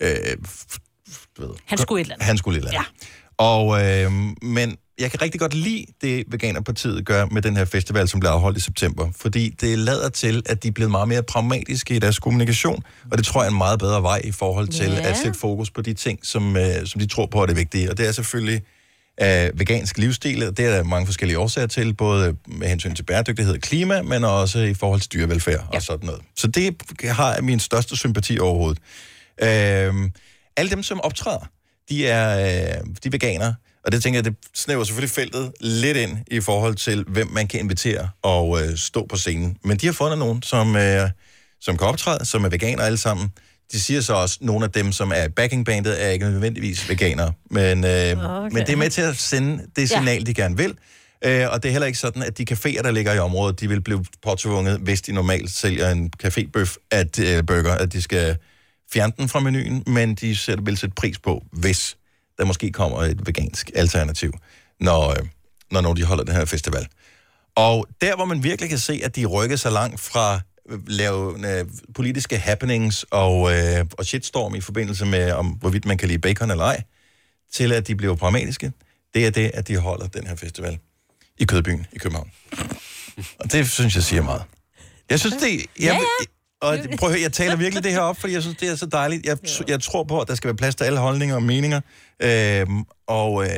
Speaker 1: Øh, f- f- du ved,
Speaker 2: Han skulle et eller andet.
Speaker 1: Han skulle et eller andet. Ja. Og, øh, men jeg kan rigtig godt lide det, Veganerpartiet gør med den her festival, som bliver afholdt i september, fordi det lader til, at de er blevet meget mere pragmatiske i deres kommunikation, og det tror jeg er en meget bedre vej i forhold til
Speaker 5: Ja.
Speaker 1: ja. at sætte fokus på de ting, som, øh, som de tror på er det vigtige. Og det er selvfølgelig af vegansk livsstil, og det er der mange forskellige årsager til, både med hensyn til bæredygtighed og klima, men også i forhold til dyrevelfærd ja. og sådan noget. Så det har min største sympati overhovedet. Øhm, alle dem, som optræder, de er, øh, de er veganere, og det tænker jeg, det snæver selvfølgelig feltet lidt ind i forhold til, hvem man kan invitere og øh, stå på scenen. Men de har fundet nogen, som, øh, som kan optræde, som er veganere alle sammen. De siger så også, at nogle af dem, som er i backingbandet, er ikke nødvendigvis veganere. Men, øh,
Speaker 5: Okay.
Speaker 1: okay. men det er med til at sende det
Speaker 5: Ja.
Speaker 1: signal, de gerne vil. Øh, og det er heller ikke sådan, at de caféer, der ligger i området, de vil blive påtvunget, hvis de normalt sælger en cafébøf at øh, burger, at de skal fjerne den fra menuen, men de sætter, vil sætte pris på, hvis der måske kommer et vegansk alternativ, når, øh, når, når de holder den her festival. Og der, hvor man virkelig kan se, at de rykker sig langt fra øh, lave øh, politiske happenings og, øh, og shitstorm i forbindelse med, om hvorvidt man kan lide bacon eller ej, til at de bliver pragmatiske, det er det, at de holder den her festival i Kødbyen i København. Og det synes jeg siger meget. Jeg synes, det... Jeg,
Speaker 5: Ja, ja.
Speaker 1: Og det- prøv at høre, jeg taler virkelig det her op, fordi jeg synes, det er så dejligt. Jeg, jeg tror på, at der skal være plads til alle holdninger og meninger. Øhm, og, øh,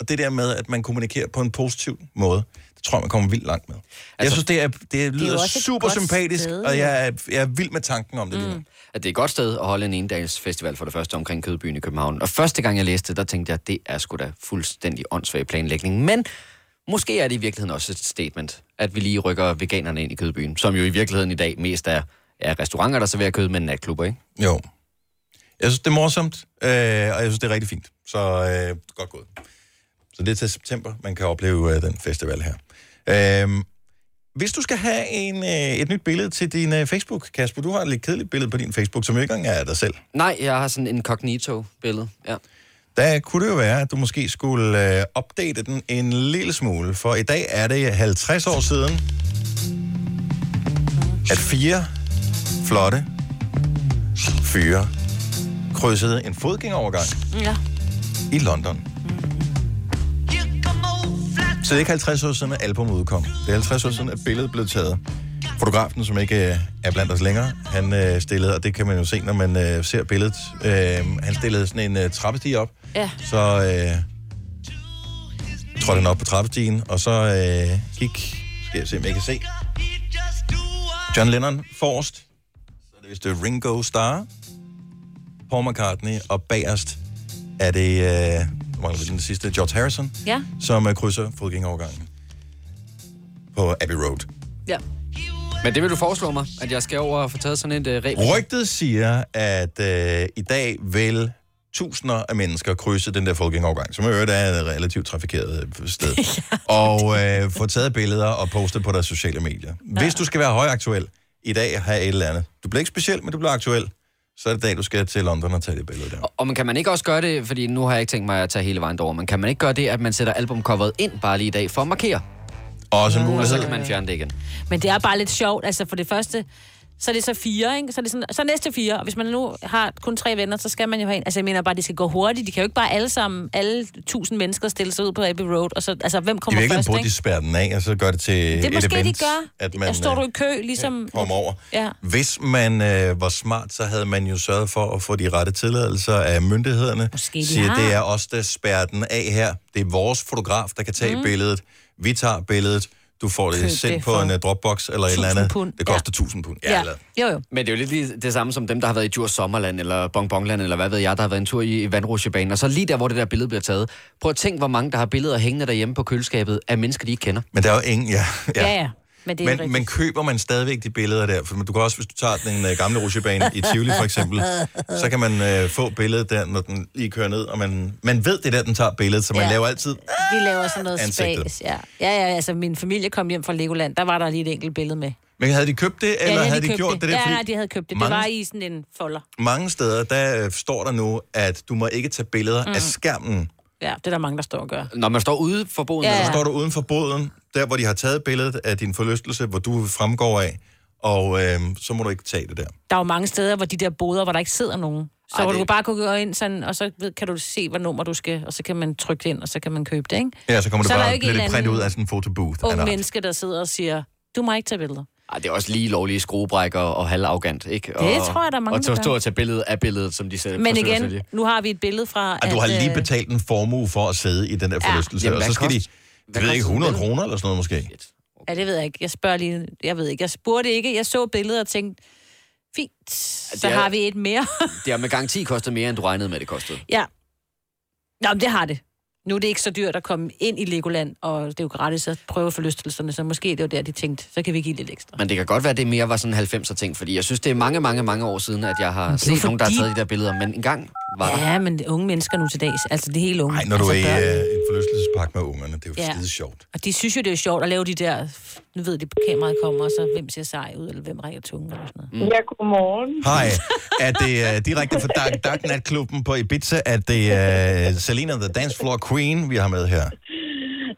Speaker 1: og det der med, at man kommunikerer på en positiv måde, det tror jeg, man kommer vildt langt med. Altså, jeg synes, det, er, det lyder
Speaker 3: også
Speaker 1: det
Speaker 3: et
Speaker 1: super
Speaker 3: godt
Speaker 1: sympatisk,
Speaker 3: sted,
Speaker 1: sted, og
Speaker 3: jo.
Speaker 1: jeg er, jeg er vild med tanken om det mm. lige nu.
Speaker 3: At det er et godt sted at holde en endags festival for det første omkring Kødbyen i København. Og første gang jeg læste det, der tænkte jeg, at det er sgu da fuldstændig åndssvag planlægning. Men måske er det i virkeligheden også et statement, at vi lige rykker veganerne ind i Kødbyen, som jo i virkeligheden i dag mest er, er restauranter, der serverer kød, men natklubber, ikke?
Speaker 1: Jo. Jeg synes, det er morsomt, øh, og jeg synes, det er rigtig fint. Så øh, godt gået. Så det er til september, man kan opleve øh, den festival her. Øh, hvis du skal have en, øh, et nyt billede til din øh, Facebook, Kasper, du har et lidt kedeligt billede på din Facebook, som jo ikke engang er dig selv.
Speaker 3: Nej, jeg har sådan en incognito-billede, ja.
Speaker 1: Der kunne det jo være, at du måske skulle øh, opdate den en lille smule, for i dag er det 50 år siden, at fire flotte fyre krydsede en fodgængerovergang
Speaker 2: Ja.
Speaker 1: i London. Så det er ikke 50 år siden, at albumet udkom. Det er 50 år siden, at billedet blev taget. Fotografen, som ikke øh, er blandt os længere, han øh, stillede, og det kan man jo se, når man øh, ser billedet, øh, han stillede sådan en øh, trappestige op,
Speaker 2: Ja.
Speaker 1: så øh, trådte han op på trappestigen, og så øh, gik, skal jeg se, om jeg kan se, John Lennon forrest, så er det vist øh, Ringo Starr, Paul McCartney, og bagerst er det, øh, nu mangler vi den sidste, George Harrison,
Speaker 2: Ja.
Speaker 1: som øh, krydser fodgængerovergangen på Abbey Road.
Speaker 3: ja. Men det vil du foreslå mig, at jeg skal over og få taget sådan et uh, reb?
Speaker 1: Rygtet siger, at øh, i dag vil tusinder af mennesker krydse den der fodgængerovergang, som i øvrigt er et relativt trafikeret
Speaker 2: [laughs]
Speaker 1: øh, sted, og øh, få taget billeder og poste på deres sociale medier. Hvis du skal være højaktuel i dag have et eller andet, du bliver ikke speciel, men du bliver aktuel, så er det dag, du skal til London og tage det billede der.
Speaker 3: Og men kan man ikke også gøre det, fordi nu har jeg ikke tænkt mig at tage hele vejen derover, men kan man ikke gøre det, at man sætter albumcoveret ind bare lige i dag for at markere?
Speaker 1: Også en
Speaker 3: mulighed. Og så kan man fjerne det igen.
Speaker 2: Men det er bare lidt sjovt. Altså for det første, så er det så fire, ikke? Så er det sådan, så næste fire. Og hvis man nu har kun tre venner, så skal man jo have en. Altså jeg mener bare, de skal gå hurtigt. De kan jo ikke bare alle sammen, alle tusind mennesker stille sig ud på Abbey Road. Og så, altså hvem
Speaker 1: De
Speaker 2: kommer
Speaker 1: vil ikke
Speaker 2: først,
Speaker 1: på,
Speaker 2: ikke?
Speaker 1: at de spærrer den af, og så gør det til
Speaker 2: Det er
Speaker 1: et
Speaker 2: måske, de
Speaker 1: event,
Speaker 2: gør.
Speaker 1: at
Speaker 2: Man,
Speaker 1: man
Speaker 2: og står du
Speaker 1: øh,
Speaker 2: i kø, ligesom...
Speaker 1: kommer over.
Speaker 2: Ja.
Speaker 1: Hvis man øh, var smart, så havde man jo sørget for at få de rette tilladelser af myndighederne. Måske
Speaker 2: de
Speaker 1: Siger,
Speaker 2: har.
Speaker 1: det er os, der spærrer den af her. Det er vores fotograf, der kan tage mm. billedet. Vi tager billedet. Du får det
Speaker 3: Køb
Speaker 1: sendt
Speaker 3: det
Speaker 1: på
Speaker 3: for
Speaker 1: en uh, Dropbox eller et eller
Speaker 3: 1000
Speaker 1: andet.
Speaker 3: pund.
Speaker 1: Det koster 1000 pund. Ja, eller-
Speaker 2: Jo, jo.
Speaker 3: Men det er jo lidt lige det samme som dem, der har været i Djurs Sommerland, eller Bonbonland, eller hvad ved jeg, der har været en tur i, i vandrutsjebanen. Og så lige der, hvor det der billede bliver taget. Prøv at tænke, hvor mange, der har billeder hængende derhjemme på køleskabet af mennesker, de ikke kender.
Speaker 1: Men der er jo ingen, ja.
Speaker 2: Ja, ja. Men det er
Speaker 1: Men,
Speaker 2: rigtigt.
Speaker 1: men køber man stadigvæk de billeder der? For du kan også, hvis du tager den øh, gamle rutsjebane i Tivoli for eksempel, så kan man øh, få billedet der, når den lige kører ned, og man, man ved det der, den tager billedet, så man
Speaker 2: Ja.
Speaker 1: ja. laver altid...
Speaker 2: Vi laver sådan noget
Speaker 1: Ansigtet.
Speaker 2: spas. Ja. ja, ja, altså min familie kom hjem fra Legoland, der var der lige et enkelt billede med.
Speaker 1: Men havde de købt det, eller
Speaker 2: ja,
Speaker 1: ja, havde de,
Speaker 2: købt
Speaker 1: gjort det, der?
Speaker 2: Ja,
Speaker 1: Fordi
Speaker 2: nej, de havde købt det.
Speaker 1: mange-
Speaker 2: Det var i sådan en folder.
Speaker 1: Mange steder, der øh, står der nu, at du må ikke tage billeder
Speaker 2: Mm.
Speaker 1: mm. af skærmen.
Speaker 2: Ja, det er der mange, der står og gør.
Speaker 3: Når man står ude for boden,
Speaker 2: Ja,
Speaker 1: Ja.
Speaker 2: ja.
Speaker 1: Så står du uden for båden, der hvor de har taget billedet af din forlystelse, hvor du fremgår af, og øh, så må du ikke tage det der.
Speaker 2: Der er jo mange steder, hvor de der boder, hvor der ikke sidder nogen. Så
Speaker 1: Ej,
Speaker 2: Ej, hvor
Speaker 1: det-
Speaker 2: det... du bare kunne gå ind sådan, og så ved- kan du se, hvad nummer du skal, og så kan man trykke det ind, og så kan man købe det, ikke?
Speaker 1: Ja, så kommer
Speaker 2: Så
Speaker 1: det
Speaker 2: er der
Speaker 1: bare
Speaker 2: jo ikke
Speaker 1: lidt
Speaker 2: en
Speaker 1: printet
Speaker 2: eller
Speaker 1: print
Speaker 2: anden
Speaker 1: ud af sådan en fotobooth.
Speaker 2: Unge
Speaker 1: eller-
Speaker 2: menneske, der sidder og siger, du må ikke tage billeder.
Speaker 3: Ej, det er også lige lovlige skruebrækker og halvarrogant, ikke? Det
Speaker 2: tror jeg, der er mange,
Speaker 3: Og
Speaker 2: der
Speaker 3: så
Speaker 2: gør.
Speaker 3: stå og tage billedet af billedet, som de selv
Speaker 2: Men
Speaker 3: forsøger at
Speaker 2: igen,
Speaker 3: sælge.
Speaker 2: nu har vi et billede fra...
Speaker 1: Og du har
Speaker 2: at,
Speaker 1: lige
Speaker 2: øh,
Speaker 1: betalt en formue for at sidde i den der
Speaker 2: Ja.
Speaker 1: forlystelse,
Speaker 2: Jamen,
Speaker 1: og så
Speaker 2: hvad
Speaker 1: skal de,
Speaker 2: koster-
Speaker 1: jeg ved
Speaker 2: koster
Speaker 1: ikke,
Speaker 2: sådan
Speaker 1: 100
Speaker 2: et
Speaker 1: kroner eller sådan noget måske.
Speaker 2: Ja, det ved jeg ikke. Jeg spørger lige... Jeg ved ikke. Jeg spurgte ikke. Jeg så billedet og tænkte, fint, så
Speaker 3: er-
Speaker 2: har vi et
Speaker 1: [laughs]
Speaker 2: mere.
Speaker 3: Det har med garanti kostet mere, end du regnede med, det kostede.
Speaker 2: ja. Nå, men det har det. Nu er det ikke så dyrt at komme ind i Legoland, og det er jo gratis at prøve forlystelserne, så måske det var der, de tænkte, så kan vi give lidt ekstra.
Speaker 3: Men det kan godt være, at det mere var sådan 90'er ting, fordi jeg synes, det er mange, mange, mange år siden, at jeg har
Speaker 2: det er jo
Speaker 3: set nogen, der har
Speaker 2: fordi-
Speaker 3: taget de der billeder, men engang var der.
Speaker 2: Ja, men unge mennesker nu til dags, altså de helt unge.
Speaker 1: Ej, når du
Speaker 2: altså,
Speaker 1: er i
Speaker 2: børn.
Speaker 1: øh, forlystelsespark med ungerne. Det er jo
Speaker 2: Ja.
Speaker 1: ja. skide sjovt.
Speaker 2: Og de synes jo, det er sjovt at lave de der... Nu ved de, kameraet kommer, og så hvem ser sej ud, eller hvem rækker tungen, eller sådan
Speaker 7: Mm.
Speaker 2: noget.
Speaker 26: Ja, godmorgen.
Speaker 1: Hej, er det uh, direkte fra Dark, Dark Nat-klubben på Ibiza? Er det uh, Selena the Dance Floor Queen, vi har med her?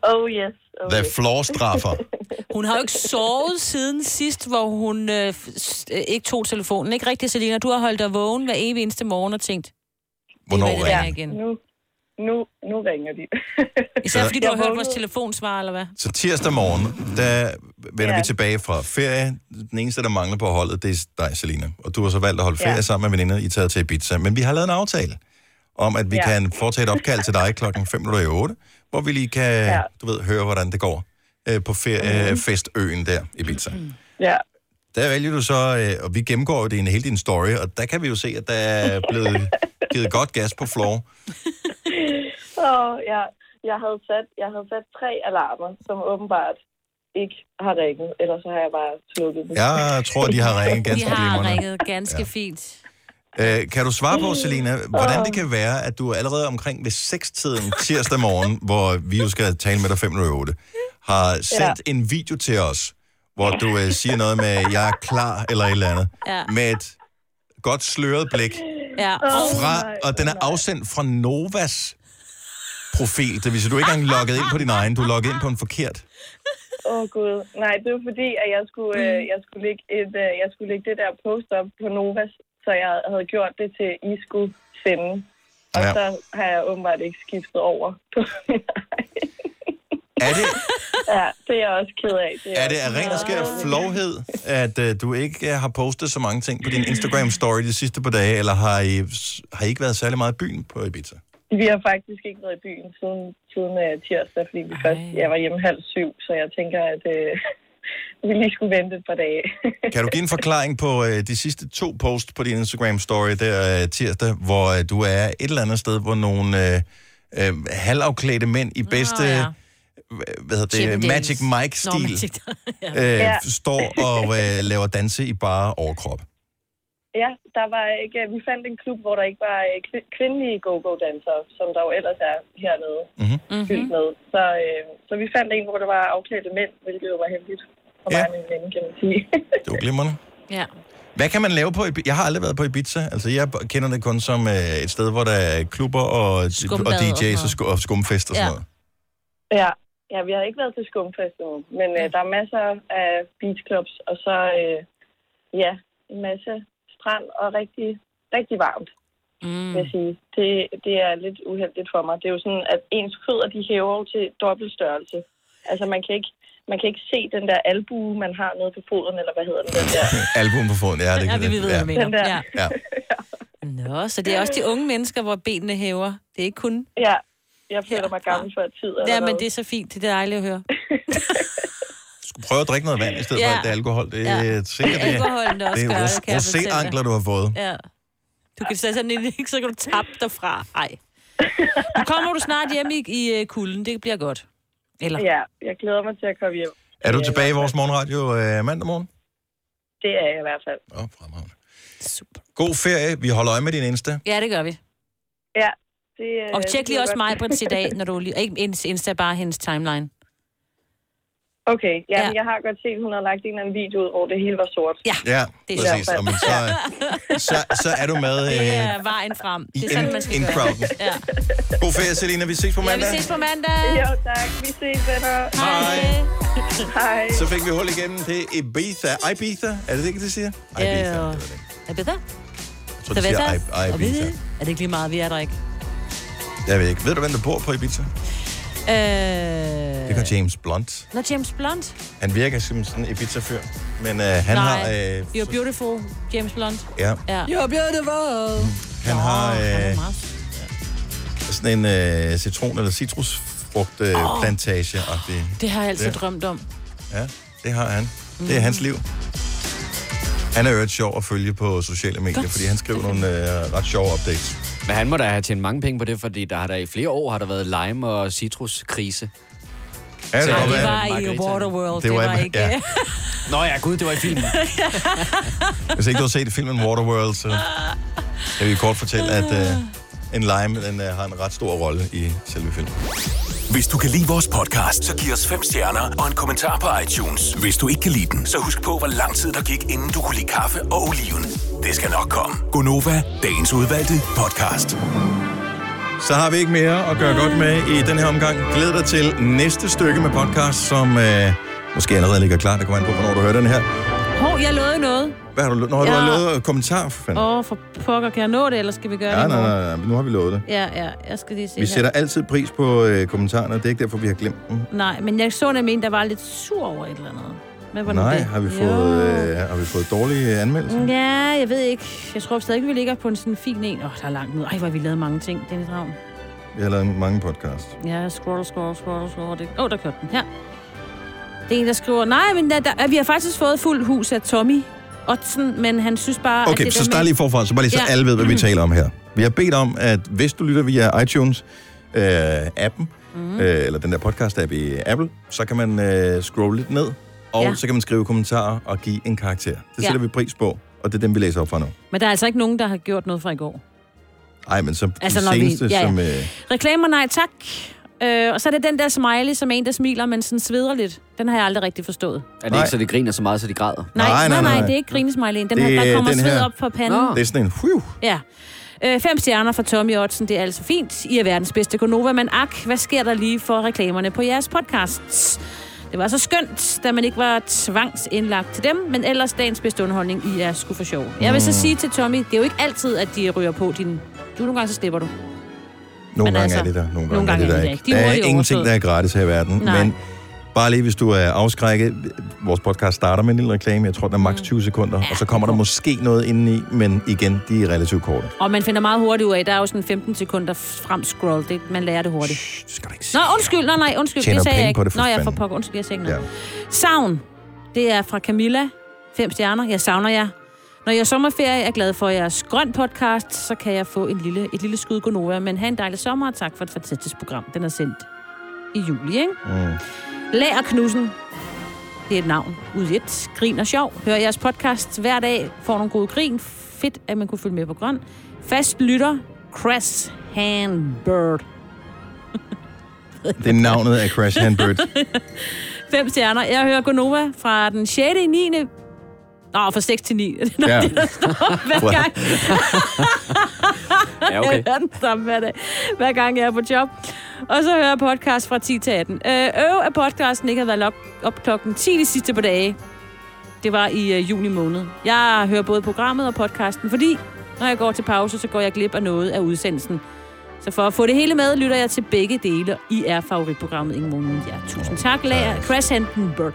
Speaker 26: Oh yes. Oh,
Speaker 1: The
Speaker 26: yes.
Speaker 1: Floor Straffer.
Speaker 2: Hun har jo ikke sovet siden sidst, hvor hun øh, f- s- øh, ikke tog telefonen. Ikke rigtigt, Selina? Du har holdt dig vågen hver evig eneste morgen og tænkt...
Speaker 1: Hvornår
Speaker 2: Hvad er det
Speaker 1: ringer
Speaker 2: der
Speaker 1: den?
Speaker 2: igen?
Speaker 26: Nu, nu, nu ringer de. [laughs]
Speaker 2: Især fordi du
Speaker 26: Jeg
Speaker 2: har hørt
Speaker 26: vågnede.
Speaker 2: vores telefonsvar, eller hvad?
Speaker 1: Så tirsdag morgen, der vender
Speaker 26: Ja.
Speaker 1: vi tilbage fra ferie. Den eneste, der mangler på holdet, det er dig, Selina. Og du har så valgt at holde ferie
Speaker 26: Ja.
Speaker 1: ja. sammen med veninder, I er taget til Ibiza. Men vi har lavet en aftale om, at vi
Speaker 26: Ja.
Speaker 1: ja. kan foretage et opkald til dig klokken 5 minutter i 8, hvor vi lige kan, ja. du ved, høre, hvordan det går øh, på ferie, mm. festøen der, Ibiza. Mm.
Speaker 26: Ja.
Speaker 1: Der vælger du så, øh, og vi gennemgår jo din, hele din story, og der kan vi jo se, at der er blevet givet godt gas på floor.
Speaker 26: Åh, ja. Jeg havde, sat, jeg havde sat tre alarmer, som åbenbart ikke har ringet. Ellers så har jeg bare slukket dem.
Speaker 1: Jeg tror, de har ringet ganske
Speaker 2: De har
Speaker 1: glimrende.
Speaker 2: ringet ganske ja. fint.
Speaker 1: Øh, kan du svare
Speaker 2: Mm.
Speaker 1: på, Selina, hvordan det kan være, at du allerede omkring ved 6-tiden tirsdag morgen, hvor vi jo skal tale med dig 5 minutter i 8, har sendt
Speaker 26: Ja.
Speaker 1: en video til os, hvor du øh, siger noget med, jeg er klar, eller et eller andet,
Speaker 2: Ja.
Speaker 1: med et godt sløret blik.
Speaker 2: Ja.
Speaker 26: Åh,
Speaker 1: Fra,
Speaker 2: Oh
Speaker 26: nej.
Speaker 1: og den er afsendt fra Novas profil. Det vil sige, du er ikke engang logget ind på din egen, du er logget ind på en forkert.
Speaker 26: Åh oh, gud, nej, det var fordi, at jeg skulle, øh,
Speaker 1: Mm.
Speaker 26: jeg skulle, lægge, et, øh, jeg skulle lægge det der post op på Novas, så jeg havde gjort det til, I skulle sende. Og
Speaker 1: Ja.
Speaker 26: ja. så har jeg åbenbart ikke skiftet over.
Speaker 1: Er det,
Speaker 26: [laughs] ja, det er jeg også ked af. Det
Speaker 1: er det af ren og skær flovhed, at øh, du ikke øh, har postet så mange ting på din Instagram-story de sidste par dage, eller har I, har I ikke været særlig meget i byen på Ibiza?
Speaker 26: Vi har faktisk ikke været i byen siden, siden øh, tirsdag, fordi vi først, jeg var hjemme halv syv, så jeg tænker, at øh, [laughs] vi lige skulle vente et par dage.
Speaker 1: [laughs] Kan du give en forklaring på øh, de sidste to posts på din Instagram-story der øh, tirsdag, hvor øh, du er et eller andet sted, hvor nogle øh, øh, halvafklædte mænd i bedste
Speaker 2: ja.
Speaker 1: øh, hvad hedder det,
Speaker 2: Chippendales.
Speaker 1: Magic
Speaker 2: Nå,
Speaker 1: Mike-stil
Speaker 2: Magic- [laughs] ja.
Speaker 1: øh,
Speaker 26: Ja.
Speaker 1: står og øh, laver danse i bare overkrop.
Speaker 26: Ja, der var ikke, vi fandt en klub, hvor der ikke var øh, kvi- kvindelige go-go-dansere, som der jo ellers er hernede
Speaker 2: Mm-hmm.
Speaker 26: fyldt med. Så, øh, så vi fandt en, hvor der var afklædte mænd, hvilket jo var heldigt for
Speaker 1: Ja.
Speaker 26: mig og min ven, kan man sige. [laughs]
Speaker 1: Det var glimrende.
Speaker 2: Ja.
Speaker 1: Hvad kan man lave på Ibiza? Jeg har aldrig været på Ibiza. Altså, jeg kender det kun som øh, et sted, hvor der er klubber og, og
Speaker 26: Skumbad
Speaker 1: DJ's og,
Speaker 26: og-
Speaker 1: sku, og skumfest og sådan
Speaker 26: Ja.
Speaker 1: ja. noget.
Speaker 26: ja. ja, vi har ikke været til skumfest endnu, men øh, der er masser af beachclubs, og så øh, ja, en masse strand og rigtig, rigtig varmt. Mm. Vil jeg sige. Det, det er lidt uheldigt for mig. Det er jo sådan, at ens fødder, de hæver jo til dobbelt størrelse. Altså, man kan ikke, man kan ikke se den der albue, man har nede på foden, eller hvad hedder den, den der?
Speaker 1: Album på foden, ja, det
Speaker 2: Ja,
Speaker 1: kan
Speaker 2: vi
Speaker 1: det.
Speaker 2: ved, hvad du
Speaker 26: Den der.
Speaker 2: mener. Ja.
Speaker 1: Ja.
Speaker 2: Nå, så det er også de unge mennesker, hvor benene hæver. Det er ikke kun...
Speaker 26: Ja, jeg føler mig gammel før tid.
Speaker 2: Ja, men det er så fint. Det er dejligt at
Speaker 1: [laughs]
Speaker 2: høre.
Speaker 1: Prøv at drikke noget vand i stedet
Speaker 2: Ja.
Speaker 1: for alt det alkohol. Det er
Speaker 2: Ja.
Speaker 1: ja. sikkert det.
Speaker 2: Alkoholen, der også
Speaker 1: det
Speaker 2: gør
Speaker 1: er
Speaker 2: det,
Speaker 1: ros-
Speaker 2: kan jeg fortælle dig.
Speaker 1: rosé-ankler, du har fået.
Speaker 2: Ja. Du kan sætte sådan en, ikke? [laughs] så kan du tabe dig fra. Ej. Nu kommer du snart hjem i, i øh, kulden. Det bliver godt. Eller?
Speaker 26: Ja, jeg glæder mig til at komme hjem.
Speaker 1: Er du tilbage i vores morgenradio øh, mandag morgen?
Speaker 26: Det er jeg i hvert fald.
Speaker 1: Åh, oh, fremragende. God ferie. Vi holder øje med din Insta.
Speaker 2: Ja, det gør vi.
Speaker 26: Ja. Det, øh,
Speaker 2: Og tjek
Speaker 26: det
Speaker 2: lige
Speaker 26: er
Speaker 2: også
Speaker 26: godt.
Speaker 2: mig, Brits, i dag, når du lige... Ikke hendes Insta, bare hendes timeline.
Speaker 26: [laughs] Okay, ja, ja. jeg har godt set, hun har lagt en eller anden video ud, hvor det hele var sort.
Speaker 2: Ja,
Speaker 1: Ja,
Speaker 26: Det
Speaker 1: det
Speaker 26: er
Speaker 1: er
Speaker 26: i
Speaker 1: præcis.
Speaker 26: hvert fald.
Speaker 1: Jamen, så, øh, så, så er du med.
Speaker 2: Det
Speaker 1: Øh,
Speaker 2: er vejen frem. Det
Speaker 1: i
Speaker 2: er sådan,
Speaker 1: in-
Speaker 2: man skal
Speaker 1: in
Speaker 2: gøre.
Speaker 1: crowden.
Speaker 2: Ja.
Speaker 1: god ferie, Selina. Vi ses på
Speaker 2: ja, vi
Speaker 1: mandag.
Speaker 2: ses på mandag.
Speaker 26: Jo, tak. Vi ses, venner.
Speaker 1: Hej.
Speaker 26: Hej.
Speaker 1: Så fik vi hul igennem til Ibiza. Ibiza? Er det det, de siger? Ibiza.
Speaker 2: Ja, jo. Er det der?
Speaker 1: Jeg tror, de siger I- Ibiza.
Speaker 2: Er det ikke lige meget, vi er der ikke?
Speaker 1: Jeg ved ikke. Ved du, hvem der bor på Ibiza?
Speaker 2: Øh...
Speaker 1: Det gør James Blunt.
Speaker 2: Nå, James Blunt.
Speaker 1: Han virker som sådan en Ibiza-fyr. Men øh, han
Speaker 2: Nej.
Speaker 1: har... Øh,
Speaker 2: You're beautiful, James Blunt.
Speaker 1: ja,
Speaker 2: Ja. You're beautiful.
Speaker 1: han har
Speaker 2: Han er
Speaker 1: øh,
Speaker 2: meget
Speaker 1: sådan en øh, citron- eller citrusfrugt-plantage. Øh, oh,
Speaker 2: Det har jeg altid drømt om.
Speaker 1: Ja, det har han. Det er
Speaker 2: Mm.
Speaker 1: hans liv. Han er jo et sjov at følge på sociale medier,
Speaker 3: Godt.
Speaker 1: fordi han skriver nogle øh, ret sjove updates.
Speaker 3: Men han må da have tjent mange penge på det, fordi der har der i flere år har der været lime- og citruskrise.
Speaker 1: Ja,
Speaker 2: det
Speaker 3: var,
Speaker 2: var i Waterworld. Det var, ikke... Ja.
Speaker 3: Nå ja, gud, det var i filmen.
Speaker 1: Hvis ikke du har set filmen
Speaker 2: [laughs]
Speaker 1: Waterworld, så kan vi kort fortælle, at øh, en lime den, øh, har en ret stor rolle i selve filmen.
Speaker 5: Hvis du kan lide vores podcast, så giv os fem stjerner og en kommentar på iTunes. Hvis du ikke kan lide den, så husk på, hvor lang tid der gik, inden du kunne lide kaffe og oliven. Det skal nok komme.
Speaker 1: Gonova, dagens udvalgte podcast. Så har vi ikke mere at gøre godt med i den her omgang. Glæd dig til næste stykke med podcast, som øh, måske allerede ligger klar. Det kommer an på, hvornår du hører den her.
Speaker 2: Hov, jeg lovede noget.
Speaker 1: Hvad har du, lo- Nå, har du
Speaker 2: Ja.
Speaker 1: har lovet øh, kommentar? For fanden.
Speaker 2: Åh, oh, for pokker, kan jeg nå det, eller skal vi gøre det
Speaker 1: Ja,
Speaker 2: i
Speaker 1: nej,
Speaker 2: morgen?
Speaker 1: nej, nej, men nu har vi lovet det.
Speaker 2: Ja, ja, jeg skal lige se
Speaker 1: Vi
Speaker 2: her.
Speaker 1: sætter altid pris på øh, kommentarerne, det er ikke derfor, vi har glemt dem.
Speaker 2: Nej, men jeg så nemlig en, der var lidt sur over et eller andet. Hvad var nu
Speaker 1: Nej,
Speaker 2: det?
Speaker 1: har vi
Speaker 2: Jo.
Speaker 1: fået, øh, har vi fået dårlige øh, anmeldelser?
Speaker 2: Ja, jeg ved ikke. Jeg tror stadig, vi ligger på en sådan fin en. Åh, oh, der er langt ud. Ej, hvor har vi lavet mange ting, Dennis Ravn.
Speaker 1: Vi har lavet mange podcasts.
Speaker 2: Ja, scroll, scroll, scroll, scroll. Det- Åh, oh, der kørte den her. Det er en, der skriver, nej, men der, der, vi har faktisk fået fuld hus af Tommy Otzen, men han synes bare, at
Speaker 1: Okay,
Speaker 2: det
Speaker 1: så
Speaker 2: der
Speaker 1: start
Speaker 2: med-
Speaker 1: lige forfra, så bare lige så
Speaker 2: Ja. Mhm.
Speaker 1: alle ved, hvad vi taler om her. Vi har bedt om, at hvis du lytter via iTunes-appen,
Speaker 2: Mhm.
Speaker 1: øh, eller den der podcast-app i Apple, så kan man øh, scrolle lidt ned, og
Speaker 2: Ja.
Speaker 1: ja. så kan man skrive kommentarer og give en karakter.
Speaker 2: Ja.
Speaker 1: Det sætter vi pris på, og det er dem, vi læser op fra nu.
Speaker 2: Men der er altså ikke nogen, der har gjort noget fra i går.
Speaker 1: Ej, men så
Speaker 2: Altså,
Speaker 1: altså,
Speaker 2: når
Speaker 1: den
Speaker 2: vi-
Speaker 1: seneste, vi...
Speaker 2: ja,
Speaker 1: ja,
Speaker 2: ja.
Speaker 1: ja. som... Øh,
Speaker 2: Reklamer, nej tak. Øh, og så er det den der smiley, som er en, der smiler, men sådan sveder lidt. Den har jeg aldrig rigtig forstået.
Speaker 3: Er det ikke, så de griner så meget, så de græder?
Speaker 2: Nej, nej, nej, nej, nej. det er ikke grinesmileyen. Den det, her, der kommer sved op på panden.
Speaker 3: Nå.
Speaker 1: Det er sådan en... Whew.
Speaker 2: Ja. Øh, fem stjerner fra Tommy Ottsen, det er altså fint. I er verdens bedste Gonova, men ak, hvad sker der lige for reklamerne på jeres podcasts? Det var så skønt, da man ikke var tvangsindlagt til dem, men ellers dagens bedste underholdning, I er sgu for sjov. Jeg vil så
Speaker 1: Mm.
Speaker 2: sige til Tommy, det er jo ikke altid, at de ryger på din... Du nogle gange, så slipper du.
Speaker 1: Nogle
Speaker 2: Men
Speaker 1: gange
Speaker 2: altså,
Speaker 1: er det der, nogle gange,
Speaker 2: nogle gange
Speaker 1: er det der ikke. der er
Speaker 2: hurtigt
Speaker 1: ingenting,
Speaker 2: overstået.
Speaker 1: der er gratis her i verden,
Speaker 2: Nej.
Speaker 1: Nej. men bare lige, hvis du er afskrækket. Vores podcast starter med en lille reklame, jeg tror, den er maks 20 sekunder, og så kommer der måske noget indeni, men igen, de er relativt korte.
Speaker 2: Og man finder meget hurtigt ud af, der er jo sådan 15 sekunder fremscroll. Det, man lærer det hurtigt. Shh,
Speaker 1: det skal du ikke
Speaker 2: Nå, undskyld, nej, nej, undskyld.
Speaker 1: Tjener
Speaker 2: det sagde jeg
Speaker 1: penge
Speaker 2: ikke.
Speaker 1: på det, for
Speaker 2: Nå, jeg er for
Speaker 1: fanden.
Speaker 2: pokker. Undskyld, jeg sagde ikke
Speaker 1: Ja.
Speaker 2: noget. Savn, det er fra Camilla. Fem stjerner. Jeg savner jer. Når jeg er sommerferie er glad for jeres grøn podcast, så kan jeg få en lille, et lille skud Gonova. Men have en dejlig sommer, og tak for et fantastisk program. Den er sendt i juli, ikke?
Speaker 1: Mm.
Speaker 2: Lager Knudsen. Det er et navn. Ud i et. Grin og sjov. Hør jeres podcast hver dag. Får nogle gode grin. Fedt, at man kunne følge med på grøn. Fast lytter. Crash Handbird.
Speaker 1: Det er navnet af Crash Handbird.
Speaker 2: Fem stjerner. Jeg hører Gonova fra den 6. i 9. Nå, fra 6 til 9. [laughs] Det er nok
Speaker 1: Ja.
Speaker 2: ja. det, der står hver gang.
Speaker 3: Ja, okay.
Speaker 2: Jeg hører den samme hver dag, hver gang jeg er på job. Og så hører jeg podcast fra 10 til 18. Øh, øv, at podcasten ikke har været op, op klokken 10 de sidste par dage. Det var i øh, juni måned. Jeg hører både programmet og podcasten, fordi når jeg går til pause, så går jeg glip af noget af udsendelsen. Så for at få det hele med, lytter jeg til begge dele. I er favoritprogrammet Ingen Måned. Ja, tusind tak, Lager. Crash Hindenburg.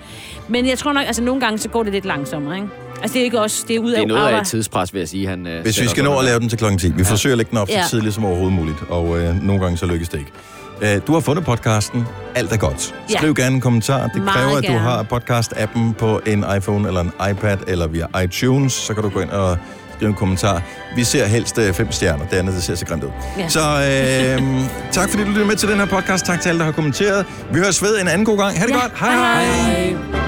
Speaker 2: Men jeg tror nok, altså nogle gange, så går det lidt langsommere, ikke? Altså det er ikke også, det er ud af...
Speaker 3: Det er noget af
Speaker 2: arbejde.
Speaker 3: et tidspres, vil jeg sige. Han, øh,
Speaker 1: Hvis vi
Speaker 3: sætter
Speaker 1: skal
Speaker 3: på
Speaker 1: nå
Speaker 3: det
Speaker 1: at
Speaker 3: der.
Speaker 1: lave den til klokken 10, vi
Speaker 3: Ja.
Speaker 1: forsøger at lægge den op
Speaker 2: Ja.
Speaker 1: så tidligt som overhovedet muligt, og øh, nogle gange så lykkes det ikke. Øh, du har fundet podcasten. Alt er godt.
Speaker 2: Ja.
Speaker 1: Skriv gerne en kommentar. Det
Speaker 2: Meget
Speaker 1: kræver, at du
Speaker 2: gerne.
Speaker 1: har podcast-appen på en iPhone eller en iPad eller via iTunes. Så kan du gå ind og skrive en kommentar. Vi ser helst øh, fem stjerner. Det andet det ser så grimt ud.
Speaker 5: Ja.
Speaker 1: Ja. Så øh, tak fordi du lyttede med til den her podcast. Tak til alle, der har kommenteret. Vi høres ved en anden god gang. Ha' det ja. godt. Hej hej. hej.